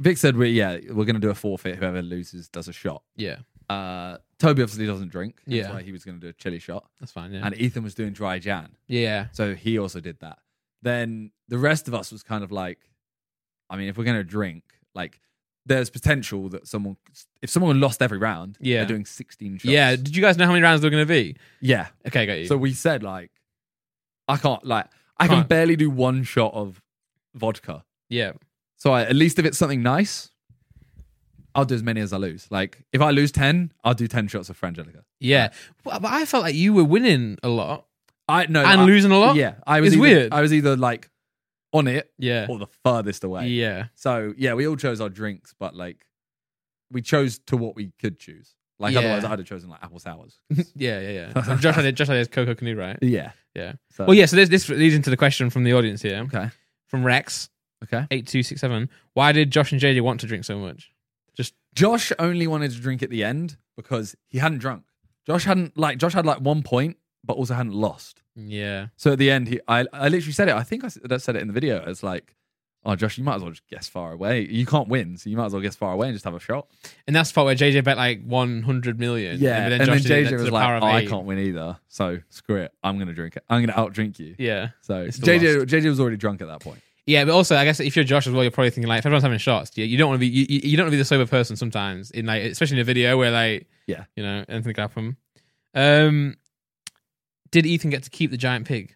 [SPEAKER 2] Vic said we yeah we're gonna do a forfeit. Whoever loses does a shot.
[SPEAKER 1] Yeah,
[SPEAKER 2] Uh, Toby obviously doesn't drink. That's
[SPEAKER 1] Yeah.
[SPEAKER 2] why he was gonna do a chili shot.
[SPEAKER 1] that's fine. Yeah,
[SPEAKER 2] And Ethan was doing dry Jan.
[SPEAKER 1] yeah,
[SPEAKER 2] So he also did that. Then the rest of us was kind of like, I mean, if we're going to drink, like, there's potential that someone, if someone lost every round,
[SPEAKER 1] Yeah.
[SPEAKER 2] they're doing 16 shots.
[SPEAKER 1] yeah. Did you guys know how many rounds there were going to be?
[SPEAKER 2] Yeah.
[SPEAKER 1] Okay, got you.
[SPEAKER 2] So we said, like, I can't, like, I can
[SPEAKER 1] Can't.
[SPEAKER 2] barely do one shot of vodka.
[SPEAKER 1] yeah,
[SPEAKER 2] So I, at least if it's something nice, I'll do as many as I lose. Like, if I lose 10, I'll do 10 shots of Frangelica.
[SPEAKER 1] yeah. But, but I felt like you were winning a lot
[SPEAKER 2] I no,
[SPEAKER 1] and
[SPEAKER 2] I,
[SPEAKER 1] losing a lot.
[SPEAKER 2] Yeah. I was
[SPEAKER 1] It's
[SPEAKER 2] either-
[SPEAKER 1] weird.
[SPEAKER 2] I was either like on it
[SPEAKER 1] yeah,
[SPEAKER 2] or the furthest away.
[SPEAKER 1] yeah.
[SPEAKER 2] So yeah, we all chose our drinks, but like we chose to what we could choose. Like
[SPEAKER 1] Yeah.
[SPEAKER 2] otherwise, I'd have chosen like apple sours.
[SPEAKER 1] Yeah, yeah, yeah. So Josh, had, Josh had his Coco Canoe, right?
[SPEAKER 2] yeah,
[SPEAKER 1] Yeah.
[SPEAKER 2] So,
[SPEAKER 1] Well, yeah. So this this leads into the question from the audience here,
[SPEAKER 2] Okay.
[SPEAKER 1] from Rex.
[SPEAKER 2] Okay.
[SPEAKER 1] 8267. Why did Josh and JJ want to drink so much?
[SPEAKER 2] Josh only wanted to drink at the end because he hadn't drunk. Josh hadn't like Josh had like one point, but also hadn't lost.
[SPEAKER 1] Yeah.
[SPEAKER 2] So at the end, he I I literally said it. I think I s- I said it in the video. It's like, oh Josh, you might as well just guess far away. You can't win, so you might as well guess far away and just have a shot.
[SPEAKER 1] And that's the part where JJ bet like 100 million.
[SPEAKER 2] Yeah,
[SPEAKER 1] And
[SPEAKER 2] and
[SPEAKER 1] then,
[SPEAKER 2] then,
[SPEAKER 1] Josh did it
[SPEAKER 2] JJ
[SPEAKER 1] to
[SPEAKER 2] was
[SPEAKER 1] the power of
[SPEAKER 2] like, oh, I
[SPEAKER 1] eight.
[SPEAKER 2] can't win either, so screw it. I'm gonna drink it. I'm gonna outdrink you.
[SPEAKER 1] Yeah.
[SPEAKER 2] So
[SPEAKER 1] It's the
[SPEAKER 2] JJ JJ was already drunk at that point.
[SPEAKER 1] Yeah. But also, I guess if you're Josh as well, you're probably thinking like, if everyone's having shots, you, you don't want to be, you, you- you don't want to be the sober person sometimes in like, especially in a video where like,
[SPEAKER 2] Yeah.
[SPEAKER 1] you know, anything can happen. Um, did Ethan get to keep the giant pig?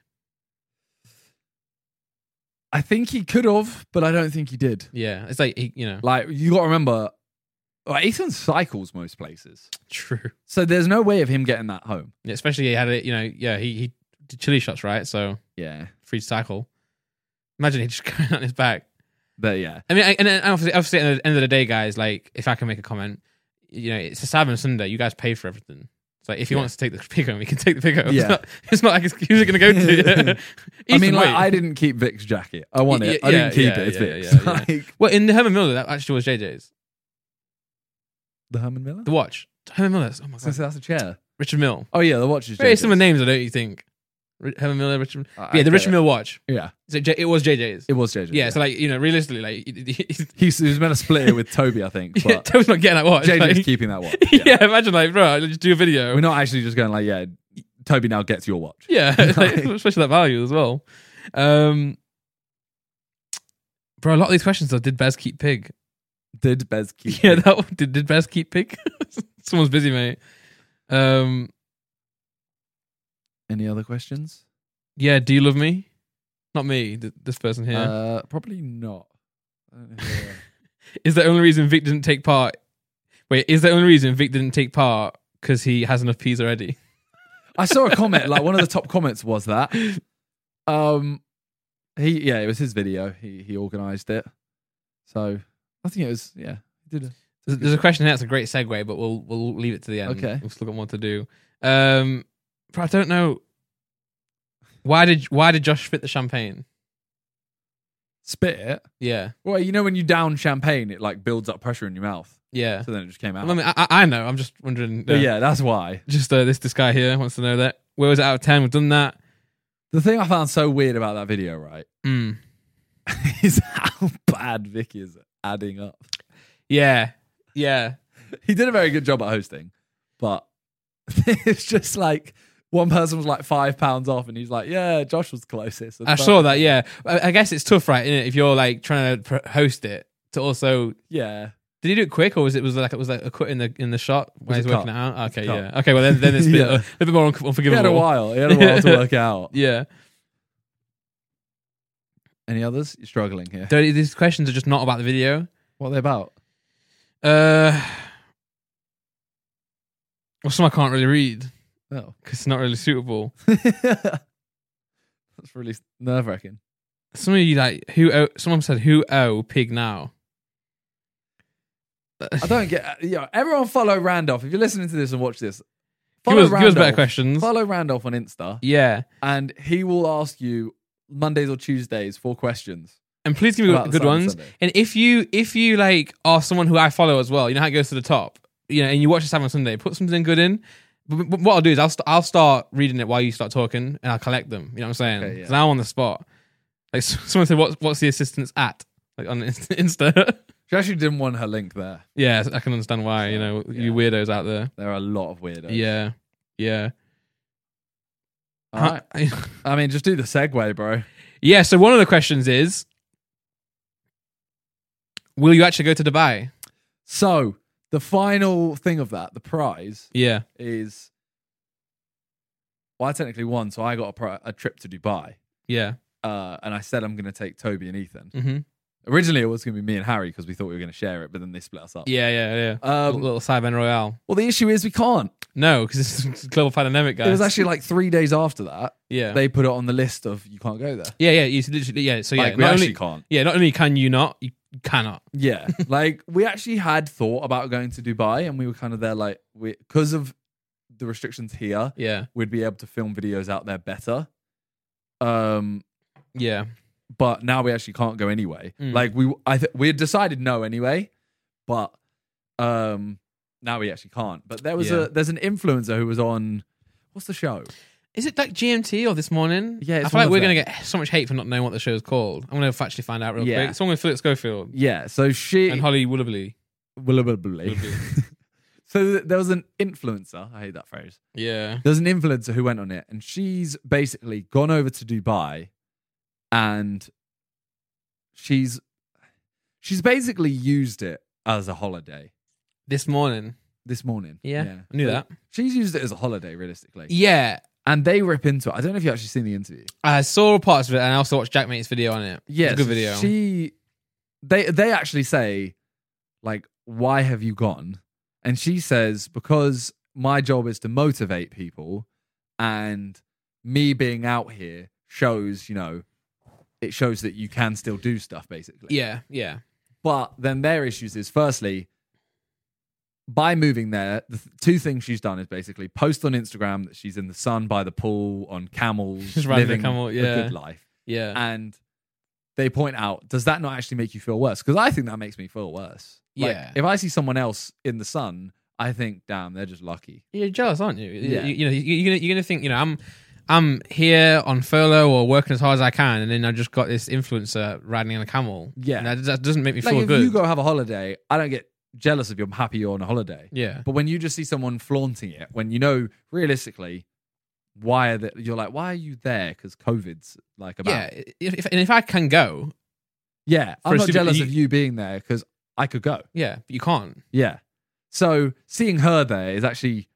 [SPEAKER 2] I think he could have, but I don't think he did.
[SPEAKER 1] Yeah. It's like, he, you know,
[SPEAKER 2] Like you got to remember, like, Ethan cycles most places,
[SPEAKER 1] true.
[SPEAKER 2] so there's no way of him getting that home.
[SPEAKER 1] Yeah, especially he had it, you know, yeah, he, he did chili shots, right? So
[SPEAKER 2] Yeah,
[SPEAKER 1] free to tackle. Imagine he just going on his back.
[SPEAKER 2] but yeah,
[SPEAKER 1] I mean, I, and and obviously, obviously, at the end of the day, guys, like, if I can make a comment, you know, it's a Simon Sunday. You guys pay for everything. It's like, if he
[SPEAKER 2] Yeah.
[SPEAKER 1] wants to take the pick home, he can take the pick home.
[SPEAKER 2] Yeah.
[SPEAKER 1] It's, not, it's not like it's, who's it going to go to?
[SPEAKER 2] I mean,
[SPEAKER 1] Ethan,
[SPEAKER 2] like
[SPEAKER 1] wait.
[SPEAKER 2] I didn't keep Vic's jacket. I want
[SPEAKER 1] Y-
[SPEAKER 2] it.
[SPEAKER 1] y-
[SPEAKER 2] I
[SPEAKER 1] yeah,
[SPEAKER 2] didn't keep
[SPEAKER 1] yeah,
[SPEAKER 2] it. It's
[SPEAKER 1] yeah,
[SPEAKER 2] Vic's.
[SPEAKER 1] yeah, yeah.
[SPEAKER 2] Like,
[SPEAKER 1] well, in the Herman Miller, that actually was JJ's.
[SPEAKER 2] the Herman Miller.
[SPEAKER 1] The watch. Herman Miller's. Oh my
[SPEAKER 2] So
[SPEAKER 1] God.
[SPEAKER 2] that's a chair.
[SPEAKER 1] Richard Mill.
[SPEAKER 2] Oh yeah, the watch is.
[SPEAKER 1] Very
[SPEAKER 2] JJ's.
[SPEAKER 1] similar names, I don't you think? Ri- Herman Miller, Richard.
[SPEAKER 2] I- I
[SPEAKER 1] yeah, the
[SPEAKER 2] get
[SPEAKER 1] Richard
[SPEAKER 2] it.
[SPEAKER 1] Mill watch.
[SPEAKER 2] Yeah,
[SPEAKER 1] So J- it was JJ's.
[SPEAKER 2] it was JJ.
[SPEAKER 1] yeah, so like, you know, realistically, like,
[SPEAKER 2] He's- he was meant to split it with Toby, I think. But
[SPEAKER 1] Toby's not getting that watch.
[SPEAKER 2] JJ
[SPEAKER 1] like-
[SPEAKER 2] is keeping that watch.
[SPEAKER 1] yeah. imagine like, bro, I'll just do a video.
[SPEAKER 2] We're not actually just going like, yeah, Toby now gets your watch.
[SPEAKER 1] Yeah, like, especially that value as well. Um, bro, a lot of these questions are did Bez keep pig?
[SPEAKER 2] Did Bez keep?
[SPEAKER 1] Yeah, that one, did did Bez keep pig? Someone's busy, mate. Um,
[SPEAKER 2] Any other questions?
[SPEAKER 1] yeah, do you love me? Not me, th- this person here. Is
[SPEAKER 2] Uh, probably not. I don't know who they
[SPEAKER 1] the
[SPEAKER 2] are.
[SPEAKER 1] only reason Vic didn't take part? Wait, is the only reason Vic didn't take part because he has enough peas already?
[SPEAKER 2] I saw a comment, like one of the top comments was that. Um he yeah, it was his video. He he organized it. So I think it was yeah, he did a,
[SPEAKER 1] There's, there's a question here that's a great segue, but we'll we'll leave it to the end.
[SPEAKER 2] Okay.
[SPEAKER 1] we've still got more to do. Um, but I don't know why did why did Josh fit the champagne?
[SPEAKER 2] spit it.
[SPEAKER 1] Yeah,
[SPEAKER 2] Well, you know when you down champagne, it like builds up pressure in your mouth.
[SPEAKER 1] yeah.
[SPEAKER 2] So then it just came out.
[SPEAKER 1] Well, I mean, I, I I know. I'm just wondering. uh,
[SPEAKER 2] But Oh, yeah, that's why.
[SPEAKER 1] Just uh, this this guy here wants to know that where was it out of ten? We've done that.
[SPEAKER 2] The thing I found so weird about that video, right,
[SPEAKER 1] Mm.
[SPEAKER 2] is how bad Vicky is at adding up.
[SPEAKER 1] Yeah, yeah.
[SPEAKER 2] He did a very good job at hosting, but it's just like one person was like five pounds off, and he's like, "Yeah, Josh was closest." And
[SPEAKER 1] I
[SPEAKER 2] so-
[SPEAKER 1] saw that. Yeah, I, I guess it's tough, right? Innit? If you're like trying to pr- host it to also.
[SPEAKER 2] Yeah,
[SPEAKER 1] Did he do it quick, or was it was it like it was like a cut in the in the shot when
[SPEAKER 2] was
[SPEAKER 1] he's
[SPEAKER 2] a
[SPEAKER 1] working it
[SPEAKER 2] cut.
[SPEAKER 1] out? Okay,
[SPEAKER 2] cut.
[SPEAKER 1] yeah. Okay, well then then it's a bit,
[SPEAKER 2] Yeah.
[SPEAKER 1] a little bit more unf-
[SPEAKER 2] he had a
[SPEAKER 1] unforgivable.
[SPEAKER 2] while. He had a while to work out.
[SPEAKER 1] Yeah.
[SPEAKER 2] Any others? You're struggling here.
[SPEAKER 1] So these questions are just not about the video.
[SPEAKER 2] What are they about?
[SPEAKER 1] Uh, well, some I can't really read
[SPEAKER 2] No,
[SPEAKER 1] because it's not really suitable.
[SPEAKER 2] that's really nerve wracking.
[SPEAKER 1] Some of you like who? Owe, someone said who? Oh, pig now. Uh,
[SPEAKER 2] I don't get. uh, Yeah, everyone follow Randolph. If you're listening to this and watch this,
[SPEAKER 1] Give
[SPEAKER 2] follow
[SPEAKER 1] us, give us better
[SPEAKER 2] Randolph.
[SPEAKER 1] questions.
[SPEAKER 2] Follow Randolph on Insta,
[SPEAKER 1] Yeah,
[SPEAKER 2] and he will ask you Mondays or Tuesdays for questions.
[SPEAKER 1] and please give me
[SPEAKER 2] about
[SPEAKER 1] good
[SPEAKER 2] Cyber
[SPEAKER 1] ones.
[SPEAKER 2] Sunday.
[SPEAKER 1] And if you if you like are someone who I follow as well, you know how it goes to the top, you know, and you watch the Simon Sunday, put something good in. But, but what I'll do is I'll st- I'll start reading it while you start talking, and I'll collect them. You know what I'm saying?
[SPEAKER 2] Okay, yeah.
[SPEAKER 1] So now I'm on the spot. Like s- someone said, "What's what's the assistance at?" Like on Inst- Insta.
[SPEAKER 2] She actually didn't want her link there.
[SPEAKER 1] yeah, I can understand why. You know, you
[SPEAKER 2] Yeah.
[SPEAKER 1] weirdos out there.
[SPEAKER 2] There are a lot of weirdos.
[SPEAKER 1] Yeah, yeah.
[SPEAKER 2] All right. I mean, just do the segue, bro.
[SPEAKER 1] yeah. So one of the questions is, will you actually go to Dubai?
[SPEAKER 2] So the final thing of that, the prize
[SPEAKER 1] Yeah.
[SPEAKER 2] is. Well, I technically won, so I got a, pri- a trip to Dubai,
[SPEAKER 1] Yeah.
[SPEAKER 2] uh, and I said I'm going to take Toby and Ethan.
[SPEAKER 1] hmm
[SPEAKER 2] Originally, it was going to be me and Harry because we thought we were going to share it, but then they split us up.
[SPEAKER 1] Yeah. Yeah. Yeah.
[SPEAKER 2] Um,
[SPEAKER 1] little Cyber Royale.
[SPEAKER 2] well, the issue is we can't.
[SPEAKER 1] No, because it's a global pandemic, guys.
[SPEAKER 2] It was actually like three days after that
[SPEAKER 1] yeah,
[SPEAKER 2] they put it on the list of you can't go there.
[SPEAKER 1] yeah, yeah. You literally, yeah. So yeah,
[SPEAKER 2] like we
[SPEAKER 1] not
[SPEAKER 2] actually
[SPEAKER 1] only,
[SPEAKER 2] can't.
[SPEAKER 1] yeah, not only can you not, you cannot.
[SPEAKER 2] Yeah, like we actually had thought about going to Dubai, and we were kind of there like we because of the restrictions here,
[SPEAKER 1] Yeah,
[SPEAKER 2] we'd be able to film videos out there better. Um,
[SPEAKER 1] yeah,
[SPEAKER 2] but now we actually can't go anyway.
[SPEAKER 1] Mm.
[SPEAKER 2] Like we, I th- we had decided no anyway, but um, now we actually can't. But there was
[SPEAKER 1] Yeah.
[SPEAKER 2] a there's an influencer who was on what's the show?
[SPEAKER 1] Is it like GMT or this morning?
[SPEAKER 2] Yeah, it's
[SPEAKER 1] I feel
[SPEAKER 2] one
[SPEAKER 1] like
[SPEAKER 2] of
[SPEAKER 1] we're gonna
[SPEAKER 2] them.
[SPEAKER 1] get so much hate for not knowing what the show's called. I'm gonna actually find out real
[SPEAKER 2] Yeah.
[SPEAKER 1] quick. Someone with Philip Schofield
[SPEAKER 2] Yeah, so she
[SPEAKER 1] and Holly Willoughby.
[SPEAKER 2] Willably.
[SPEAKER 1] Willoughby.
[SPEAKER 2] So th- there was an influencer. I hate that phrase.
[SPEAKER 1] yeah,
[SPEAKER 2] There's an influencer who went on it, and she's basically gone over to Dubai, and she's she's basically used it as a holiday.
[SPEAKER 1] this morning.
[SPEAKER 2] This morning,
[SPEAKER 1] Yeah, I knew
[SPEAKER 2] So
[SPEAKER 1] that.
[SPEAKER 2] She's used it as a holiday, realistically,
[SPEAKER 1] Yeah,
[SPEAKER 2] and they rip into it. I don't know if you have actually seen the interview.
[SPEAKER 1] I saw parts of it, and I also watched Jack Mate's video on it. It's
[SPEAKER 2] Yeah,
[SPEAKER 1] a good
[SPEAKER 2] so
[SPEAKER 1] video.
[SPEAKER 2] She, they, they actually say, like, why have you gone? And she says, because my job is to motivate people, and me being out here shows, you know, it shows that you can still do stuff, basically.
[SPEAKER 1] yeah, yeah,
[SPEAKER 2] But then their issues is firstly, by moving there, the th- two things she's done is basically post on Instagram that she's in the sun by the pool on camels,
[SPEAKER 1] Just riding a
[SPEAKER 2] living
[SPEAKER 1] camel,
[SPEAKER 2] a
[SPEAKER 1] yeah.
[SPEAKER 2] good life
[SPEAKER 1] yeah.
[SPEAKER 2] and they point out, does that not actually make you feel worse? Because I think that makes me feel worse. Like,
[SPEAKER 1] Yeah.
[SPEAKER 2] If I see someone else in the sun, I think, damn, they're just lucky.
[SPEAKER 1] you're jealous, aren't you? You-
[SPEAKER 2] Yeah.
[SPEAKER 1] You, you know, you, you're gonna you're gonna think, you know, I'm I'm here on furlough or working as hard as I can, and then I just got this influencer riding on a camel.
[SPEAKER 2] Yeah.
[SPEAKER 1] and that, that doesn't make me
[SPEAKER 2] Like
[SPEAKER 1] feel
[SPEAKER 2] if
[SPEAKER 1] good.
[SPEAKER 2] you go have a holiday, I don't get jealous of you. I'm happy you're on a holiday.
[SPEAKER 1] yeah,
[SPEAKER 2] But when you just see someone flaunting it, when you know realistically why are they, you're like, why are you there? Because COVID's like about.
[SPEAKER 1] yeah. If, if, and if I can go,
[SPEAKER 2] Yeah,
[SPEAKER 1] For
[SPEAKER 2] I'm
[SPEAKER 1] a
[SPEAKER 2] not
[SPEAKER 1] stupid-
[SPEAKER 2] jealous
[SPEAKER 1] you-
[SPEAKER 2] of you being there because I could go.
[SPEAKER 1] yeah, but you can't.
[SPEAKER 2] Yeah. So seeing her there is actually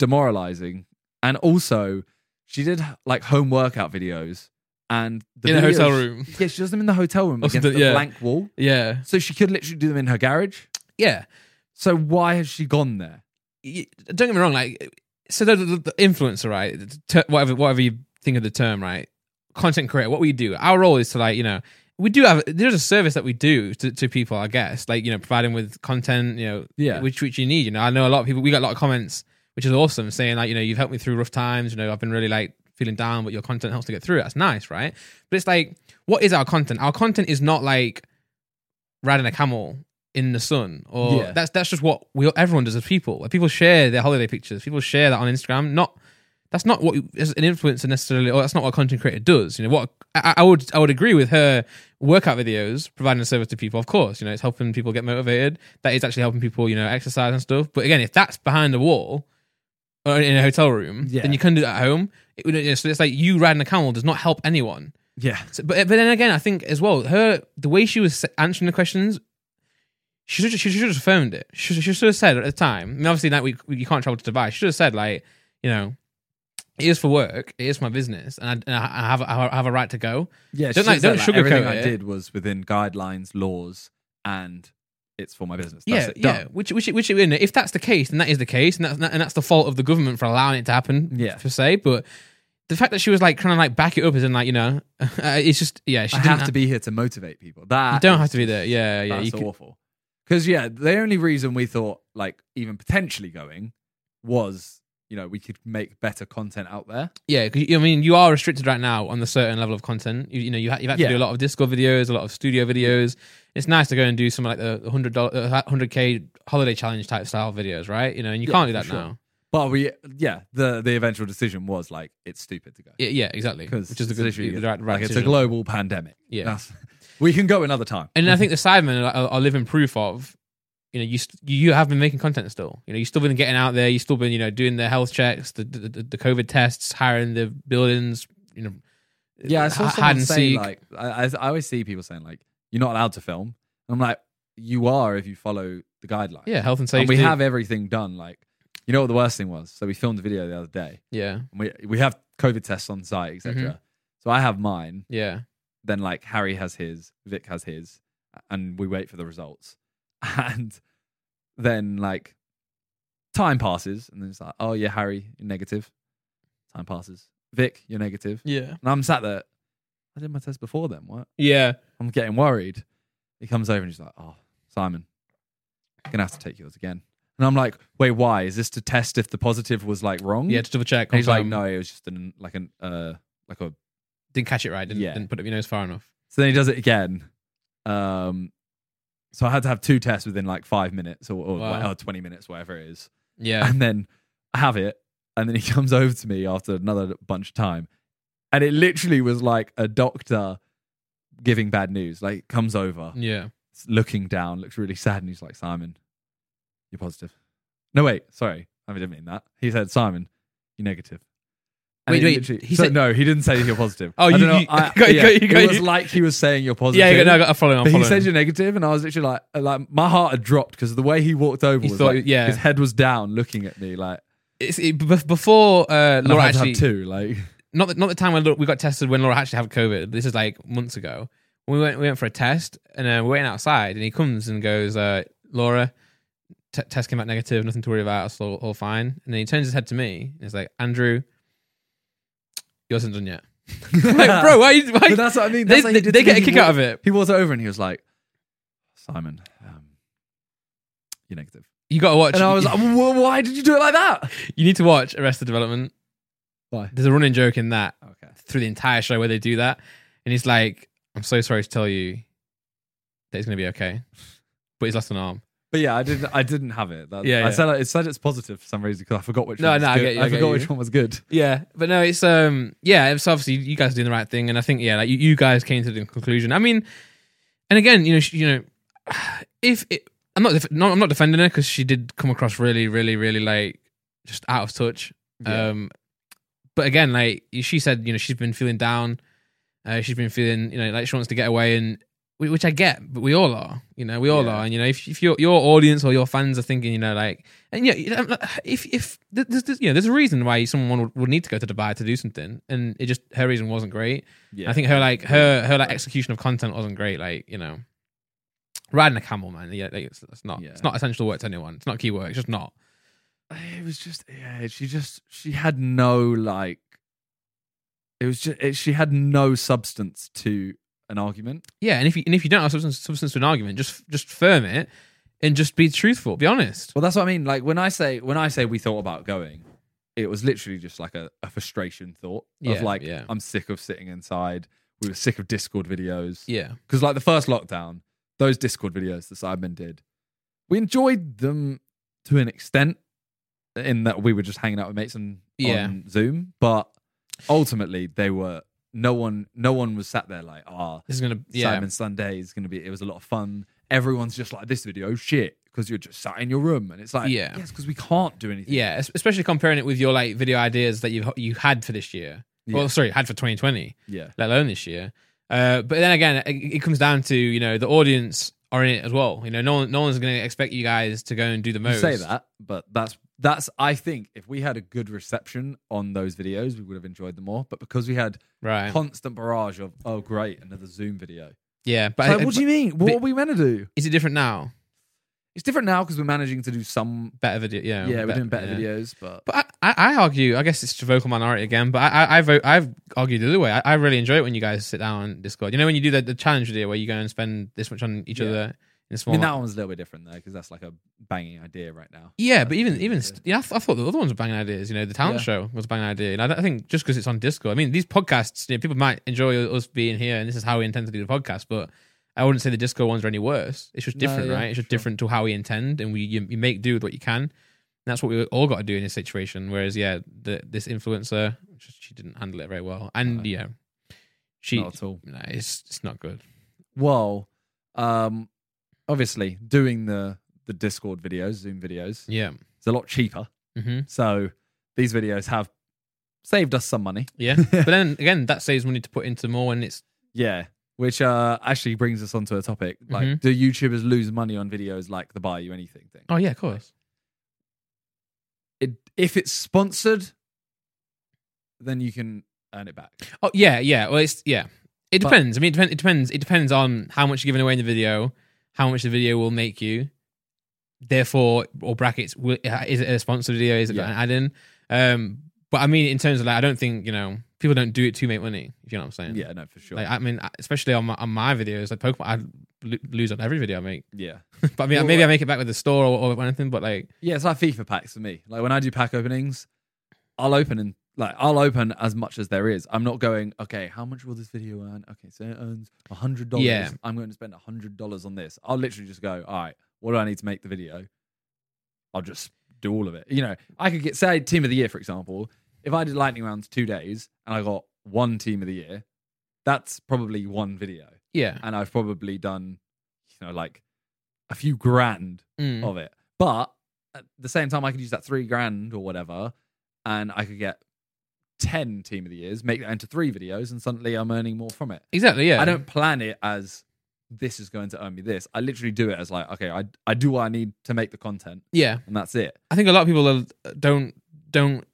[SPEAKER 2] demoralizing. And also, she did like home workout videos and the
[SPEAKER 1] in a hotel
[SPEAKER 2] videos-
[SPEAKER 1] room.
[SPEAKER 2] Yeah, she does them in the hotel room
[SPEAKER 1] Or
[SPEAKER 2] against
[SPEAKER 1] something,
[SPEAKER 2] the
[SPEAKER 1] yeah.
[SPEAKER 2] blank wall.
[SPEAKER 1] Yeah,
[SPEAKER 2] So she could literally do them in her garage.
[SPEAKER 1] yeah.
[SPEAKER 2] So why has she gone there?
[SPEAKER 1] Y- Don't get me wrong. Like, so the, the, the influencer, right? the ter- whatever, whatever you think of the term, right? Content creator. What we do, our role is to like, you know, we do have. There's a service that we do to, to people, I guess. Like, you know, providing with content. You know,
[SPEAKER 2] Yeah.
[SPEAKER 1] which which you need. You know, I know a lot of people. We got a lot of comments, which is awesome, saying like, you know, you've helped me through rough times. You know, I've been really like feeling down, but your content helps to get through. it. That's nice, right? But it's like, what is our content? Our content is not like riding a camel in the sun, or
[SPEAKER 2] Yeah.
[SPEAKER 1] that's that's just what we everyone does as people. Like people share their holiday pictures, people share that on Instagram. Not that's not what as an influencer necessarily, or that's not what a content creator does. You know what I, I would I would agree with her workout videos providing a service to people. Of course, you know it's helping people get motivated. That is actually helping people, you know, exercise and stuff. But again, if that's behind a wall or in a hotel room,
[SPEAKER 2] Yeah.
[SPEAKER 1] then you can do it at home. It, would- so it's like you riding a camel does not help anyone.
[SPEAKER 2] Yeah.
[SPEAKER 1] So, but but then again, I think as well, her the way she was answering the questions, she should she should have affirmed it. She should, she should have said at the time. I mean, obviously, like we, we you can't travel to Dubai. She should have said like, you know, it is for work, it is my business, and I, and I I have I have a right to go.
[SPEAKER 2] Yeah.
[SPEAKER 1] Don't
[SPEAKER 2] she
[SPEAKER 1] like-
[SPEAKER 2] said,
[SPEAKER 1] don't sugarcoat
[SPEAKER 2] everything I
[SPEAKER 1] it.
[SPEAKER 2] did was within guidelines, laws, and it's for my business. That's
[SPEAKER 1] yeah,
[SPEAKER 2] it.
[SPEAKER 1] yeah.
[SPEAKER 2] Done.
[SPEAKER 1] Which which which you know, if that's the case, then that is the case, and that's and that's the fault of the government for allowing it to happen.
[SPEAKER 2] Yeah.
[SPEAKER 1] per se, but. The fact that she was like trying to like back it up as in like you know, uh, it's just yeah. She
[SPEAKER 2] I
[SPEAKER 1] didn't
[SPEAKER 2] have to be here to motivate people. That
[SPEAKER 1] You don't have
[SPEAKER 2] is
[SPEAKER 1] to be there. Yeah, yeah.
[SPEAKER 2] That's
[SPEAKER 1] you could-
[SPEAKER 2] awful. Because yeah, the only reason we thought like even potentially going was you know we could make better content out there.
[SPEAKER 1] Yeah, 'cause, I mean, you are restricted right now on the certain level of content. You, you know, you, ha- you've had to
[SPEAKER 2] Yeah.
[SPEAKER 1] do a lot of Discord videos, a lot of studio videos. It's nice to go and do some like the hundred uh, hundred k holiday challenge type style videos, right? You know, and you
[SPEAKER 2] Yeah,
[SPEAKER 1] can't do
[SPEAKER 2] for
[SPEAKER 1] that
[SPEAKER 2] sure.
[SPEAKER 1] now.
[SPEAKER 2] But we yeah the the eventual decision was like it's stupid to go
[SPEAKER 1] Yeah, yeah, exactly. Which is a
[SPEAKER 2] it's
[SPEAKER 1] good,
[SPEAKER 2] literally-
[SPEAKER 1] the right, right
[SPEAKER 2] like it's a
[SPEAKER 1] decision.
[SPEAKER 2] global pandemic.
[SPEAKER 1] Yeah.
[SPEAKER 2] That's- we can go another time.
[SPEAKER 1] And I think the Sidemen are, are, are living proof of, you know, you st- you have been making content still. You know, you've still been getting out there. You've still been, you know, doing the health checks, the the, the, the COVID tests, hiring the buildings. You know, uh,
[SPEAKER 2] Yeah, I saw
[SPEAKER 1] h-
[SPEAKER 2] someone say like I, I I always see people saying like you're not allowed to film. And I'm like you are if you follow the guidelines.
[SPEAKER 1] yeah, health and safety.
[SPEAKER 2] and we have everything done. Like you know what the worst thing was? So we filmed a video the other day.
[SPEAKER 1] yeah,
[SPEAKER 2] and we we have COVID tests on site, etc.
[SPEAKER 1] Mm-hmm.
[SPEAKER 2] So I have mine.
[SPEAKER 1] yeah.
[SPEAKER 2] Then like Harry has his, Vic has his, and we wait for the results. And then like time passes, and then it's like, oh yeah, Harry, you're negative. Time passes. Vic, you're negative.
[SPEAKER 1] Yeah.
[SPEAKER 2] And I'm sat there. I did my test before then. What?
[SPEAKER 1] Yeah.
[SPEAKER 2] I'm getting worried. He comes over and he's like, oh, Simon, you're gonna have to take yours again. And I'm like, wait, why? Is this to test if the positive was like wrong?
[SPEAKER 1] Yeah, to double check.
[SPEAKER 2] And he's like,
[SPEAKER 1] confirm.
[SPEAKER 2] no, it was just an like an uh like a.
[SPEAKER 1] Didn't catch it right. Didn't,
[SPEAKER 2] Yeah.
[SPEAKER 1] didn't put up your nose far enough.
[SPEAKER 2] So then he does it again. Um, so I had to have two tests within like five minutes or, or,
[SPEAKER 1] Wow.
[SPEAKER 2] or twenty minutes, whatever it is.
[SPEAKER 1] Yeah.
[SPEAKER 2] And then I have it, and then he comes over to me after another bunch of time, and it literally was like a doctor giving bad news. Like comes over,
[SPEAKER 1] yeah.
[SPEAKER 2] looking down, looks really sad, and he's like, Simon, you're positive. No, wait, sorry, I didn't mean that. He said, Simon, you're negative.
[SPEAKER 1] Wait,
[SPEAKER 2] it
[SPEAKER 1] wait,
[SPEAKER 2] literally-
[SPEAKER 1] he
[SPEAKER 2] so-
[SPEAKER 1] said-
[SPEAKER 2] no, he didn't say you're positive.
[SPEAKER 1] Oh,
[SPEAKER 2] I
[SPEAKER 1] you-
[SPEAKER 2] don't know,
[SPEAKER 1] you-
[SPEAKER 2] I-
[SPEAKER 1] got-
[SPEAKER 2] yeah,
[SPEAKER 1] got- you got-
[SPEAKER 2] it was like he was saying you're positive.
[SPEAKER 1] Yeah, you got, no, I got a following. I'm
[SPEAKER 2] but he
[SPEAKER 1] following.
[SPEAKER 2] said you're negative, and I was literally like, uh, like my heart had dropped because the way he walked over,
[SPEAKER 1] He
[SPEAKER 2] was
[SPEAKER 1] thought-
[SPEAKER 2] like,
[SPEAKER 1] yeah.
[SPEAKER 2] his head was down, looking at me like.
[SPEAKER 1] It's- it- be- before uh,
[SPEAKER 2] And I
[SPEAKER 1] Laura
[SPEAKER 2] had to have
[SPEAKER 1] actually,
[SPEAKER 2] two, like
[SPEAKER 1] not the, not the time when Laura, we got tested when Laura actually had COVID. This is like months ago. We went we went for a test and uh, we're waiting outside and he comes and goes, uh, Laura, t- test came out negative. Nothing to worry about. It's all, all fine. And then he turns his head to me. And he's like, Andrew, yours isn't done yet. like, bro, why? Are you, why
[SPEAKER 2] But that's what I mean.
[SPEAKER 1] they
[SPEAKER 2] That's how he
[SPEAKER 1] they,
[SPEAKER 2] did
[SPEAKER 1] they
[SPEAKER 2] to me.
[SPEAKER 1] get a
[SPEAKER 2] He
[SPEAKER 1] kick
[SPEAKER 2] walked-
[SPEAKER 1] out of it.
[SPEAKER 2] He walked over and he was like, "Simon, um, you're negative."
[SPEAKER 1] You got to watch.
[SPEAKER 2] And I was like, "Well, "Why did you do it like that?"
[SPEAKER 1] you need to watch Arrested Development.
[SPEAKER 2] Why?
[SPEAKER 1] There's a running joke in that
[SPEAKER 2] Okay.
[SPEAKER 1] through the entire show where they do that. And he's like, I'm so sorry to tell you that he's going to be okay. But he's lost an arm.
[SPEAKER 2] But yeah, I didn't. I didn't have it. That,
[SPEAKER 1] Yeah,
[SPEAKER 2] I
[SPEAKER 1] yeah.
[SPEAKER 2] said it said it's positive for some reason because I forgot which.
[SPEAKER 1] No,
[SPEAKER 2] one was
[SPEAKER 1] no, I
[SPEAKER 2] good.
[SPEAKER 1] get you, I get
[SPEAKER 2] forgot
[SPEAKER 1] you.
[SPEAKER 2] which one was good.
[SPEAKER 1] Yeah. But no, it's, um, yeah, it's obviously you guys are doing the right thing. And I think, yeah, like you, you guys came to the conclusion. I mean, and again, you know, she, you know, if it, I'm not, def- no, I'm not defending her because she did come across really, really, really like just out of touch.
[SPEAKER 2] Yeah.
[SPEAKER 1] Um, but again, like she said, you know, she's been feeling down. Uh, she's been feeling, you know, like she wants to get away and whi- which I get, but we all are. You know, we all
[SPEAKER 2] Yeah.
[SPEAKER 1] are. And you know, if if your your audience or your fans are thinking, you know, like, and yeah, you know, if if there's, there's you know, there's a reason why someone would, would need to go to Dubai to do something, and it just her reason wasn't great.
[SPEAKER 2] Yeah.
[SPEAKER 1] I think her like her her like execution of content wasn't great. Like you know, riding a camel, man. Yeah, like, it's, it's not
[SPEAKER 2] Yeah.
[SPEAKER 1] it's not essential work to anyone. It's not key work. It's just not.
[SPEAKER 2] it was just yeah she just she had no like it was just it, she had no substance to an argument
[SPEAKER 1] Yeah, and if you and if you don't have substance, substance to an argument, just just firm it and just be truthful. Be honest.
[SPEAKER 2] well that's what i mean like when i say when i say we thought about going it was literally just like a, a frustration thought
[SPEAKER 1] Yeah,
[SPEAKER 2] of like
[SPEAKER 1] yeah.
[SPEAKER 2] i'm sick of sitting inside we were sick of discord videos
[SPEAKER 1] Yeah,
[SPEAKER 2] because like the first lockdown those discord videos that sidemen did we enjoyed them to an extent in that we were just hanging out with mates and
[SPEAKER 1] Yeah.
[SPEAKER 2] on zoom but ultimately they were no one no one was sat there like ah
[SPEAKER 1] this is gonna. Yeah,
[SPEAKER 2] Simon Sunday is going to be. It was a lot of fun. Everyone's just like this video shit because you're just sat in your room and it's like
[SPEAKER 1] Yeah.
[SPEAKER 2] yeah, because we can't do anything.
[SPEAKER 1] yeah. es- Especially comparing it with your like video ideas that you you had for this year.
[SPEAKER 2] Yeah.
[SPEAKER 1] Well, sorry, had for 2020,
[SPEAKER 2] Yeah,
[SPEAKER 1] let alone this year. Uh, but then again, it, it comes down to you know the audience are in it as well. You know, no one no one's gonna expect you guys to go and do the
[SPEAKER 2] you
[SPEAKER 1] most.
[SPEAKER 2] say that, but that's that's. I think if we had a good reception on those videos, we would have enjoyed them more. But because we had
[SPEAKER 1] right?
[SPEAKER 2] constant barrage of oh great another Zoom video.
[SPEAKER 1] Yeah, but
[SPEAKER 2] It's
[SPEAKER 1] I-
[SPEAKER 2] like, what do you mean? What
[SPEAKER 1] but-
[SPEAKER 2] are we meant to do?
[SPEAKER 1] is it different now?
[SPEAKER 2] It's different now because we're managing to do some.
[SPEAKER 1] Better video. Yeah,
[SPEAKER 2] Yeah, we're
[SPEAKER 1] bet-
[SPEAKER 2] doing better
[SPEAKER 1] yeah.
[SPEAKER 2] videos, but
[SPEAKER 1] But I, I, I argue, I guess it's a vocal minority again, but I, I, I vote, I've argued the other way. I, I really enjoy it when you guys sit down on Discord. You know, when you do the, the challenge video where you go and spend this much on each
[SPEAKER 2] Yeah.
[SPEAKER 1] other in
[SPEAKER 2] I
[SPEAKER 1] small.
[SPEAKER 2] mean that one's a little bit different there because that's like a banging idea right now.
[SPEAKER 1] yeah, but even, even, st- yeah, I, th- I thought the other ones were banging ideas. You know, the talent
[SPEAKER 2] Yeah.
[SPEAKER 1] show was a banging idea. And I, don't- I think just because it's on Discord, I mean, these podcasts, you know, people might enjoy us being here and this is how we intend to do the podcast, but I wouldn't say the Discord ones are any worse. It's just
[SPEAKER 2] No,
[SPEAKER 1] different,
[SPEAKER 2] yeah,
[SPEAKER 1] right? It's just
[SPEAKER 2] sure.
[SPEAKER 1] different to how we intend and we, you, you make do with what you can. And that's what we all got to do in this situation. Whereas, yeah, the, this influencer, she- she didn't handle it very well, and
[SPEAKER 2] No.
[SPEAKER 1] yeah, she,
[SPEAKER 2] Not at all.
[SPEAKER 1] nah, it's it's not good.
[SPEAKER 2] well um obviously doing the the discord videos zoom videos
[SPEAKER 1] Yeah,
[SPEAKER 2] it's a lot cheaper
[SPEAKER 1] hmm
[SPEAKER 2] so these videos have saved us some money
[SPEAKER 1] yeah. but then again, that saves money to put into more, and it's
[SPEAKER 2] yeah which uh actually brings us onto a topic like
[SPEAKER 1] Mhm.
[SPEAKER 2] do youtubers lose money on videos like the buy you anything thing
[SPEAKER 1] oh yeah, of course.
[SPEAKER 2] it, if it's sponsored then you can earn it back
[SPEAKER 1] Oh yeah, yeah. Well, it's yeah. It
[SPEAKER 2] But-
[SPEAKER 1] depends. I mean, it, depend, it depends. It depends on how much you're giving away in the video, how much the video will make you. Therefore, or brackets, will, is it a sponsored video? Is it
[SPEAKER 2] Yeah.
[SPEAKER 1] an add-in? Um, but I mean, in terms of like, I don't think you know people don't do it to make money. If you know what I'm saying?
[SPEAKER 2] yeah no for sure
[SPEAKER 1] Like, I mean, especially on my, on my videos, like Pokemon, I lo- lose on every video I make.
[SPEAKER 2] yeah
[SPEAKER 1] But I mean,
[SPEAKER 2] Well,
[SPEAKER 1] maybe I
[SPEAKER 2] what-
[SPEAKER 1] make it back with the store or, or anything. But like,
[SPEAKER 2] Yeah, it's like FIFA packs for me. Like when I do pack openings, I'll open and like I'll open as much as there is. I'm not going, okay, how much will this video earn? Okay, so it earns a hundred dollars.
[SPEAKER 1] Yeah.
[SPEAKER 2] I'm going to spend a hundred dollars on this. I'll literally just go, all right, what do I need to make the video? I'll just do all of it. You know, I could get say team of the year, for example. If I did lightning rounds two days and I got one team of the year, that's probably one video.
[SPEAKER 1] yeah,
[SPEAKER 2] And I've probably done, you know, like a few grand
[SPEAKER 1] Mm.
[SPEAKER 2] of it. But at the same time, I could use that three grand or whatever, and I could get ten team of the years, make that into three videos, and suddenly I'm earning more from it.
[SPEAKER 1] exactly. Yeah,
[SPEAKER 2] I don't plan it as this is going to earn me this. I literally do it as like, okay, I I do what I need to make the content,
[SPEAKER 1] Yeah,
[SPEAKER 2] and that's it.
[SPEAKER 1] I think a lot of people are- don't don't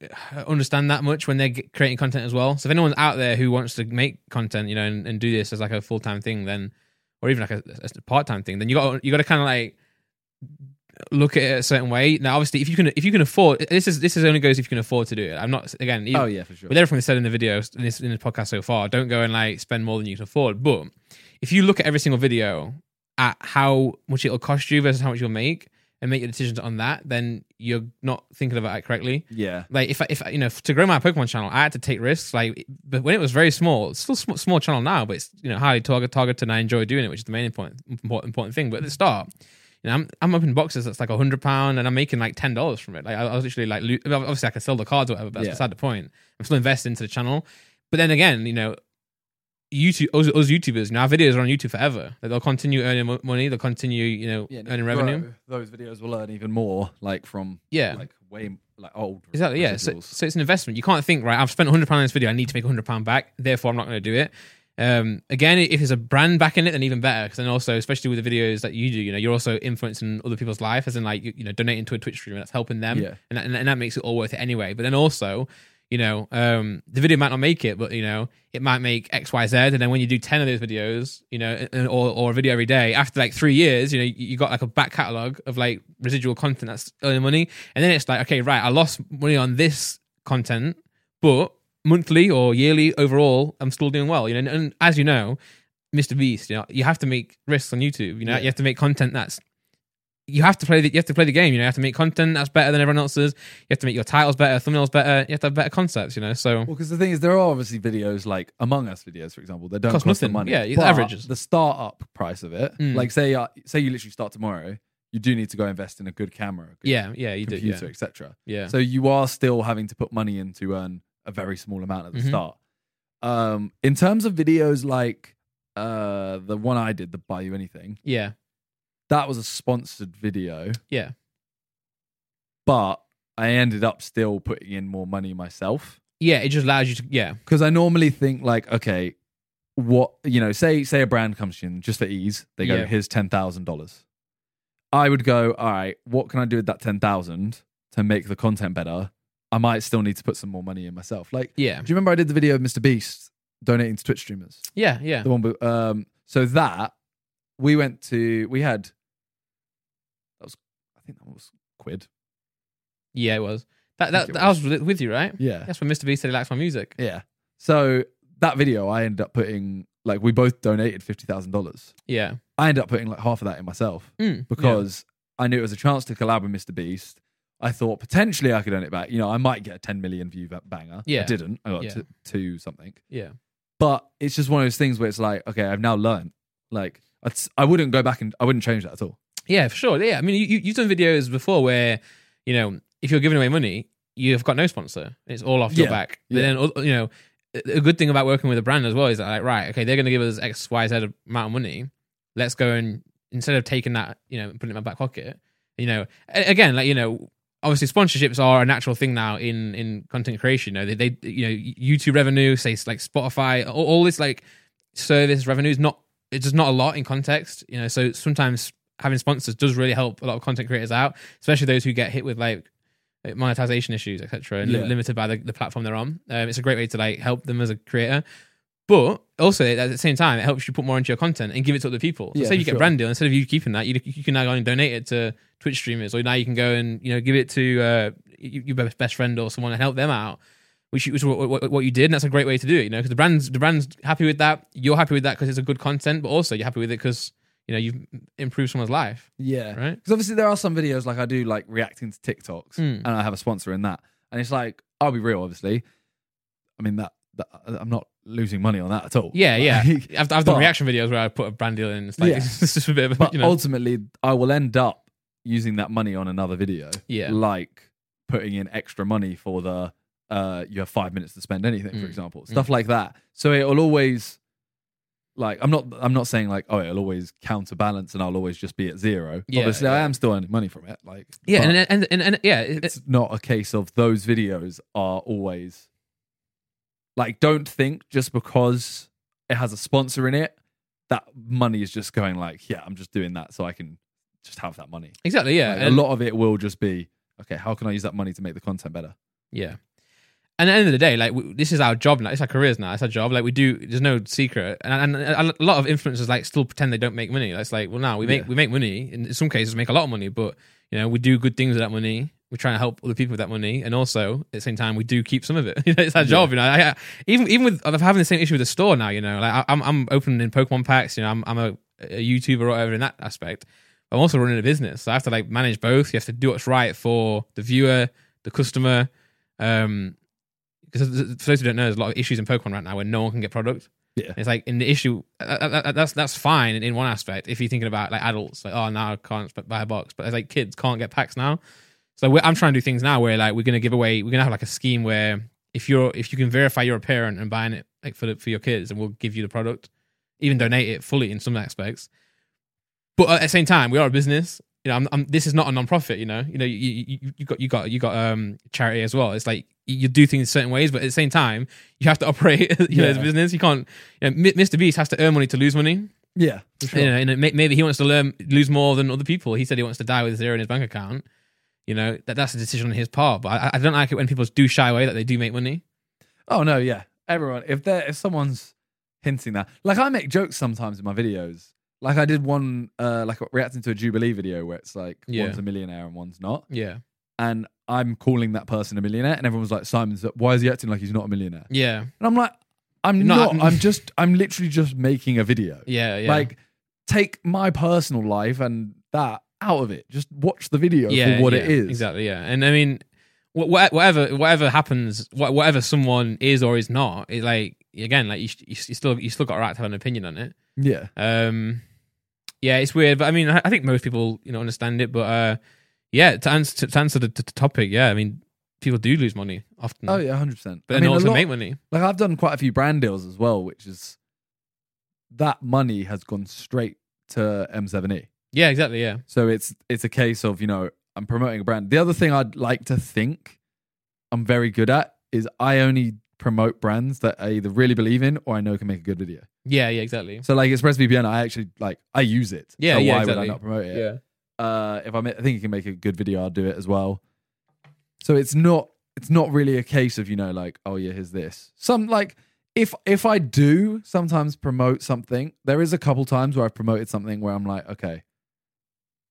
[SPEAKER 1] understand that much when they're g- creating content as well. So if anyone's out there who wants to make content, you know, and, and do this as like a full time thing, then or even like a, a part time thing, then you got you got to kind of like look at it a certain way. Now, obviously, if you can if you can afford this is this is only goes if you can afford to do it. I'm not again. even-
[SPEAKER 2] oh yeah, for sure.
[SPEAKER 1] with everything we said in the video in this in the podcast so far, don't go and like spend more than you can afford. But if you look at every single video at how much it'll cost you versus how much you'll make and make your decisions on that, then you're not thinking about it correctly.
[SPEAKER 2] Yeah,
[SPEAKER 1] Like if I, if I- you know to grow my Pokemon channel, I had to take risks. Like, but when it was very small, it's still small, small channel now, but it's you know highly target targeted, and I enjoy doing it, which is the main important important, important thing. But at the start, you know, I'm I'm opening boxes that's like a hundred pound, and I'm making like ten dollars from it. Like I, I was literally like, lo- I mean, obviously I can sell the cards or whatever, but that's
[SPEAKER 2] Yeah.
[SPEAKER 1] beside the point. I'm still invested into the channel, but then again, you know, YouTube us, us YouTubers, you know, our videos are on YouTube forever. Like, they'll continue earning mo- money, they'll continue, you know,
[SPEAKER 2] yeah. and if
[SPEAKER 1] earning
[SPEAKER 2] you
[SPEAKER 1] revenue.
[SPEAKER 2] grow, Those videos will earn even more, like from
[SPEAKER 1] Yeah.
[SPEAKER 2] like way like old
[SPEAKER 1] Exactly. Yeah. So,
[SPEAKER 2] residuals.
[SPEAKER 1] so it's an investment. You can't think right. I've spent hundred pound on this video. I need to make hundred pound back. Therefore, I'm not going to do it. Um, again, if there's a brand back in it, then even better. Because then also, especially with the videos that you do, you know, you're also influencing other people's life, as in like you, you know, donating to a Twitch streamer that's helping them,
[SPEAKER 2] Yeah.
[SPEAKER 1] and, that, and that makes it all worth it anyway. But then also, you know, um, the video might not make it, but you know, it might make X, Y, Z. And then when you do ten of those videos, you know, and- or or a video every day, after like three years, you know, you, you got like a back catalog of like residual content that's earning money, and then it's like, okay, right, I lost money on this content, but monthly or yearly overall, I'm still doing well. You know, and, and as you know, Mr. Beast, you know, you have to make risks on YouTube. You know,
[SPEAKER 2] Yeah.
[SPEAKER 1] you have to make content that's you have to play. The, you have to play the game. You know, you have to make content that's better than everyone else's. You have to make your titles better, thumbnails better. You have to have better concepts. You know, so
[SPEAKER 2] Well, because the thing is, there are obviously videos like Among Us videos, for example, that don't
[SPEAKER 1] Cost
[SPEAKER 2] cost, the
[SPEAKER 1] nothing.
[SPEAKER 2] money.
[SPEAKER 1] Yeah, it's
[SPEAKER 2] but
[SPEAKER 1] averages.
[SPEAKER 2] The startup price of it,
[SPEAKER 1] Mm.
[SPEAKER 2] like say, uh, say you literally start tomorrow, you do need to go invest in a good camera, a good
[SPEAKER 1] yeah, yeah, you do. Yeah,
[SPEAKER 2] computer, etc.
[SPEAKER 1] yeah.
[SPEAKER 2] So you are still having to put money in to earn a very small amount at the
[SPEAKER 1] Mhm.
[SPEAKER 2] start. Um, in terms of videos like uh, the one I did, the Buy You Anything,
[SPEAKER 1] yeah,
[SPEAKER 2] that was a sponsored video.
[SPEAKER 1] Yeah.
[SPEAKER 2] But I ended up still putting in more money myself
[SPEAKER 1] yeah. It just allows you to. Yeah,
[SPEAKER 2] because I normally think like, okay, what you know, say say a brand comes to you and just for ease, they go,
[SPEAKER 1] Yeah.
[SPEAKER 2] here's ten thousand dollars. I would go, all right, what can I do with that ten thousand to make the content better? I might still need to put some more money in myself. Like,
[SPEAKER 1] yeah,
[SPEAKER 2] do you remember I did the video of Mr. Beast donating to Twitch streamers?
[SPEAKER 1] yeah, yeah.
[SPEAKER 2] The one, with- um, so that we went to, we had that was, I think that was quid.
[SPEAKER 1] Yeah, it was. That
[SPEAKER 2] think
[SPEAKER 1] that,
[SPEAKER 2] it
[SPEAKER 1] that was. with- with you, right?
[SPEAKER 2] Yeah,
[SPEAKER 1] That's when Mr. Beast said he likes my music.
[SPEAKER 2] yeah. So that video, I ended up putting like we both donated fifty thousand dollars.
[SPEAKER 1] Yeah,
[SPEAKER 2] I ended up putting like half of that in myself
[SPEAKER 1] Mm, yeah.
[SPEAKER 2] because I knew it was a chance to collab with Mr. Beast. I thought potentially I could earn it back. You know, I might get a 10 million view ba- banger. I
[SPEAKER 1] Yeah.
[SPEAKER 2] didn't. I got
[SPEAKER 1] Yeah.
[SPEAKER 2] to, to something.
[SPEAKER 1] yeah,
[SPEAKER 2] But it's just one of those things where it's like, okay, I've now learned. Like, I'd s- I wouldn't go back and I wouldn't change that at all.
[SPEAKER 1] Yeah, for sure. Yeah, I mean, you, you- you've done videos before where, you know, if you're giving away money, you've got no sponsor. It's all off your
[SPEAKER 2] Yeah,
[SPEAKER 1] back.
[SPEAKER 2] yeah.
[SPEAKER 1] But then, uh, you know, a a good thing about working with a brand as well is that, like, right, okay, they're going to give us X, Y, Z amount of money. Let's go and instead of taking that, you know, and putting it in my back pocket, you know, a- again, like, you know, obviously sponsorships are a natural thing now in in content creation. You know, they, they you know, YouTube revenue, say like Spotify, all, all this like service revenue is not it's just not a lot in context, you know. So sometimes having sponsors does really help a lot of content creators out, especially those who get hit with like monetization issues, etc., and li-
[SPEAKER 2] Yeah.
[SPEAKER 1] limited by the, the platform they're on. Um, it's a great way to like help them as a creator. But also at the same time, it helps you put more into your content and give it to other people. So
[SPEAKER 2] Yeah,
[SPEAKER 1] say you
[SPEAKER 2] for
[SPEAKER 1] get a
[SPEAKER 2] sure.
[SPEAKER 1] brand deal instead of you keeping that, you, you can now go and donate it to Twitch streamers, or now you can go and you know give it to uh, y- your best friend or someone and help them out which you- which what, what, what you did, and that's a great way to do it. You know, because the brand's the brand's happy with that. You're happy with that because it's a good content, but also you're happy with it because you know you've improved someone's life,
[SPEAKER 2] Yeah.
[SPEAKER 1] right?
[SPEAKER 2] Because obviously there are some videos like I do like reacting to TikToks
[SPEAKER 1] Mm.
[SPEAKER 2] and I have a sponsor in that. And it's like, I'll be real, obviously. I mean, that, that I'm not losing money on that at all.
[SPEAKER 1] Yeah, yeah.
[SPEAKER 2] Like-
[SPEAKER 1] I've, I've
[SPEAKER 2] but-
[SPEAKER 1] done reaction videos where I put a brand deal in. It's like
[SPEAKER 2] Yeah.
[SPEAKER 1] it's just a bit of a,
[SPEAKER 2] but
[SPEAKER 1] you know.
[SPEAKER 2] ultimately i will end up using that money on another video
[SPEAKER 1] Yeah.
[SPEAKER 2] like putting in extra money for the uh you have five minutes to spend anything for
[SPEAKER 1] Mm.
[SPEAKER 2] example stuff like that so it'll always like i'm not i'm not saying like oh it'll always counterbalance and i'll always just be at zero
[SPEAKER 1] Yeah,
[SPEAKER 2] obviously i
[SPEAKER 1] yeah.
[SPEAKER 2] am still earning money from it like
[SPEAKER 1] yeah,
[SPEAKER 2] but
[SPEAKER 1] and, and and and yeah, it-
[SPEAKER 2] it's not a case of those videos are always like don't think just because it has a sponsor in it that money is just going like yeah i'm just doing that so i can just have that money
[SPEAKER 1] exactly. Yeah,
[SPEAKER 2] Like,
[SPEAKER 1] and-
[SPEAKER 2] a lot of it will just be okay how can i use that money to make the content better
[SPEAKER 1] Yeah. And at the end of the day, like w this is our job now. It's our careers now. It's our job. Like we do. There's no secret. And, and, and a lot of influencers like still pretend they don't make money. That's like, well, no, we make
[SPEAKER 2] Yeah.
[SPEAKER 1] we make money. In some cases, we make a lot of money, but you know, we do good things with that money. We're trying to help other people with that money, and also at the same time, we do keep some of it. You know, it's our job. You know, I, I, even even with I'm having the same issue with the store now. You know, like I, I'm I'm opening Pokemon packs. You know, I'm I'm a, a YouTuber or whatever in that aspect. I'm also running a business, so I have to like manage both. You have to do what's right for the viewer, the customer. Um, because for those who don't know, there's a lot of issues in Pokemon right now where no one can get product.
[SPEAKER 2] Yeah.
[SPEAKER 1] it's like in the issue uh, uh, uh, that's that's fine in, in one aspect if you're thinking about like adults, like oh now I can't sp- buy a box, but it's like kids can't get packs now. So we're, I'm trying to do things now where like we're gonna give away, we're gonna have like a scheme where if you're if you can verify you're a parent and buying it like for the, for your kids, and we'll give you the product, even donate it fully in some aspects. But at the same time, we are a business. you know, I'm, I'm, this is not a non-profit, you know, you know, you, you, you- you got, you got, you got, um, charity as well. It's like you you do things certain ways, but at the same time, you have to operate, you know, as a
[SPEAKER 2] Yeah.
[SPEAKER 1] business. You can't, you know, Mi- Mr. Beast has to earn money to lose money.
[SPEAKER 2] Yeah, for sure.
[SPEAKER 1] You know, and it may- maybe he wants to learn, lose more than other people. He said he wants to die with zero in his bank account. You know, that that's a decision on his part. But I, I don't like it when people do shy away that they do make money.
[SPEAKER 2] Oh no, yeah. Everyone, if they are if someone's hinting that, like I make jokes sometimes in my videos. Like I did one, uh, like reacting to a Jubilee video where it's like
[SPEAKER 1] Yeah.
[SPEAKER 2] one's a millionaire and one's not,
[SPEAKER 1] Yeah,
[SPEAKER 2] and I'm calling that person a millionaire, and everyone's like, "Simon's, why is he acting like he's not a millionaire?"
[SPEAKER 1] yeah,
[SPEAKER 2] And I'm like, "I'm
[SPEAKER 1] No,
[SPEAKER 2] not.
[SPEAKER 1] I'm-
[SPEAKER 2] I'm just. I'm literally just making a video.
[SPEAKER 1] yeah, yeah.
[SPEAKER 2] Like, take my personal life and that out of it. Just watch the video for what it
[SPEAKER 1] yeah,
[SPEAKER 2] is.
[SPEAKER 1] Exactly. Yeah, and I mean, wha- wha- whatever whatever happens, wha- whatever someone is or is not, it like again, like you, sh- you, s- you still you still got a right to have an opinion on it.
[SPEAKER 2] Yeah.
[SPEAKER 1] Um, yeah, it's weird, but I mean, I, I think most people you know understand it. But uh, yeah, to answer to, to answer the, the topic, yeah, I mean, people do lose money often.
[SPEAKER 2] Oh yeah, hundred percent.
[SPEAKER 1] Mm. But then also make money.
[SPEAKER 2] Like I've done quite a few brand deals as well, which is that money has gone straight to E. M7E.
[SPEAKER 1] Yeah, exactly. Yeah,
[SPEAKER 2] So it's it's a case of, you know, I'm promoting a brand. The other thing I'd like to think I'm very good at is I only promote brands that I either really believe in or I know can make a good video.
[SPEAKER 1] yeah, yeah, exactly.
[SPEAKER 2] So like ExpressVPN, I actually like I use it.
[SPEAKER 1] Yeah,
[SPEAKER 2] so
[SPEAKER 1] yeah,
[SPEAKER 2] why
[SPEAKER 1] exactly.
[SPEAKER 2] would I not promote it?
[SPEAKER 1] yeah.
[SPEAKER 2] uh, if I, ma- I think you can make a good video, I'll do it as well. So it's not it's not really a case of you know like oh yeah here's this some like if if I do sometimes promote something, there is a couple times where I've promoted something where I'm like okay,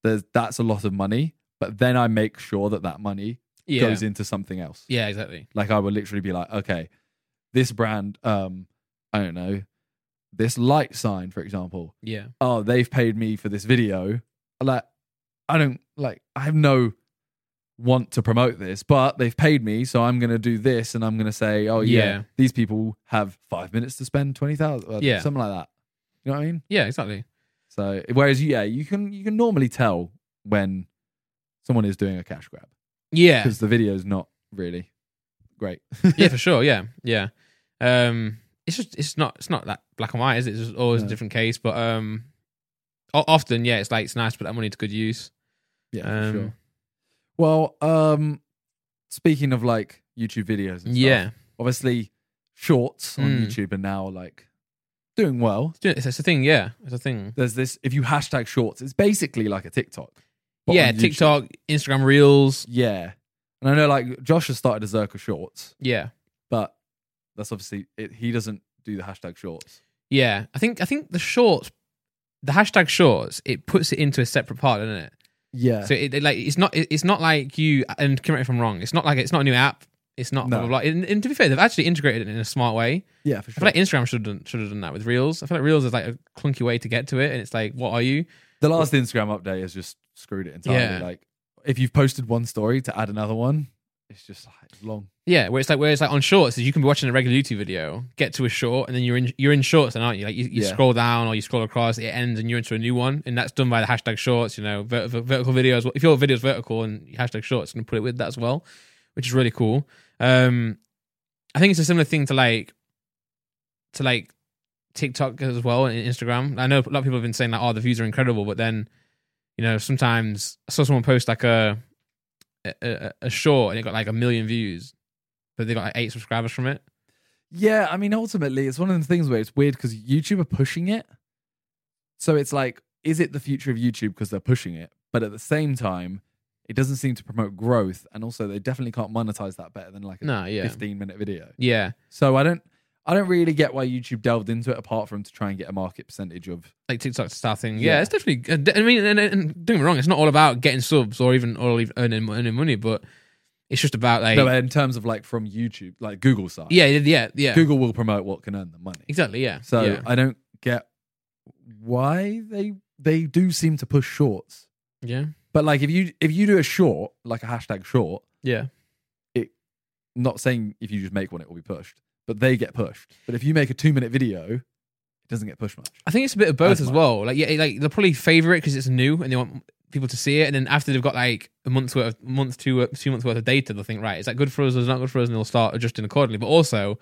[SPEAKER 2] there's that's a lot of money, but then I make sure that that money
[SPEAKER 1] Yeah.
[SPEAKER 2] goes into something else.
[SPEAKER 1] yeah, exactly.
[SPEAKER 2] Like I would literally be like okay, this brand um I don't know this light sign for example
[SPEAKER 1] Yeah,
[SPEAKER 2] oh, they've paid me for this video. Like, I don't like, I have no want to promote this, but they've paid me, so I'm going to do this, and I'm going to say, oh yeah,
[SPEAKER 1] Yeah.
[SPEAKER 2] these people have five minutes to spend twenty thousand,
[SPEAKER 1] Yeah.
[SPEAKER 2] yeah, something like that. You know what I mean?
[SPEAKER 1] yeah, exactly.
[SPEAKER 2] So, whereas yeah, you can you can normally tell when someone is doing a cash grab
[SPEAKER 1] Yeah,
[SPEAKER 2] because the video's not really great.
[SPEAKER 1] yeah, for sure. Yeah, yeah. Um, it's just it's not it's not that black and white, is it? It's just always a
[SPEAKER 2] No.
[SPEAKER 1] different case, but um, o- often yeah, it's like it's nice to put that money to good use.
[SPEAKER 2] yeah, for
[SPEAKER 1] Um,
[SPEAKER 2] sure. Well, um, speaking of like YouTube videos, and stuff,
[SPEAKER 1] Yeah,
[SPEAKER 2] obviously shorts on
[SPEAKER 1] Mm.
[SPEAKER 2] YouTube are now like doing well.
[SPEAKER 1] It's- it's, it's a thing. Yeah, it's a thing.
[SPEAKER 2] There's this if you hashtag shorts, it's basically like a TikTok. but
[SPEAKER 1] yeah,
[SPEAKER 2] on YouTube.
[SPEAKER 1] TikTok, Instagram Reels.
[SPEAKER 2] Yeah. And I know like Josh has started a Zerka shorts,
[SPEAKER 1] Yeah,
[SPEAKER 2] but that's obviously it, he doesn't do the hashtag shorts.
[SPEAKER 1] yeah. I think I think the shorts, the hashtag shorts, it puts it into a separate part, doesn't it?
[SPEAKER 2] Yeah.
[SPEAKER 1] So it, it, like it's not it- it's not like you and correct me if I'm wrong. It's not like it's not a new app. It's not blah
[SPEAKER 2] No.
[SPEAKER 1] blah blah. And, and to be fair, they've actually integrated it in a smart way.
[SPEAKER 2] yeah, for
[SPEAKER 1] I feel like Instagram should have done, should have done that with Reels. I feel like Reels is like a clunky way to get to it, and it's like, what are you?
[SPEAKER 2] the last Instagram update has just screwed it entirely.
[SPEAKER 1] Yeah.
[SPEAKER 2] Like if you've posted one story to add another one, it's just like long.
[SPEAKER 1] Yeah, where it's like where it's like on Shorts, you can be watching a regular YouTube video, get to a short, and then you're in you're in Shorts, then aren't you? Like you, you
[SPEAKER 2] Yeah.
[SPEAKER 1] scroll down or you scroll across, it ends, and you're into a new one, and that's done by the hashtag Shorts. You know, vert- vert- vertical videos. If your video's vertical and you hashtag Shorts, and put it with that as well, which is really cool. Um, I think it's a similar thing to like to like TikTok as well and Instagram. I know a lot of people have been saying like, "Oh, the views are incredible," but then you know sometimes I saw someone post like a a, a, a short and it got like a million views, but they got like eight subscribers from it.
[SPEAKER 2] Yeah, I mean, ultimately, it's one of the things where it's weird because YouTube are pushing it. So it's like, is it the future of YouTube because they're pushing it? But at the same time, it doesn't seem to promote growth. And also, they definitely can't monetize that better than like a
[SPEAKER 1] No, yeah,
[SPEAKER 2] 15 minute video.
[SPEAKER 1] yeah,
[SPEAKER 2] So I don't. I don't really get why YouTube delved into it apart from to try and get a market percentage of.
[SPEAKER 1] like TikTok style thing. Yeah,
[SPEAKER 2] Yeah.
[SPEAKER 1] it's definitely. uh, I mean, and, and don't get me wrong, it's not all about getting subs or even or even earning earning money, but it's just about like
[SPEAKER 2] No, in terms of like from YouTube, like Google side.
[SPEAKER 1] yeah, yeah, yeah,
[SPEAKER 2] Google will promote what can earn them money.
[SPEAKER 1] exactly, yeah.
[SPEAKER 2] So
[SPEAKER 1] yeah,
[SPEAKER 2] I don't get why they they do seem to push shorts.
[SPEAKER 1] yeah,
[SPEAKER 2] But like if you if you do a short, like a hashtag short,
[SPEAKER 1] yeah.
[SPEAKER 2] not saying if you just make one it will be pushed, but they get pushed. But if you make a two minute video, it doesn't get pushed much.
[SPEAKER 1] I think it's a bit of both
[SPEAKER 2] That's
[SPEAKER 1] as
[SPEAKER 2] mine.
[SPEAKER 1] well. Like yeah, it- like they'll probably favor it because it's new and they want people to see it. And then after they've got like a month's worth, of, month two, uh, two months worth of data, they'll think right, is that good for us? Or is it not good for us? And they'll start adjusting accordingly. But also,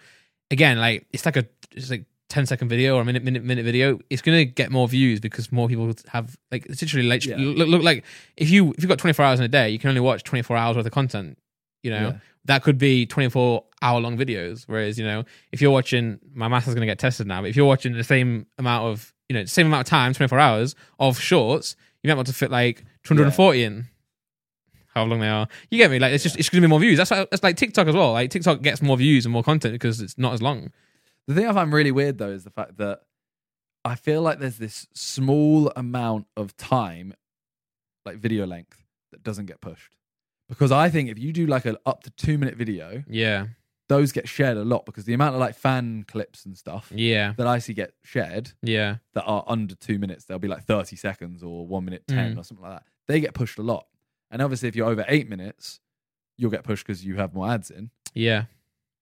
[SPEAKER 1] again, like it's like a it's like 10 second video or a minute minute minute video it's going to get more views because more people have like it's literally like
[SPEAKER 2] Yeah.
[SPEAKER 1] look, look like if you if you've got 24 hours in a day you can only watch 24 hours worth of content you know
[SPEAKER 2] Yeah.
[SPEAKER 1] that could be 24 hour long videos whereas you know if you're watching my master's going to get tested now but if you're watching the same amount of you know same amount of time 24 hours of shorts you might want to fit like 240 in how long they are you get me like it's just it's going to be more views that's why that's like tiktok as well like tiktok gets more views and more content because it's not as long
[SPEAKER 2] The thing I find really weird though is the fact that I feel like there's this small amount of time, like video length, that doesn't get pushed. Because I think if you do like an up to two minute video,
[SPEAKER 1] yeah
[SPEAKER 2] those get shared a lot because the amount of like fan clips and stuff
[SPEAKER 1] yeah
[SPEAKER 2] that I see get shared
[SPEAKER 1] Yeah.
[SPEAKER 2] that are under two minutes, they'll be like 30 seconds or one minute 10
[SPEAKER 1] Mm.
[SPEAKER 2] or something like that. They get pushed a lot. And obviously, if you're over eight minutes, you'll get pushed because you have more ads in.
[SPEAKER 1] Yeah.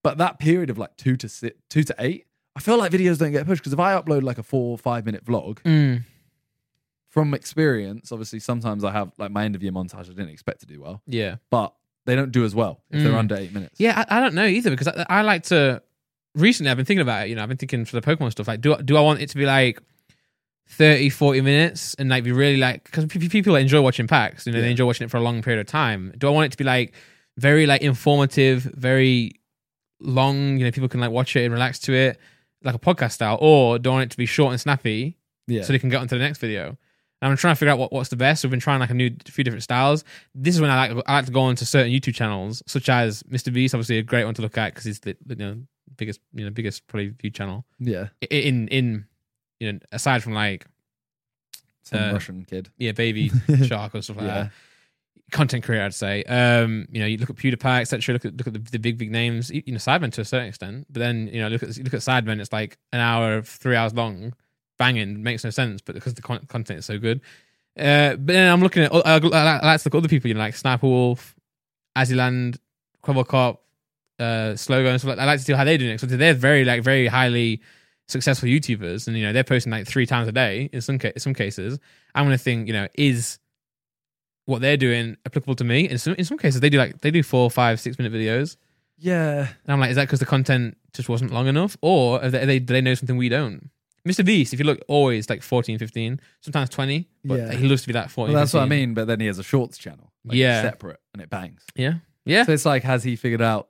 [SPEAKER 2] But that period of like two to six, two to eight, I feel like videos don't get pushed because if I upload like a four or five minute vlog
[SPEAKER 1] Mm.
[SPEAKER 2] from experience, obviously sometimes I have like my end of year montage. I didn't expect to do well,
[SPEAKER 1] Yeah.
[SPEAKER 2] but they don't do as well if they're
[SPEAKER 1] Mm.
[SPEAKER 2] under eight minutes.
[SPEAKER 1] Yeah. I, I don't know either because I, I like to. Recently, I've been thinking about it. You know, I've been thinking for the Pokemon stuff. Like, do I- do I want it to be like 30, 40 minutes and like be really like because people enjoy watching packs. You know,
[SPEAKER 2] Yeah.
[SPEAKER 1] they enjoy watching it for a long period of time. Do I want it to be like very like informative, very long? You know, people can like watch it and relax to it, like a podcast style, or do I want it to be short and snappy?
[SPEAKER 2] yeah.
[SPEAKER 1] so they can get onto the next video. And I'm trying to figure out what, what's the best. We've been trying like a new few different styles. This is when I like I like to go onto certain YouTube channels, such as Mr Beast, obviously a great one to look at because he's the you know biggest you know biggest probably view channel
[SPEAKER 2] yeah.
[SPEAKER 1] I- in in you know aside from like
[SPEAKER 2] Some
[SPEAKER 1] Uh,
[SPEAKER 2] Russian kid.
[SPEAKER 1] yeah baby shark or stuff like
[SPEAKER 2] Yeah.
[SPEAKER 1] that. Content creator, I'd say. Um, you know, you look at PewDiePie, etc. Look at look at the, the big big names. You know, Sidemen to a certain extent, but then you know, look at look at Sidemen. It's like an hour, three hours long, banging makes no sense. But because the con- content is so good, uh, but then I'm looking at I, I, I like to look at other people. You know, like Sniper Wolf, Aziland, Quabblecop, uh, Slogo, and stuff like that. I like to see how they're doing it. So they're very like very highly successful YouTubers, and you know they're posting like three times a day in some ca- some cases. I'm gonna think you know is what they're doing applicable to me? In some in some cases they do like they do four, five, six minute videos,
[SPEAKER 2] Yeah.
[SPEAKER 1] and I'm like, is that because the content just wasn't long enough, or are they, are they do they know something we don't? Mr. Beast, if you look, always like 14, 15, sometimes 20, but
[SPEAKER 2] Yeah.
[SPEAKER 1] he loves to be that 40.
[SPEAKER 2] Well, that's what I mean. But then he has a shorts channel. Like
[SPEAKER 1] Yeah.
[SPEAKER 2] Separate and it bangs.
[SPEAKER 1] Yeah. Yeah.
[SPEAKER 2] So it's like, has he figured out?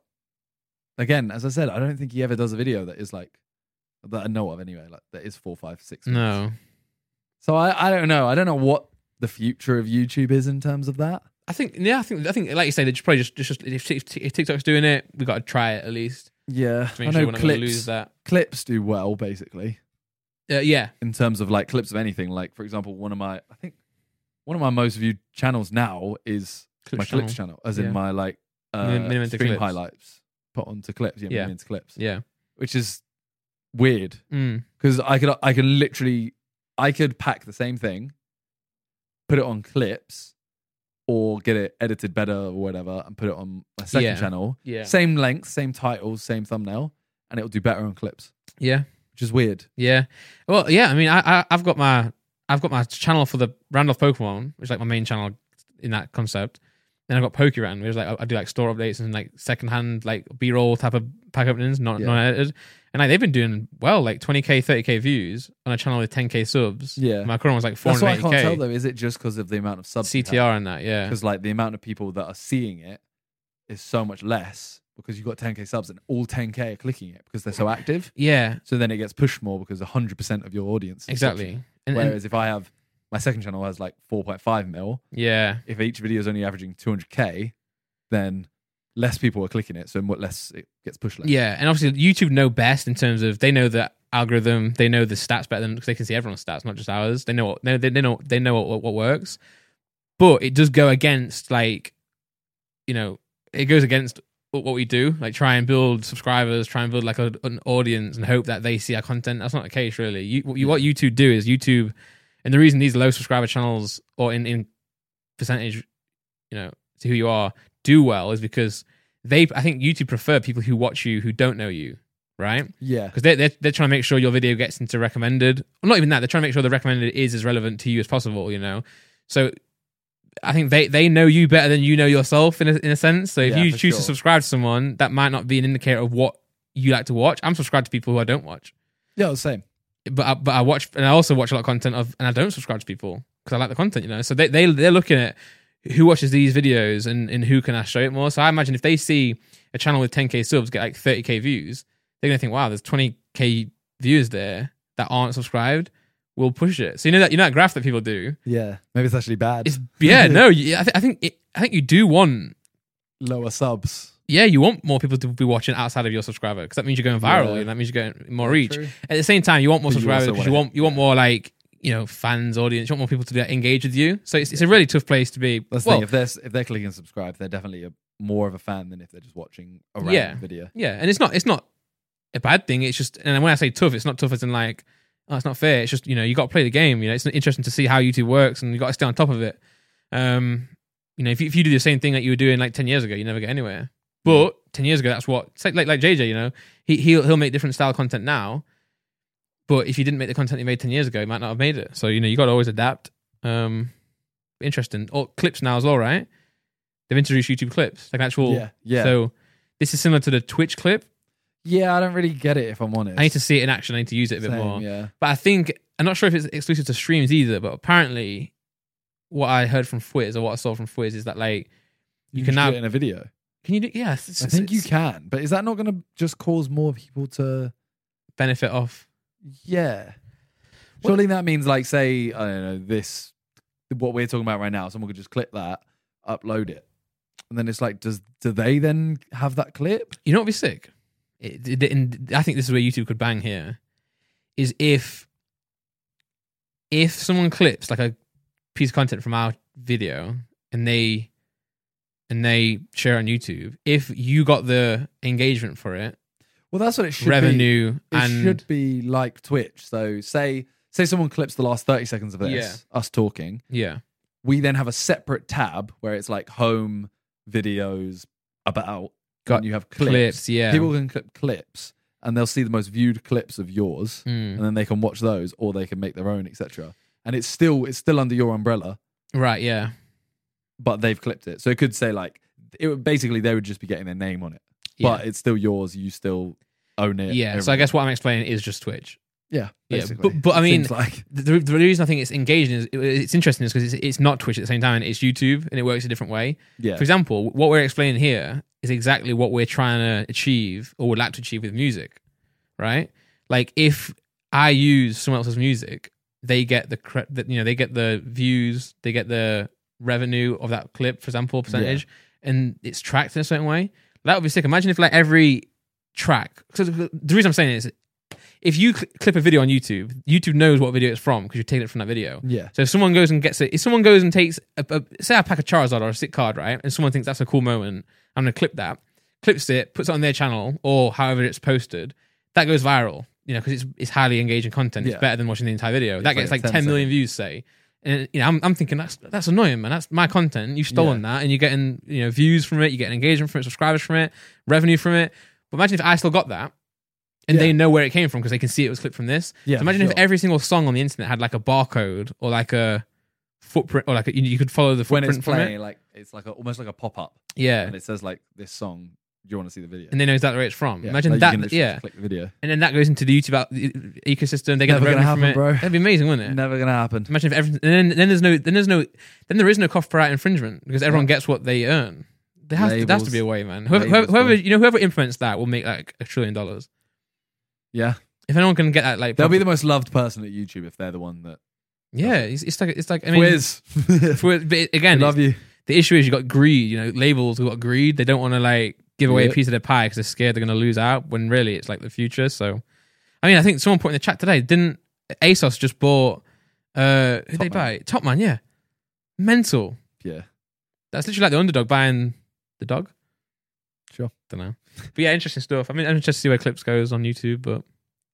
[SPEAKER 2] Again, as I said, I don't think he ever does a video that is like that I know of anyway. Like that is four, five, six. minutes.
[SPEAKER 1] No.
[SPEAKER 2] So I, I don't know. I don't know what the future of YouTube is in terms of that.
[SPEAKER 1] I think, yeah, I think, I think, like you say, they just probably just, just, just if, Tik- if TikTok's doing it, we got to try it at least
[SPEAKER 2] Yeah,
[SPEAKER 1] to make sure
[SPEAKER 2] I know
[SPEAKER 1] we're not going to lose
[SPEAKER 2] clips.
[SPEAKER 1] that.
[SPEAKER 2] Clips do well basically
[SPEAKER 1] Uh, yeah.
[SPEAKER 2] in terms of like clips of anything. Like for example, one of my I think one of my most viewed channels now is
[SPEAKER 1] Clips
[SPEAKER 2] my
[SPEAKER 1] channel.
[SPEAKER 2] clips channel, as
[SPEAKER 1] Yeah.
[SPEAKER 2] in my like uh,
[SPEAKER 1] Minim- minimum to
[SPEAKER 2] stream
[SPEAKER 1] clips.
[SPEAKER 2] highlights put onto clips. Yeah,
[SPEAKER 1] Yeah.
[SPEAKER 2] minimum to clips,
[SPEAKER 1] Yeah.
[SPEAKER 2] which is weird
[SPEAKER 1] Mm.
[SPEAKER 2] because I could I could literally I could pack the same thing, put it on clips, or get it edited better or whatever, and put it on my second
[SPEAKER 1] Yeah.
[SPEAKER 2] channel.
[SPEAKER 1] Yeah.
[SPEAKER 2] Same length, same titles, same thumbnail, and it'll do better on clips,
[SPEAKER 1] Yeah.
[SPEAKER 2] which is weird.
[SPEAKER 1] Yeah. Well, yeah. I mean, I, I I've got my I've got my channel for the Randolph Pokemon, which is like my main channel in that concept. Then I've got Pokeran, which is like I, I do like store updates and like secondhand like B roll type of pack openings, not
[SPEAKER 2] Yeah.
[SPEAKER 1] not edited. And like they've been doing well, like 20k, 30k views on a channel with 10k subs.
[SPEAKER 2] Yeah.
[SPEAKER 1] My current one's like
[SPEAKER 2] That's why I can't tell
[SPEAKER 1] 480k
[SPEAKER 2] though. Is it just because of the amount of subs?
[SPEAKER 1] CTR and that. Yeah.
[SPEAKER 2] Because like the amount of people that are seeing it is so much less because you've got 10k subs and all 10k are clicking it because they're so active.
[SPEAKER 1] Yeah.
[SPEAKER 2] So then it gets pushed more because 100% of your audience is watching
[SPEAKER 1] Exactly. And, and
[SPEAKER 2] Whereas if I have my second channel has like 4.5 mil,
[SPEAKER 1] yeah.
[SPEAKER 2] if each video is only averaging 200k, then less people are clicking it, so mo- less it gets pushed. Less.
[SPEAKER 1] Yeah, and obviously YouTube know best in terms of they know the algorithm, they know the stats better than because they can see everyone's stats, not just ours. They know what they they know they know what, what works, but it does go against like, you know, it goes against what what we do. Like try and build subscribers, try and build like a, an audience, and hope that they see our content. That's not the case really. You, what you what YouTube do is YouTube, and the reason these low subscriber channels or in in percentage, you know, to who you are do well is because they I think YouTube prefer people who watch you who don't know you, right?
[SPEAKER 2] yeah,
[SPEAKER 1] Because they're, they're they're trying to make sure your video gets into recommended. Well, not even that. They're trying to make sure the recommended is as relevant to you as possible. You know, so I think they they know you better than you know yourself in a, in a sense. So if
[SPEAKER 2] Yeah,
[SPEAKER 1] you
[SPEAKER 2] for
[SPEAKER 1] choose to
[SPEAKER 2] sure.
[SPEAKER 1] subscribe to someone, that might not be an indicator of what you like to watch. I'm subscribed to people who I don't watch.
[SPEAKER 2] Yeah, the same.
[SPEAKER 1] but I, but I watch and I also watch a lot of content of and I don't subscribe to people because I like the content, you know. So they they they're looking at who watches these videos and and who can I show it more. So I imagine if they see a channel with 10k subs get like 30k views, they're gonna think, wow, there's 20k viewers there that aren't subscribed. We'll push it. So you know that you know that graph that people do.
[SPEAKER 2] Yeah, maybe it's actually bad.
[SPEAKER 1] It's yeah, no, you- I, th- I think it, I think you do want
[SPEAKER 2] Lower subs.
[SPEAKER 1] yeah, you want more people to be watching outside of your subscriber because that means you're going viral
[SPEAKER 2] Yeah.
[SPEAKER 1] and that means you're getting more reach.
[SPEAKER 2] True.
[SPEAKER 1] At the same time, you want more
[SPEAKER 2] But you
[SPEAKER 1] subscribers.
[SPEAKER 2] also
[SPEAKER 1] 'cause You,
[SPEAKER 2] wanna-
[SPEAKER 1] want you want more like you know fans, audience. You want more people to like, engage with you. So it's, it's a really tough place to be.
[SPEAKER 2] That's the
[SPEAKER 1] well,
[SPEAKER 2] thing. If they're s- if they're clicking subscribe, they're definitely a, more of a fan than if they're just watching a random
[SPEAKER 1] Yeah.
[SPEAKER 2] video.
[SPEAKER 1] yeah, and it's not it's not a bad thing. It's just and when I say tough, it's not tough as in like oh, it's not fair. It's just you know you got to play the game. You know, it's interesting to see how YouTube works and you got to stay on top of it. Um, you know, if you, if you do the same thing that you were doing like ten years ago, you never get anywhere. But ten years ago, that's what it's like, like like JJ. You know, he he'll he'll make different style content now. But if you didn't make the content you made ten years ago, you might not have made it. So you know, you got to always adapt. Um, interesting. Or clips now as well, right? They've introduced YouTube clips, like actual.
[SPEAKER 2] Yeah, yeah,
[SPEAKER 1] So this is similar to the Twitch clip.
[SPEAKER 2] yeah. I don't really get it if I'm honest.
[SPEAKER 1] I need to see it in action. I need to use it a bit
[SPEAKER 2] Same,
[SPEAKER 1] more.
[SPEAKER 2] Yeah,
[SPEAKER 1] But I think I'm not sure if it's exclusive to streams either. But apparently, what I heard from Fwiz or what I saw from Fwiz is that like you, can
[SPEAKER 2] just do
[SPEAKER 1] now
[SPEAKER 2] it in a video.
[SPEAKER 1] can you do yeah it's- it's-
[SPEAKER 2] I think you
[SPEAKER 1] it's
[SPEAKER 2] can, but is that not going to just cause more people to?
[SPEAKER 1] benefit off
[SPEAKER 2] Yeah.
[SPEAKER 1] Well-
[SPEAKER 2] Surely that means like say I don't know this what we're talking about right now. Someone could just click that, upload it, and then it's like, does do they then have that clip?
[SPEAKER 1] you know what would be sick it, it- and I think this is where YouTube could bang here is if if someone clips like a piece of content from our video and they and they share on YouTube if you got the engagement for it
[SPEAKER 2] Well, that's what it should be.
[SPEAKER 1] revenue
[SPEAKER 2] it
[SPEAKER 1] and
[SPEAKER 2] should be like Twitch. So say say someone clips the last 30 seconds of this, us talking.
[SPEAKER 1] yeah
[SPEAKER 2] We then have a separate tab where it's like home videos about
[SPEAKER 1] Got
[SPEAKER 2] and you have
[SPEAKER 1] clips,
[SPEAKER 2] clips.
[SPEAKER 1] yeah
[SPEAKER 2] People can clip clips and they'll see the most viewed clips of yours
[SPEAKER 1] Mm.
[SPEAKER 2] and then they can watch those or they can make their own, etc. And it's still it's still under your umbrella,
[SPEAKER 1] right yeah
[SPEAKER 2] but they've clipped it. So it could say like it would basically they would just be getting their name on it.
[SPEAKER 1] yeah.
[SPEAKER 2] But it's still yours, you still own it.
[SPEAKER 1] yeah so I
[SPEAKER 2] everything.
[SPEAKER 1] guess what I'm explaining is just Twitch
[SPEAKER 2] yeah,
[SPEAKER 1] Yeah,
[SPEAKER 2] basically.
[SPEAKER 1] but- but I
[SPEAKER 2] It
[SPEAKER 1] mean-
[SPEAKER 2] seems like
[SPEAKER 1] the, the the reason I think it's engaging is it's interesting is because it's, it's not Twitch at the same time and it's YouTube and it works a different way.
[SPEAKER 2] yeah.
[SPEAKER 1] For example, what we're explaining here is exactly what we're trying to achieve or would like to achieve with music, right? Like if I use someone else's music, they get the, cre- the you know they get the views, they get the revenue of that clip, for example, percentage, and it's tracked in a certain way. That would be sick. Imagine if like every track. So the the reason I'm saying this, if you cl- clip a video on YouTube, YouTube knows what video it's from because you're taking it from that video.
[SPEAKER 2] Yeah.
[SPEAKER 1] So if someone goes and gets it, if someone goes and takes, a, a, say, I pack a Charizard or a sick card, right? And someone thinks that's a cool moment, I'm going to clip that, clips it, puts it on their channel or however it's posted, that goes viral, you know, because it's, it's highly engaging content.
[SPEAKER 2] Yeah.
[SPEAKER 1] It's better than watching the entire video. that
[SPEAKER 2] like
[SPEAKER 1] gets like
[SPEAKER 2] 10
[SPEAKER 1] ten million views, say. And you know, I'm, I'm thinking that's that's annoying, man. That's my content. You've stolen that, and you're getting you know views from it, you're getting engagement from it, subscribers from it, revenue from it. But imagine if I still got that, and
[SPEAKER 2] Yeah.
[SPEAKER 1] they know where it came from because they can see it was clipped from this.
[SPEAKER 2] Yeah,
[SPEAKER 1] So imagine
[SPEAKER 2] sure.
[SPEAKER 1] if every single song on the internet had like a barcode or like a footprint, or like a, you, you could follow the
[SPEAKER 2] when
[SPEAKER 1] footprint
[SPEAKER 2] it's
[SPEAKER 1] from
[SPEAKER 2] playing,
[SPEAKER 1] it.
[SPEAKER 2] like it's like a, almost like a pop up,
[SPEAKER 1] Yeah,
[SPEAKER 2] and it says like this song. Do you want to see the video?
[SPEAKER 1] and they know exactly where it's from.
[SPEAKER 2] Yeah,
[SPEAKER 1] Imagine
[SPEAKER 2] like, you can
[SPEAKER 1] that.
[SPEAKER 2] literally
[SPEAKER 1] Yeah,
[SPEAKER 2] just click the video.
[SPEAKER 1] and then that goes into the YouTube out- the ecosystem. They get
[SPEAKER 2] Never
[SPEAKER 1] the revenue
[SPEAKER 2] gonna
[SPEAKER 1] from
[SPEAKER 2] happen,
[SPEAKER 1] it.
[SPEAKER 2] bro.
[SPEAKER 1] That'd be amazing, wouldn't it?
[SPEAKER 2] Never gonna happen.
[SPEAKER 1] Imagine if everything, and then, then there's no, then there's no, then there is no copyright infringement because everyone gets what they earn. There has, there has to
[SPEAKER 2] Labels.
[SPEAKER 1] be a way, man. Whoever,
[SPEAKER 2] Labels,
[SPEAKER 1] whoever, whoever
[SPEAKER 2] man.
[SPEAKER 1] you know, whoever implements that will make like a trillion dollars.
[SPEAKER 2] Yeah,
[SPEAKER 1] If anyone can get that, like,
[SPEAKER 2] they'll be the
[SPEAKER 1] proper-
[SPEAKER 2] most loved person at YouTube if they're the one that.
[SPEAKER 1] yeah. It's, it's like, it's like, I mean,
[SPEAKER 2] Quiz,
[SPEAKER 1] for- but it- again,
[SPEAKER 2] love you.
[SPEAKER 1] the issue is you got greed. You know, labels have got greed. They don't want to like give away
[SPEAKER 2] Yeah.
[SPEAKER 1] a piece of their pie because they're scared they're going to lose out. When really, it's like the future. So, I mean, I think someone put in the chat today. Didn't ASOS just bought? uh Who they
[SPEAKER 2] Topman.
[SPEAKER 1] buy? Topman, yeah. Mental.
[SPEAKER 2] Yeah,
[SPEAKER 1] That's literally like the underdog buying the dog.
[SPEAKER 2] Sure.
[SPEAKER 1] Don't know. But yeah, interesting stuff. I mean, I'm interested to see where clips goes on YouTube, but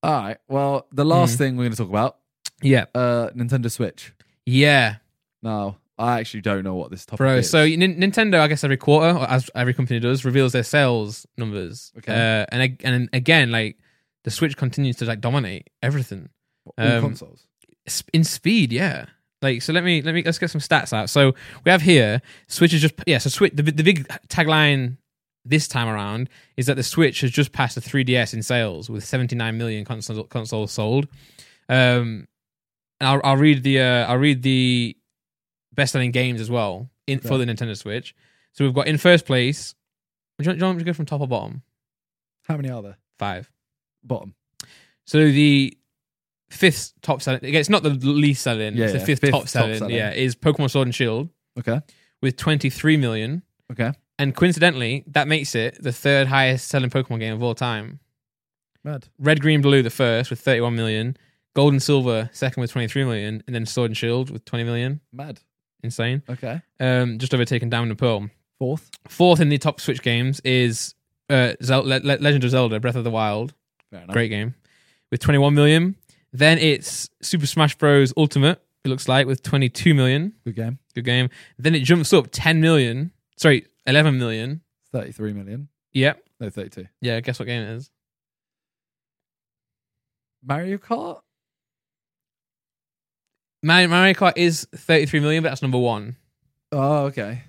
[SPEAKER 2] all right. Well, the last
[SPEAKER 1] Mm.
[SPEAKER 2] thing we're gonna talk about,
[SPEAKER 1] yeah,
[SPEAKER 2] uh, Nintendo Switch.
[SPEAKER 1] yeah,
[SPEAKER 2] Now, I actually don't know what this topic
[SPEAKER 1] bro.
[SPEAKER 2] is.
[SPEAKER 1] So Nin- Nintendo, I guess every quarter, or as every company does, reveals their sales numbers.
[SPEAKER 2] Okay.
[SPEAKER 1] Uh, and ag- and again, like the Switch continues to like dominate everything
[SPEAKER 2] all
[SPEAKER 1] um,
[SPEAKER 2] consoles.
[SPEAKER 1] Sp- in speed. Yeah. Like so, let me let me let's get some stats out. So we have here Switch is just yeah. So Switch the the big tagline this time around is that the Switch has just passed the 3DS in sales with 79 million console, consoles sold. Um, and I'll, I'll read the uh, I'll read the best-selling games as well in for the Nintendo Switch. So we've got in first place. Do you, want- do you want me to go from top or bottom?
[SPEAKER 2] How many are there?
[SPEAKER 1] Five.
[SPEAKER 2] Bottom.
[SPEAKER 1] So the fifth top selling, again, it's not the least selling,
[SPEAKER 2] Yeah,
[SPEAKER 1] it's the
[SPEAKER 2] yeah,
[SPEAKER 1] fifth,
[SPEAKER 2] fifth
[SPEAKER 1] top,
[SPEAKER 2] top
[SPEAKER 1] selling,
[SPEAKER 2] selling.
[SPEAKER 1] Yeah, is Pokemon Sword and Shield
[SPEAKER 2] Okay.
[SPEAKER 1] with 23 million.
[SPEAKER 2] Okay.
[SPEAKER 1] And coincidentally, that makes it the third highest selling Pokemon game of all time.
[SPEAKER 2] Mad.
[SPEAKER 1] Red, Green, Blue, the first with 31 million. Gold and Silver, second with 23 million. And then Sword and Shield with 20 million.
[SPEAKER 2] Mad.
[SPEAKER 1] Insane.
[SPEAKER 2] Okay.
[SPEAKER 1] Um, just overtaken Diamond and Pearl.
[SPEAKER 2] Fourth.
[SPEAKER 1] Fourth in the top Switch games is uh, Zel- Le- Le- Legend of Zelda Breath of the Wild.
[SPEAKER 2] Fair enough.
[SPEAKER 1] Great game. With 21 million. Then it's Super Smash Bros. Ultimate, it looks like, with 22 million.
[SPEAKER 2] Good game.
[SPEAKER 1] Good game. Then it jumps up 10 million. Sorry, 11 million.
[SPEAKER 2] Thirty-three million.
[SPEAKER 1] Yep.
[SPEAKER 2] No, thirty-two.
[SPEAKER 1] Yeah, guess what game it is?
[SPEAKER 2] Mario Kart.
[SPEAKER 1] Mario, Mario Kart is 33 million, but that's number one.
[SPEAKER 2] Oh, okay.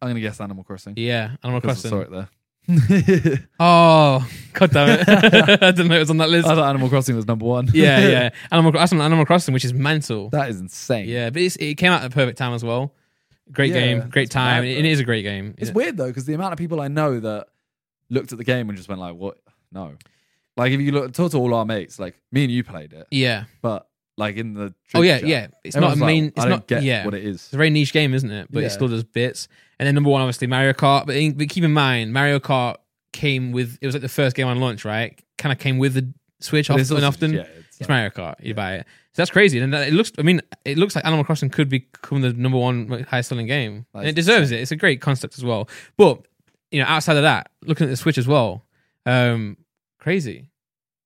[SPEAKER 2] I'm gonna guess Animal Crossing.
[SPEAKER 1] Yeah, Animal
[SPEAKER 2] Because I
[SPEAKER 1] Crossing.
[SPEAKER 2] saw it there.
[SPEAKER 1] Oh, god damn it. I didn't know it was on that list.
[SPEAKER 2] I thought Animal Crossing was number one.
[SPEAKER 1] yeah, yeah. Animal, Cro- that's on Animal Crossing, which is mental.
[SPEAKER 2] that is insane.
[SPEAKER 1] Yeah, but it's, it came out at the perfect time as well. Great
[SPEAKER 2] Yeah,
[SPEAKER 1] game, great
[SPEAKER 2] it's mad,
[SPEAKER 1] time.
[SPEAKER 2] though.
[SPEAKER 1] and it is a great game.
[SPEAKER 2] It's
[SPEAKER 1] Yeah.
[SPEAKER 2] weird though, because the amount of people I know that looked at the game and just went like, "What? No." Like if you look talk to all our mates, like me and you played it,
[SPEAKER 1] yeah.
[SPEAKER 2] but like in the
[SPEAKER 1] Oh yeah,
[SPEAKER 2] trivia,
[SPEAKER 1] yeah. It's
[SPEAKER 2] everyone's
[SPEAKER 1] not a
[SPEAKER 2] like,
[SPEAKER 1] main.
[SPEAKER 2] I
[SPEAKER 1] it's
[SPEAKER 2] don't
[SPEAKER 1] not
[SPEAKER 2] get
[SPEAKER 1] yeah.
[SPEAKER 2] what it is.
[SPEAKER 1] It's a very niche game, isn't it? But
[SPEAKER 2] Yeah.
[SPEAKER 1] it still does bits. And then number one, obviously Mario Kart. But, in, but keep in mind, Mario Kart came with it was like the first game on launch, right? Kind of came with the Switch
[SPEAKER 2] But
[SPEAKER 1] often.
[SPEAKER 2] it's also-
[SPEAKER 1] often
[SPEAKER 2] yeah, it's
[SPEAKER 1] it's
[SPEAKER 2] like-
[SPEAKER 1] Mario Kart. You buy it. So that's crazy. And that- it looks. I mean, it looks like Animal Crossing could become the number one highest selling game,
[SPEAKER 2] That
[SPEAKER 1] and
[SPEAKER 2] is
[SPEAKER 1] it deserves it. It's a great concept as well. But you know, outside of that, looking at the Switch as well, um, crazy.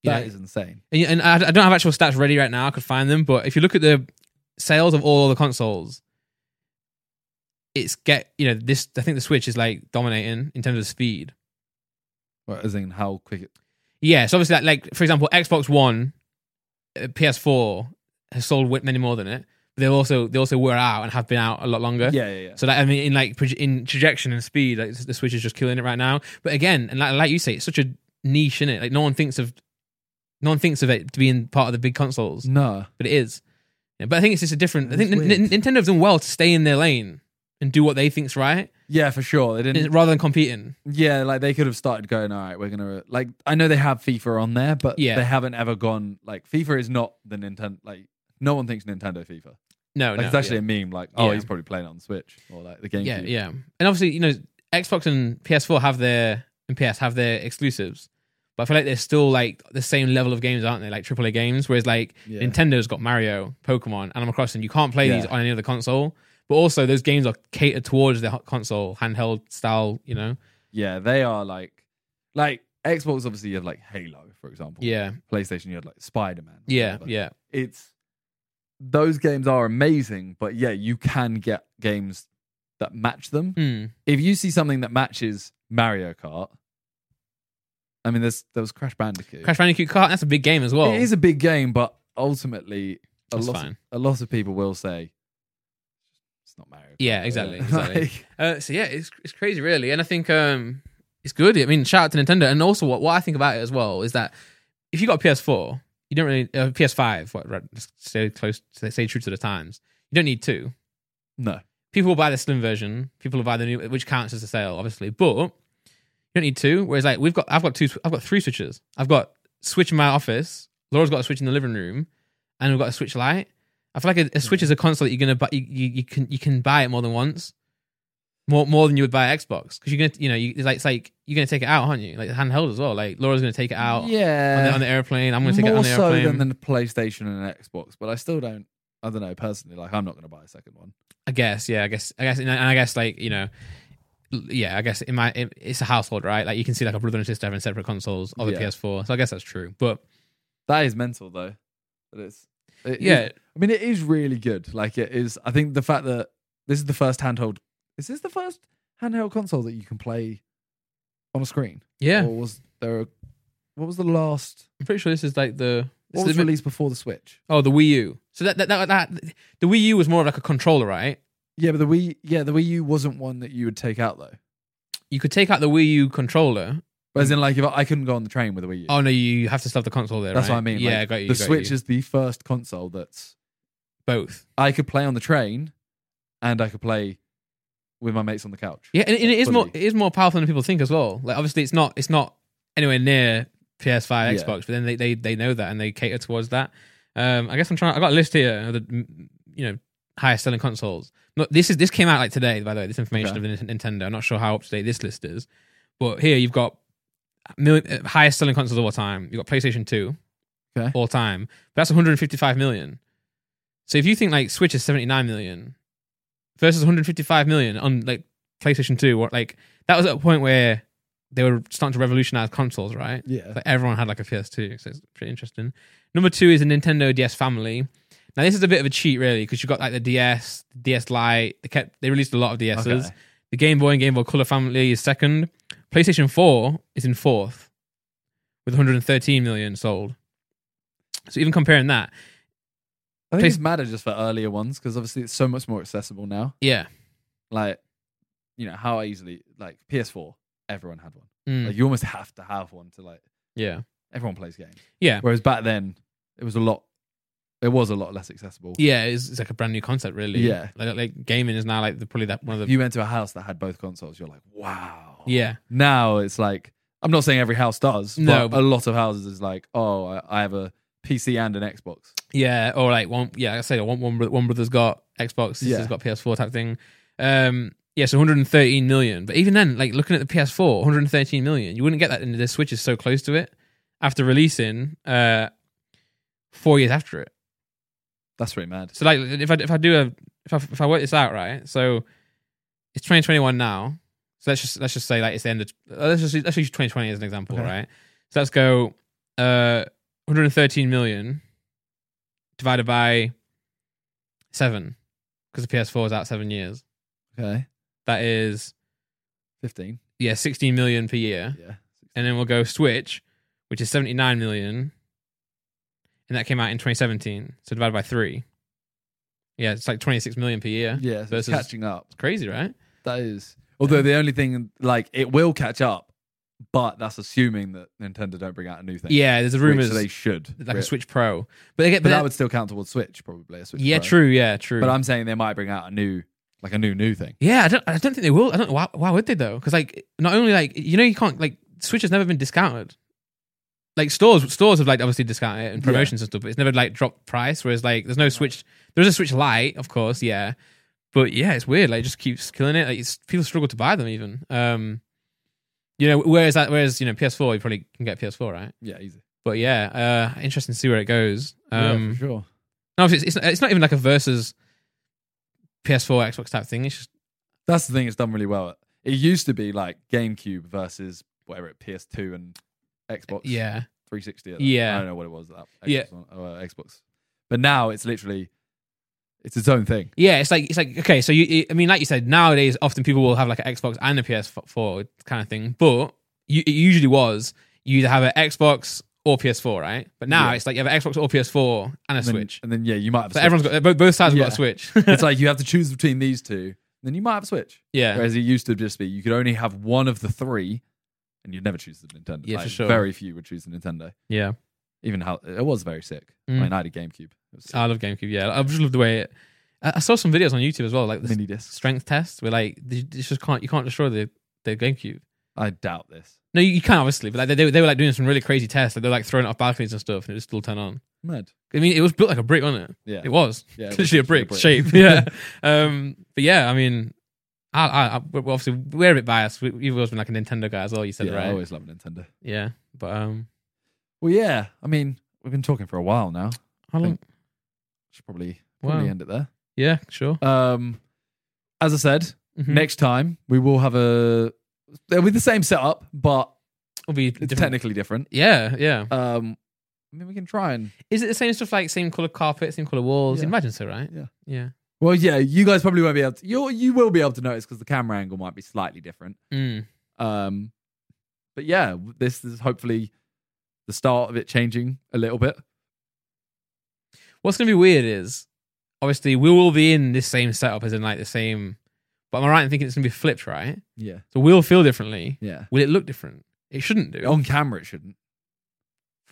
[SPEAKER 1] You
[SPEAKER 2] that
[SPEAKER 1] know,
[SPEAKER 2] is insane.
[SPEAKER 1] and, and I, I don't have actual stats ready right now. I could find them, but if you look at the sales of all the consoles, it's get you know this. I think the Switch is like dominating in terms of speed.
[SPEAKER 2] Well, As in how quick it
[SPEAKER 1] Yeah, so obviously, like, like for example, Xbox One, uh, PS4 has sold wi- many more than it. But they also they also were out and have been out a lot longer.
[SPEAKER 2] Yeah, yeah, yeah.
[SPEAKER 1] So like I mean, in like proj- in projection and speed, like the Switch is just killing it right now. But again, and like, like you say, it's such a niche in it. Like no one thinks of, no one thinks of it to being part of the big consoles.
[SPEAKER 2] no.
[SPEAKER 1] but it is. Yeah, but I think it's just a different. I
[SPEAKER 2] That's
[SPEAKER 1] think N- N-
[SPEAKER 2] weird.
[SPEAKER 1] Nintendo have done well to stay in their lane and do what they think's right,
[SPEAKER 2] Yeah, for sure. They didn't
[SPEAKER 1] rather than competing.
[SPEAKER 2] Yeah, like they could have started going, all right, we're gonna like I know they have FIFA on there, but
[SPEAKER 1] Yeah.
[SPEAKER 2] they haven't ever gone like FIFA is not the Nintendo like no one thinks Nintendo FIFA.
[SPEAKER 1] No,
[SPEAKER 2] Like
[SPEAKER 1] Oh, no,
[SPEAKER 2] it's actually
[SPEAKER 1] yeah.
[SPEAKER 2] a meme, like, oh
[SPEAKER 1] Yeah.
[SPEAKER 2] he's probably playing it on Switch or like the GameCube.
[SPEAKER 1] yeah, yeah. And obviously, you know, Xbox and PS4 have their and PS have their exclusives, but I feel like they're still like the same level of games, aren't they? Like AAA games, whereas like
[SPEAKER 2] Yeah.
[SPEAKER 1] Nintendo's got Mario, Pokemon, Animal Crossing. You can't play these
[SPEAKER 2] Yeah.
[SPEAKER 1] on any other console. But also, those games are catered towards the ho- console, handheld style. You know,
[SPEAKER 2] Yeah, they are like like Xbox obviously you have like Halo, for example.
[SPEAKER 1] yeah,
[SPEAKER 2] PlayStation you had like Spider Man.
[SPEAKER 1] yeah, yeah.
[SPEAKER 2] It's those games are amazing, but yeah, you can get games that match them.
[SPEAKER 1] Hmm.
[SPEAKER 2] if you see something that matches Mario Kart, I mean, there's there was Crash Bandicoot.
[SPEAKER 1] Crash Bandicoot Kart. That's a big game as well.
[SPEAKER 2] It is a big game, but ultimately, a
[SPEAKER 1] That's
[SPEAKER 2] lot
[SPEAKER 1] fine.
[SPEAKER 2] Of, a lot of people will say it's not Mario. Kart.
[SPEAKER 1] Yeah, exactly, exactly.
[SPEAKER 2] Like,
[SPEAKER 1] Uh, so yeah, it's it's crazy, really, and I think um, it's good. I mean, shout out to Nintendo, and also what, what I think about it as well is that if you got a PS4, you don't really uh, PS5. What, right, just stay close, stay, stay true to the times. You don't need two.
[SPEAKER 2] no,
[SPEAKER 1] People will buy the slim version. People will buy the new, which counts as a sale, obviously. But you don't need two. Whereas like we've got, I've got two, I've got three switches. I've got switch in my office. Laura's got a switch in the living room, and we've got a switch light. I feel like a, a switch is a console that you're gonna buy. You, you, you can you can buy it more than once, more more than you would buy an Xbox because you're gonna you know you, it's like it's like you're gonna take it out, aren't you? Like handheld as well. Like Laura's gonna take it out on, the,
[SPEAKER 2] yeah,
[SPEAKER 1] on the airplane. I'm gonna take
[SPEAKER 2] more
[SPEAKER 1] it on the
[SPEAKER 2] so
[SPEAKER 1] airplane.
[SPEAKER 2] than the PlayStation and Xbox. But I still don't. I don't know personally. Like, I'm not going to buy a second one.
[SPEAKER 1] I guess, yeah, I guess, I guess, and I and I guess, like you know, l- yeah, I guess in my it, it's a household, right? Like you can see like a brother and sister having separate consoles of a
[SPEAKER 2] Yeah.
[SPEAKER 1] PS4, so I guess that's true. But
[SPEAKER 2] That is mental though. That it's it is-
[SPEAKER 1] Yeah.
[SPEAKER 2] I mean, it is really good. Like it is. I think the fact that this is the first handheld. Is this the first handheld console that you can play on a screen?
[SPEAKER 1] yeah,
[SPEAKER 2] Or was there? A, what was the last?
[SPEAKER 1] I'm pretty sure this is like the this
[SPEAKER 2] What
[SPEAKER 1] is
[SPEAKER 2] was
[SPEAKER 1] the-
[SPEAKER 2] released before the Switch?
[SPEAKER 1] oh the Wii U. So that that, that that the Wii U was more of like a controller, right?
[SPEAKER 2] Yeah, but the Wii. Yeah, the Wii U wasn't one that you would take out though.
[SPEAKER 1] you could take out the Wii U controller.
[SPEAKER 2] But as in, like, if I, I couldn't go on the train with a Wii U.
[SPEAKER 1] Oh no, you have to still have the console there.
[SPEAKER 2] That's
[SPEAKER 1] right?
[SPEAKER 2] what I mean.
[SPEAKER 1] Yeah,
[SPEAKER 2] like,
[SPEAKER 1] got you.
[SPEAKER 2] The
[SPEAKER 1] got
[SPEAKER 2] Switch
[SPEAKER 1] you.
[SPEAKER 2] is the first console that's
[SPEAKER 1] both.
[SPEAKER 2] I could play on the train, and I could play with my mates on the couch.
[SPEAKER 1] Yeah, and, and it is
[SPEAKER 2] Fully.
[SPEAKER 1] more it is more powerful than people think as well. Like obviously it's not it's not anywhere near PS5
[SPEAKER 2] Yeah.
[SPEAKER 1] Xbox, but then they, they they know that and they cater towards that. Um, I guess I'm trying. I got a list here of the mm, you know highest selling consoles. No, this is this came out like today by the way. This information
[SPEAKER 2] Okay.
[SPEAKER 1] of the Nin- Nintendo. I'm not sure how up to date this list is, but here you've got mil- uh, highest selling consoles of all time. You've got PlayStation Two,
[SPEAKER 2] Okay.
[SPEAKER 1] all time. But that's 155 million. So if you think like Switch is 79 million versus 155 million on like PlayStation 2, what like that was at a point where they were starting to revolutionize consoles, right?
[SPEAKER 2] Yeah.
[SPEAKER 1] Like everyone had like a PS2, so it's pretty interesting. Number two is the Nintendo DS family. Now this is a bit of a cheat, really, because you've got like the DS, DS Lite. They kept they released a lot of DSs.
[SPEAKER 2] Okay.
[SPEAKER 1] The Game Boy and Game Boy Color family is second. PlayStation Four is in fourth, with 113 million sold. So even comparing that,
[SPEAKER 2] I think
[SPEAKER 1] Please-
[SPEAKER 2] it's matter just for earlier ones because obviously it's so much more accessible now.
[SPEAKER 1] yeah,
[SPEAKER 2] Like, you know how I easily like PS4. Everyone had one.
[SPEAKER 1] Mm.
[SPEAKER 2] Like you almost have to have one to like
[SPEAKER 1] yeah,
[SPEAKER 2] everyone plays games.
[SPEAKER 1] yeah,
[SPEAKER 2] Whereas back then it was a lot. It was a lot less accessible.
[SPEAKER 1] yeah. It's, it's like a brand new concept, really.
[SPEAKER 2] Yeah.
[SPEAKER 1] like, like gaming is now like the, probably that one of
[SPEAKER 2] If
[SPEAKER 1] the
[SPEAKER 2] you went to a house that had both consoles, you're like, wow.
[SPEAKER 1] yeah.
[SPEAKER 2] Now it's like I'm not saying every house does.
[SPEAKER 1] No,
[SPEAKER 2] but a lot of houses is like, oh, I, I have a PC and an Xbox.
[SPEAKER 1] Yeah, or like one. Yeah, I say one. One, bro- one brother's got Xbox, sister's
[SPEAKER 2] Yeah.
[SPEAKER 1] got PS4 type thing. Um, yeah, so 113 million. But even then, like looking at the PS4, 113 million, you wouldn't get that. And the Switch is so close to it after releasing uh, four years after it.
[SPEAKER 2] That's really mad.
[SPEAKER 1] So like, if I if I do a if I, if I work this out right, so it's 2021 now. So let's just let's just say like it's the end of uh, let's just let's use 2020 as an example,
[SPEAKER 2] Okay.
[SPEAKER 1] right? So let's go uh 113 million divided by seven because the PS4 is out seven years.
[SPEAKER 2] Okay,
[SPEAKER 1] That is
[SPEAKER 2] fifteen.
[SPEAKER 1] yeah 16 million per year,
[SPEAKER 2] Yeah,
[SPEAKER 1] and then we'll go Switch, which is 79 million, and that came out in 2017. So divided by three, yeah, it's like 26 million per year.
[SPEAKER 2] yeah. So it's
[SPEAKER 1] Versus-
[SPEAKER 2] catching up.
[SPEAKER 1] It's crazy, right?
[SPEAKER 2] That is. Although the only thing, like, it will catch up, but that's assuming that Nintendo don't bring out a new thing.
[SPEAKER 1] Yeah, there's a
[SPEAKER 2] Which
[SPEAKER 1] rumors
[SPEAKER 2] they should.
[SPEAKER 1] like a
[SPEAKER 2] Re-
[SPEAKER 1] Switch Pro, but they get but,
[SPEAKER 2] but, that
[SPEAKER 1] that-
[SPEAKER 2] would still count towards Switch, probably. A Switch
[SPEAKER 1] yeah,
[SPEAKER 2] Pro.
[SPEAKER 1] true, yeah, true.
[SPEAKER 2] But I'm saying they might bring out a new, like a new new thing.
[SPEAKER 1] yeah, I don't, I don't think they will. I don't. Why, why would they though? Because like, not only like you know you can't like Switch has never been discounted. Like stores, stores have like obviously discounted it and
[SPEAKER 2] Yeah.
[SPEAKER 1] promotions and stuff, but it's never like dropped price. Whereas like there's no Switch, there's a Switch Lite, of course, yeah, but yeah, it's weird. Like it just keeps killing it. Like it's, people struggle to buy them even. Um, you know, whereas that, whereas you know PS4, you probably can get PS4, right?
[SPEAKER 2] Yeah, easy.
[SPEAKER 1] But yeah, uh, interesting to see where it goes. Um,
[SPEAKER 2] yeah, for sure.
[SPEAKER 1] No, it's, it's, it's not even like a versus PS4 Xbox type thing. It's just
[SPEAKER 2] That's the thing. It's done really well. It used to be like GameCube versus whatever it PS2 and Xbox.
[SPEAKER 1] yeah,
[SPEAKER 2] 360. At that.
[SPEAKER 1] Yeah.
[SPEAKER 2] I don't know what it was. That Xbox
[SPEAKER 1] Yeah.
[SPEAKER 2] one- oh, uh, Xbox. But now it's literally, it's its own thing.
[SPEAKER 1] yeah. It's like it's like okay. So you, I mean, like you said, nowadays often people will have like an Xbox and a PS4 kind of thing, but you, it usually was you either have an Xbox or PS4, right? But now
[SPEAKER 2] Yeah.
[SPEAKER 1] it's like you have an Xbox or PS4 and a
[SPEAKER 2] And then-
[SPEAKER 1] Switch.
[SPEAKER 2] And then yeah, you might have. a
[SPEAKER 1] So
[SPEAKER 2] Switch.
[SPEAKER 1] everyone's got both, both sides have got a
[SPEAKER 2] Yeah.
[SPEAKER 1] Switch.
[SPEAKER 2] it's like you have to choose between these two, then you might have a Switch.
[SPEAKER 1] yeah,
[SPEAKER 2] Whereas it used to just be you could only have one of the three, and you'd never choose the Nintendo.
[SPEAKER 1] Yeah, for
[SPEAKER 2] Like,
[SPEAKER 1] sure.
[SPEAKER 2] Very few would choose the Nintendo.
[SPEAKER 1] yeah.
[SPEAKER 2] Even how it was very sick.
[SPEAKER 1] Mm. Oh,
[SPEAKER 2] I mean, I had a GameCube. It was sick.
[SPEAKER 1] I love GameCube. Yeah, I just love the way it. I, I saw some videos on YouTube as well, like the
[SPEAKER 2] mini discs.
[SPEAKER 1] strength tests where like you just can't you can't destroy the the GameCube.
[SPEAKER 2] I doubt this.
[SPEAKER 1] No, you, you can obviously, but like they, they, were- they were like doing some really crazy tests. Like they were like throwing it off balconies and stuff, and it would still turn on.
[SPEAKER 2] Mad.
[SPEAKER 1] I mean, it was built like a brick, wasn't it?
[SPEAKER 2] Yeah.
[SPEAKER 1] It was
[SPEAKER 2] yeah it was
[SPEAKER 1] literally a brick, shape. Yeah. um. But yeah, I mean, I, I, I we're obviously we're a bit biased. We, you've always been like a Nintendo guy as well. You said
[SPEAKER 2] Yeah,
[SPEAKER 1] right.
[SPEAKER 2] I always love Nintendo.
[SPEAKER 1] Yeah. But um,
[SPEAKER 2] Well, yeah. I mean, we've been talking for a while now.
[SPEAKER 1] how long?
[SPEAKER 2] Should probably
[SPEAKER 1] Wow.
[SPEAKER 2] probably end it there.
[SPEAKER 1] Yeah. Sure.
[SPEAKER 2] Um, as I said,
[SPEAKER 1] Mhm.
[SPEAKER 2] next time we will have a. It'll be the same setup, but
[SPEAKER 1] will be
[SPEAKER 2] it's
[SPEAKER 1] different.
[SPEAKER 2] technically different.
[SPEAKER 1] Yeah. Yeah.
[SPEAKER 2] Um, I mean, we can try and
[SPEAKER 1] Is it the same stuff like same color carpet, same color walls?
[SPEAKER 2] Yeah.
[SPEAKER 1] Imagine so, right?
[SPEAKER 2] Yeah.
[SPEAKER 1] Yeah.
[SPEAKER 2] Well, yeah, you guys probably won't be able to. You you will be able to notice because the camera angle might be slightly different.
[SPEAKER 1] Mm.
[SPEAKER 2] Um, but yeah, this is hopefully the start of it changing a little bit.
[SPEAKER 1] What's gonna be weird is obviously we will be in this same setup as in like the same But am I right in thinking it's going to be flipped, right?
[SPEAKER 2] Yeah.
[SPEAKER 1] So we'll feel differently.
[SPEAKER 2] Yeah.
[SPEAKER 1] Will it look different? It shouldn't do.
[SPEAKER 2] On camera, it shouldn't.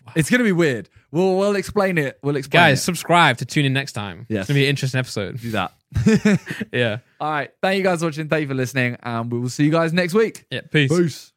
[SPEAKER 1] Wow.
[SPEAKER 2] It's gonna be weird. We'll we'll explain it. We'll explain.
[SPEAKER 1] Guys,
[SPEAKER 2] it.
[SPEAKER 1] subscribe to tune in next time.
[SPEAKER 2] Yes.
[SPEAKER 1] It's going to be an interesting episode.
[SPEAKER 2] do that.
[SPEAKER 1] Yeah.
[SPEAKER 2] All right. Thank you guys for watching. Thank you for listening, and we will see you guys next week.
[SPEAKER 1] Yeah. Peace.
[SPEAKER 2] Peace.